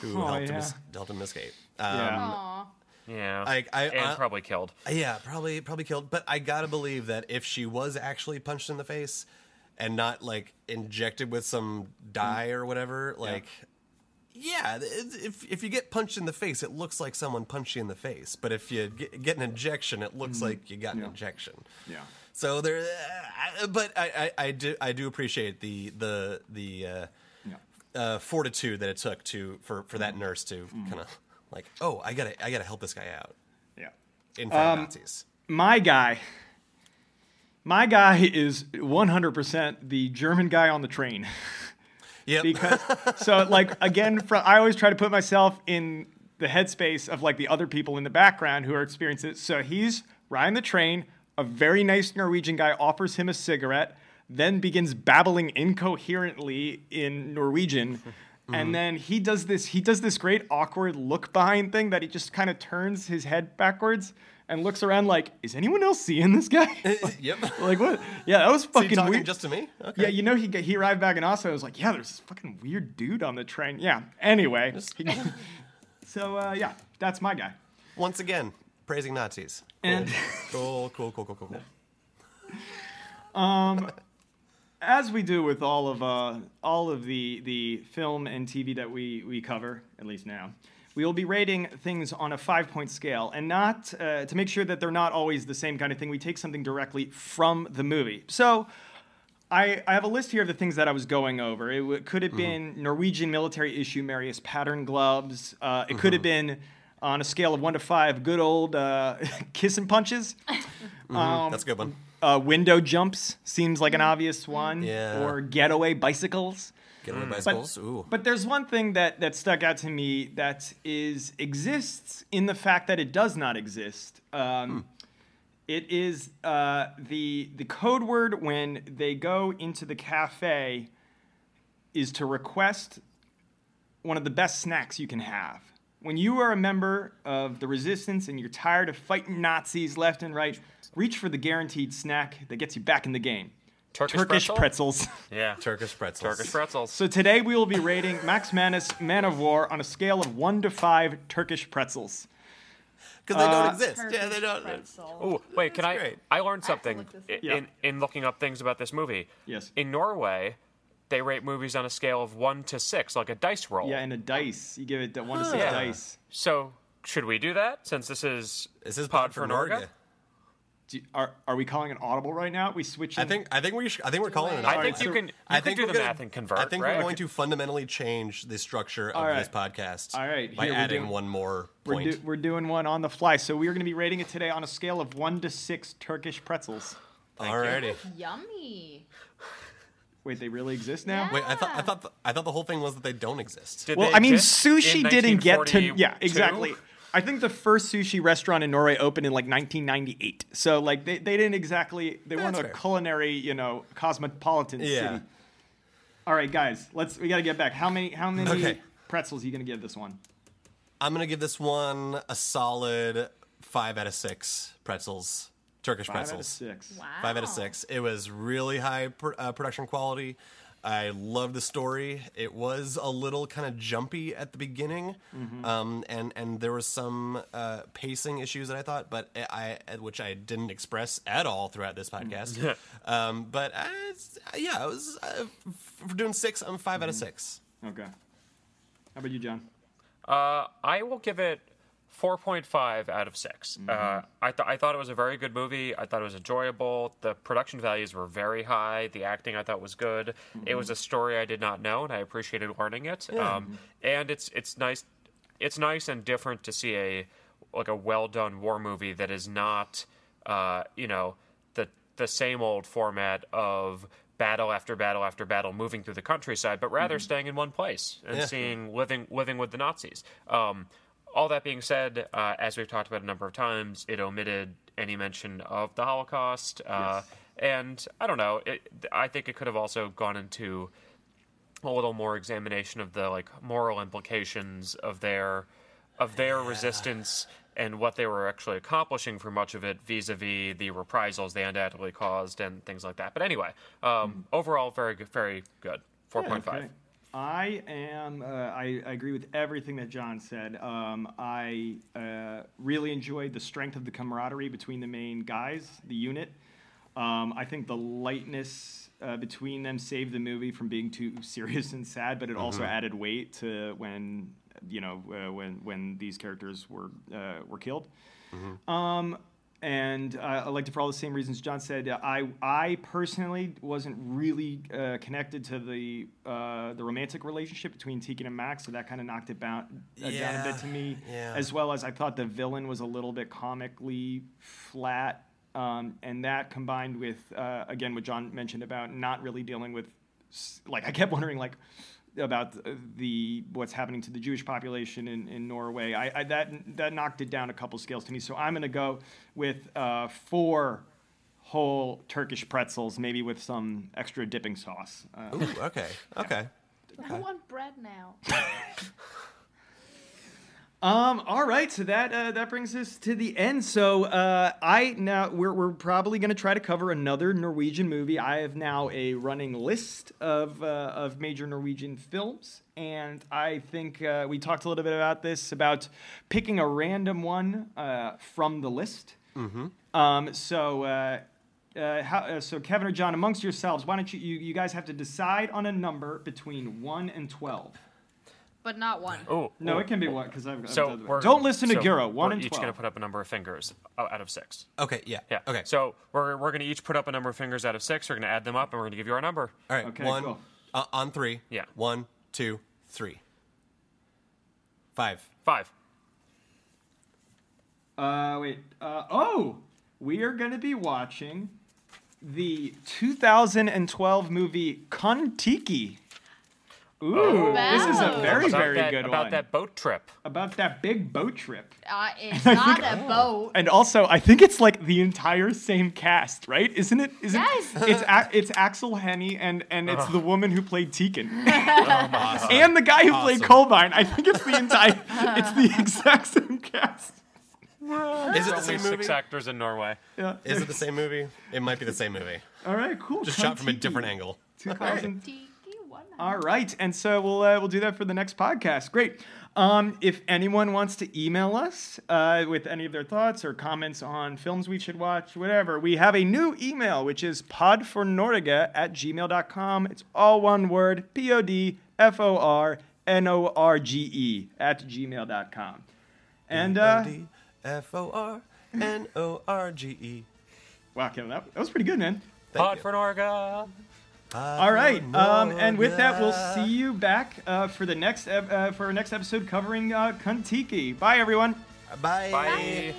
[SPEAKER 3] who
[SPEAKER 1] Oh,
[SPEAKER 3] helped, him,
[SPEAKER 1] yeah.
[SPEAKER 3] es- helped him escape. Um,
[SPEAKER 1] Yeah.
[SPEAKER 2] Aw.
[SPEAKER 4] yeah,
[SPEAKER 3] I- I-
[SPEAKER 4] and
[SPEAKER 3] I-
[SPEAKER 4] probably killed.
[SPEAKER 3] Yeah, probably probably killed. But I gotta believe that if she was actually punched in the face and not like injected with some dye or whatever, like yeah, it- if if you get punched in the face, it looks like someone punched you in the face. But if you get, get an injection, it looks like you got an injection.
[SPEAKER 1] Mm-hmm. Yeah.
[SPEAKER 3] So there, I, but I, I, I do I do appreciate the the the uh,
[SPEAKER 1] Yeah.
[SPEAKER 3] uh, fortitude that it took to for for
[SPEAKER 1] Mm-hmm.
[SPEAKER 3] that nurse to kind of like oh I gotta I gotta help this guy out
[SPEAKER 1] Yeah.
[SPEAKER 3] in front
[SPEAKER 1] Um,
[SPEAKER 3] of Nazis.
[SPEAKER 1] My guy. My guy is 100% the German guy on the train.
[SPEAKER 3] Yep.
[SPEAKER 1] because so like again from i always try to put myself in the headspace of like the other people in the background who are experiencing it so he's riding the train a very nice norwegian guy offers him a cigarette then begins babbling incoherently in norwegian and then he does this he does this great awkward look behind thing that he just kind of turns his head backwards and looks around like, is anyone else seeing this guy?
[SPEAKER 3] yep.
[SPEAKER 1] like what? Yeah, that was
[SPEAKER 3] So you
[SPEAKER 1] fucking
[SPEAKER 3] talking
[SPEAKER 1] weird.
[SPEAKER 3] just to me? Okay.
[SPEAKER 1] Yeah, you know he he arrived back in Oslo. I was like, yeah, there's this fucking weird dude on the train. Yeah. Anyway, he- so uh, yeah, that's my guy.
[SPEAKER 3] Once again, praising Nazis. Cool.
[SPEAKER 1] And-
[SPEAKER 3] cool, cool, cool, cool, cool, cool.
[SPEAKER 1] As we do with all of uh, all of the the film and TV that we we cover, at least now, we will be rating things on a five point scale, and not uh, to make sure that they're not always the same kind of thing. We take something directly from the movie. So. I, I have a list here of the things that I was going over. It w- could have been Norwegian military issue Marius pattern gloves. Uh, it could have been, on a scale of one to five, good old uh, kiss and punches. Um,
[SPEAKER 3] That's a good one.
[SPEAKER 1] uh, window jumps seems like an obvious one,
[SPEAKER 3] Yeah.
[SPEAKER 1] or getaway bicycles.
[SPEAKER 3] Get
[SPEAKER 4] Mm.
[SPEAKER 3] away
[SPEAKER 1] But,
[SPEAKER 3] bicycles. Ooh.
[SPEAKER 1] but there's one thing that, that stuck out to me that is exists in the fact that it does not exist. Um, It is uh, the the code word when they go into the cafe is to request one of the best snacks you can have. When you are a member of the resistance and you're tired of fighting Nazis left and right, reach for the guaranteed snack that gets you back in the game.
[SPEAKER 4] Turkish,
[SPEAKER 1] Turkish
[SPEAKER 4] pretzel?
[SPEAKER 1] pretzels.
[SPEAKER 4] Yeah.
[SPEAKER 3] Turkish pretzels.
[SPEAKER 4] Turkish pretzels.
[SPEAKER 1] So today we will be rating Max Manus Man of War on a scale of one to five Turkish pretzels.
[SPEAKER 3] Because they
[SPEAKER 1] Uh,
[SPEAKER 3] don't exist. Yeah, they
[SPEAKER 2] Turkish
[SPEAKER 3] don't.
[SPEAKER 2] pretzel.
[SPEAKER 4] Oh, wait, can
[SPEAKER 3] That's
[SPEAKER 4] I?
[SPEAKER 3] great.
[SPEAKER 4] I learned
[SPEAKER 2] I have to
[SPEAKER 4] something
[SPEAKER 2] look this
[SPEAKER 4] i-
[SPEAKER 2] up.
[SPEAKER 1] Yeah.
[SPEAKER 4] in, in looking up things about this movie.
[SPEAKER 1] Yes.
[SPEAKER 4] In Norway, they rate movies on a scale of one to six, like a dice roll.
[SPEAKER 1] Yeah, and a dice. You give it that one to six
[SPEAKER 4] Huh.
[SPEAKER 1] dice.
[SPEAKER 4] So should we do that since this is
[SPEAKER 3] This is
[SPEAKER 4] pod for Norga?
[SPEAKER 3] Norga.
[SPEAKER 1] Do, are, are we calling an audible right now? We switch.
[SPEAKER 3] I think I think we should, I think we're calling it.
[SPEAKER 4] I
[SPEAKER 1] All
[SPEAKER 4] think
[SPEAKER 1] right,
[SPEAKER 4] you
[SPEAKER 1] so-
[SPEAKER 4] can. You
[SPEAKER 3] I
[SPEAKER 4] can
[SPEAKER 3] think
[SPEAKER 4] do
[SPEAKER 3] we're
[SPEAKER 4] the
[SPEAKER 3] gonna-
[SPEAKER 4] math and convert.
[SPEAKER 3] I think
[SPEAKER 4] right?
[SPEAKER 3] we're going to fundamentally change the structure of
[SPEAKER 1] All right.
[SPEAKER 3] this podcast.
[SPEAKER 1] All right,
[SPEAKER 3] by
[SPEAKER 1] here, we're
[SPEAKER 3] adding
[SPEAKER 1] doing-
[SPEAKER 3] one more
[SPEAKER 1] we're,
[SPEAKER 3] point.
[SPEAKER 1] do, we're doing one on the fly. So we are going to be rating it today on a scale of one to six Turkish pretzels.
[SPEAKER 3] Alrighty.
[SPEAKER 2] Yummy.
[SPEAKER 1] Wait, they really exist now?
[SPEAKER 2] Yeah.
[SPEAKER 3] Wait, I thought I thought the, I thought the whole thing was that they don't exist.
[SPEAKER 4] Did
[SPEAKER 1] Well,
[SPEAKER 4] they
[SPEAKER 1] I mean,
[SPEAKER 4] exist in
[SPEAKER 1] sushi didn't get to.
[SPEAKER 4] 1942?
[SPEAKER 1] Yeah, exactly. I think the first sushi restaurant in Norway opened in like 1998. So like they, they didn't exactly they weren't
[SPEAKER 3] That's
[SPEAKER 1] a
[SPEAKER 3] fair.
[SPEAKER 1] culinary you know cosmopolitan
[SPEAKER 3] Yeah.
[SPEAKER 1] city. All right, guys, let's we got to get back. How many how many
[SPEAKER 3] Okay.
[SPEAKER 1] pretzels are you gonna give this one?
[SPEAKER 3] I'm gonna give this one a solid five out of six pretzels, Turkish
[SPEAKER 1] Five out of
[SPEAKER 3] pretzels.
[SPEAKER 1] six.
[SPEAKER 2] Wow.
[SPEAKER 3] Five out of six. It was really high pr- uh, production quality. I love the story. It was a little kind of jumpy at the beginning,
[SPEAKER 1] Mm-hmm.
[SPEAKER 3] um, and and there was some uh, pacing issues that I thought, but I I- which I didn't express at all throughout
[SPEAKER 1] Mm.
[SPEAKER 3] this podcast. um, but I, yeah, I was uh, f- for doing six. I'm 5 out of
[SPEAKER 1] Mm-hmm.
[SPEAKER 3] six.
[SPEAKER 1] Okay. How about you, John?
[SPEAKER 4] Uh, I will give it 4.5 out of 6. Uh, I, th- I thought it was a very good movie. I thought it was enjoyable. The production values were very high. The acting I thought was good. It was a story I did not know, and I appreciated learning it. Um, and it's it's nice it's nice and different to see a like a well done war movie that is not uh, you know the the same old format of battle after battle after battle moving through the countryside but rather staying in one place and
[SPEAKER 3] Yeah.
[SPEAKER 4] seeing living living with the nazis um, all that being said uh, as we've talked about a number of times it omitted any mention of the holocaust uh,
[SPEAKER 1] Yes.
[SPEAKER 4] and i don't know it, i think it could have also gone into a little more examination of the like moral implications of their of their resistance and what they were actually accomplishing for much of it vis-a-vis the reprisals they undoubtedly caused and things like that. But anyway, um, overall, very good, very good. Four point
[SPEAKER 1] Mm-hmm.
[SPEAKER 4] five.
[SPEAKER 1] Okay. I am. Uh, I, I agree with everything that John said. Um, I uh, really enjoyed the strength of the camaraderie between the main guys, the unit. Um, I think the lightness uh, between them saved the movie from being too serious and sad, but it also
[SPEAKER 4] Mm-hmm.
[SPEAKER 1] added weight to when you know uh, when when these characters were uh, were killed. Um, and uh, I liked it for all the same reasons John said. uh, I I personally wasn't really uh, connected to the uh, the romantic relationship between Tegan and Max, so that kind of knocked it bound, uh, down a
[SPEAKER 3] Yeah,
[SPEAKER 1] bit to me.
[SPEAKER 3] yeah.
[SPEAKER 1] As well as I thought the villain was a little bit comically flat, um, and that combined with uh, again what John mentioned about not really dealing with s- like I kept wondering like about the what's happening to the Jewish population in, in Norway. I, I that that knocked it down a couple scales to me. So I'm gonna go with uh, four whole Turkish pretzels, maybe with some extra dipping sauce. Uh,
[SPEAKER 3] Ooh, okay, okay.
[SPEAKER 2] I want bread now.
[SPEAKER 1] Um, all right, so that uh, that brings us to the end. So uh, I now we're, we're probably going to try to cover another Norwegian movie. I have now a running list of uh, of major Norwegian films, and I think uh, we talked a little bit about this about picking a random one uh, from the list. Um, so. Uh, uh, how, uh, so Kevin or John, amongst yourselves, why don't you, you you guys have to decide on a number between one and twelve?
[SPEAKER 2] But not one.
[SPEAKER 4] Oh
[SPEAKER 1] No, it can be one because I've, I've
[SPEAKER 4] So
[SPEAKER 1] done that.
[SPEAKER 4] we're,
[SPEAKER 1] don't listen to
[SPEAKER 4] so
[SPEAKER 1] Giro. One
[SPEAKER 4] we're
[SPEAKER 1] and
[SPEAKER 4] each
[SPEAKER 1] twelve.
[SPEAKER 4] going to put up a number of fingers uh, out of six.
[SPEAKER 3] Okay, yeah.
[SPEAKER 4] Yeah.
[SPEAKER 3] Okay.
[SPEAKER 4] So we're we're going to each put up a number of fingers out of six. We're going to add them up, and we're going to give you our number.
[SPEAKER 3] all right.
[SPEAKER 1] Okay,
[SPEAKER 3] one
[SPEAKER 1] cool.
[SPEAKER 3] uh, on three.
[SPEAKER 4] Yeah.
[SPEAKER 3] One, two, three. Five.
[SPEAKER 4] Five.
[SPEAKER 1] Uh, wait. Uh, oh, we are going to be watching the 2012 movie Kontiki. Ooh, this is a
[SPEAKER 2] Wow.
[SPEAKER 1] very,
[SPEAKER 4] about
[SPEAKER 1] very
[SPEAKER 4] that,
[SPEAKER 1] good
[SPEAKER 4] about
[SPEAKER 1] one.
[SPEAKER 4] that boat trip.
[SPEAKER 1] About that big boat trip.
[SPEAKER 2] Uh, it's not a boat.
[SPEAKER 1] And also, I think it's like the entire same cast, right? Isn't it? Isn't
[SPEAKER 2] Yes.
[SPEAKER 1] it's a, it's Axel Henny and and it's the woman who played Tekin and the guy who played
[SPEAKER 3] Awesome.
[SPEAKER 1] Colbine. I think it's the entire it's the exact same cast.
[SPEAKER 3] Is it the
[SPEAKER 4] Only
[SPEAKER 3] same
[SPEAKER 4] six
[SPEAKER 3] movie?
[SPEAKER 4] actors in Norway.
[SPEAKER 1] Yeah.
[SPEAKER 3] Is it the same movie? It might be the same movie.
[SPEAKER 1] All right, cool.
[SPEAKER 3] Just shot from a
[SPEAKER 1] Kon-Tiki.
[SPEAKER 3] different angle.
[SPEAKER 1] 2000.
[SPEAKER 2] Tiki one.
[SPEAKER 1] All right, and so we'll uh, we'll do that for the next podcast. Great. Um, if anyone wants to email us uh, with any of their thoughts or comments on films we should watch, whatever, we have a new email, which is podfornorga at gmail.com. It's all one word, P-O-D-F-O-R-N-O-R-G-E E at gmail.com. And, uh,
[SPEAKER 3] F O R N O R G E.
[SPEAKER 1] wow, Kevin, that, that was pretty good, man.
[SPEAKER 4] Pod for Norga.
[SPEAKER 1] All right, um, and with that, we'll see you back uh, for the next ep- uh, for our next episode covering uh, Kuntiki. Bye, everyone.
[SPEAKER 3] Bye.
[SPEAKER 4] Bye.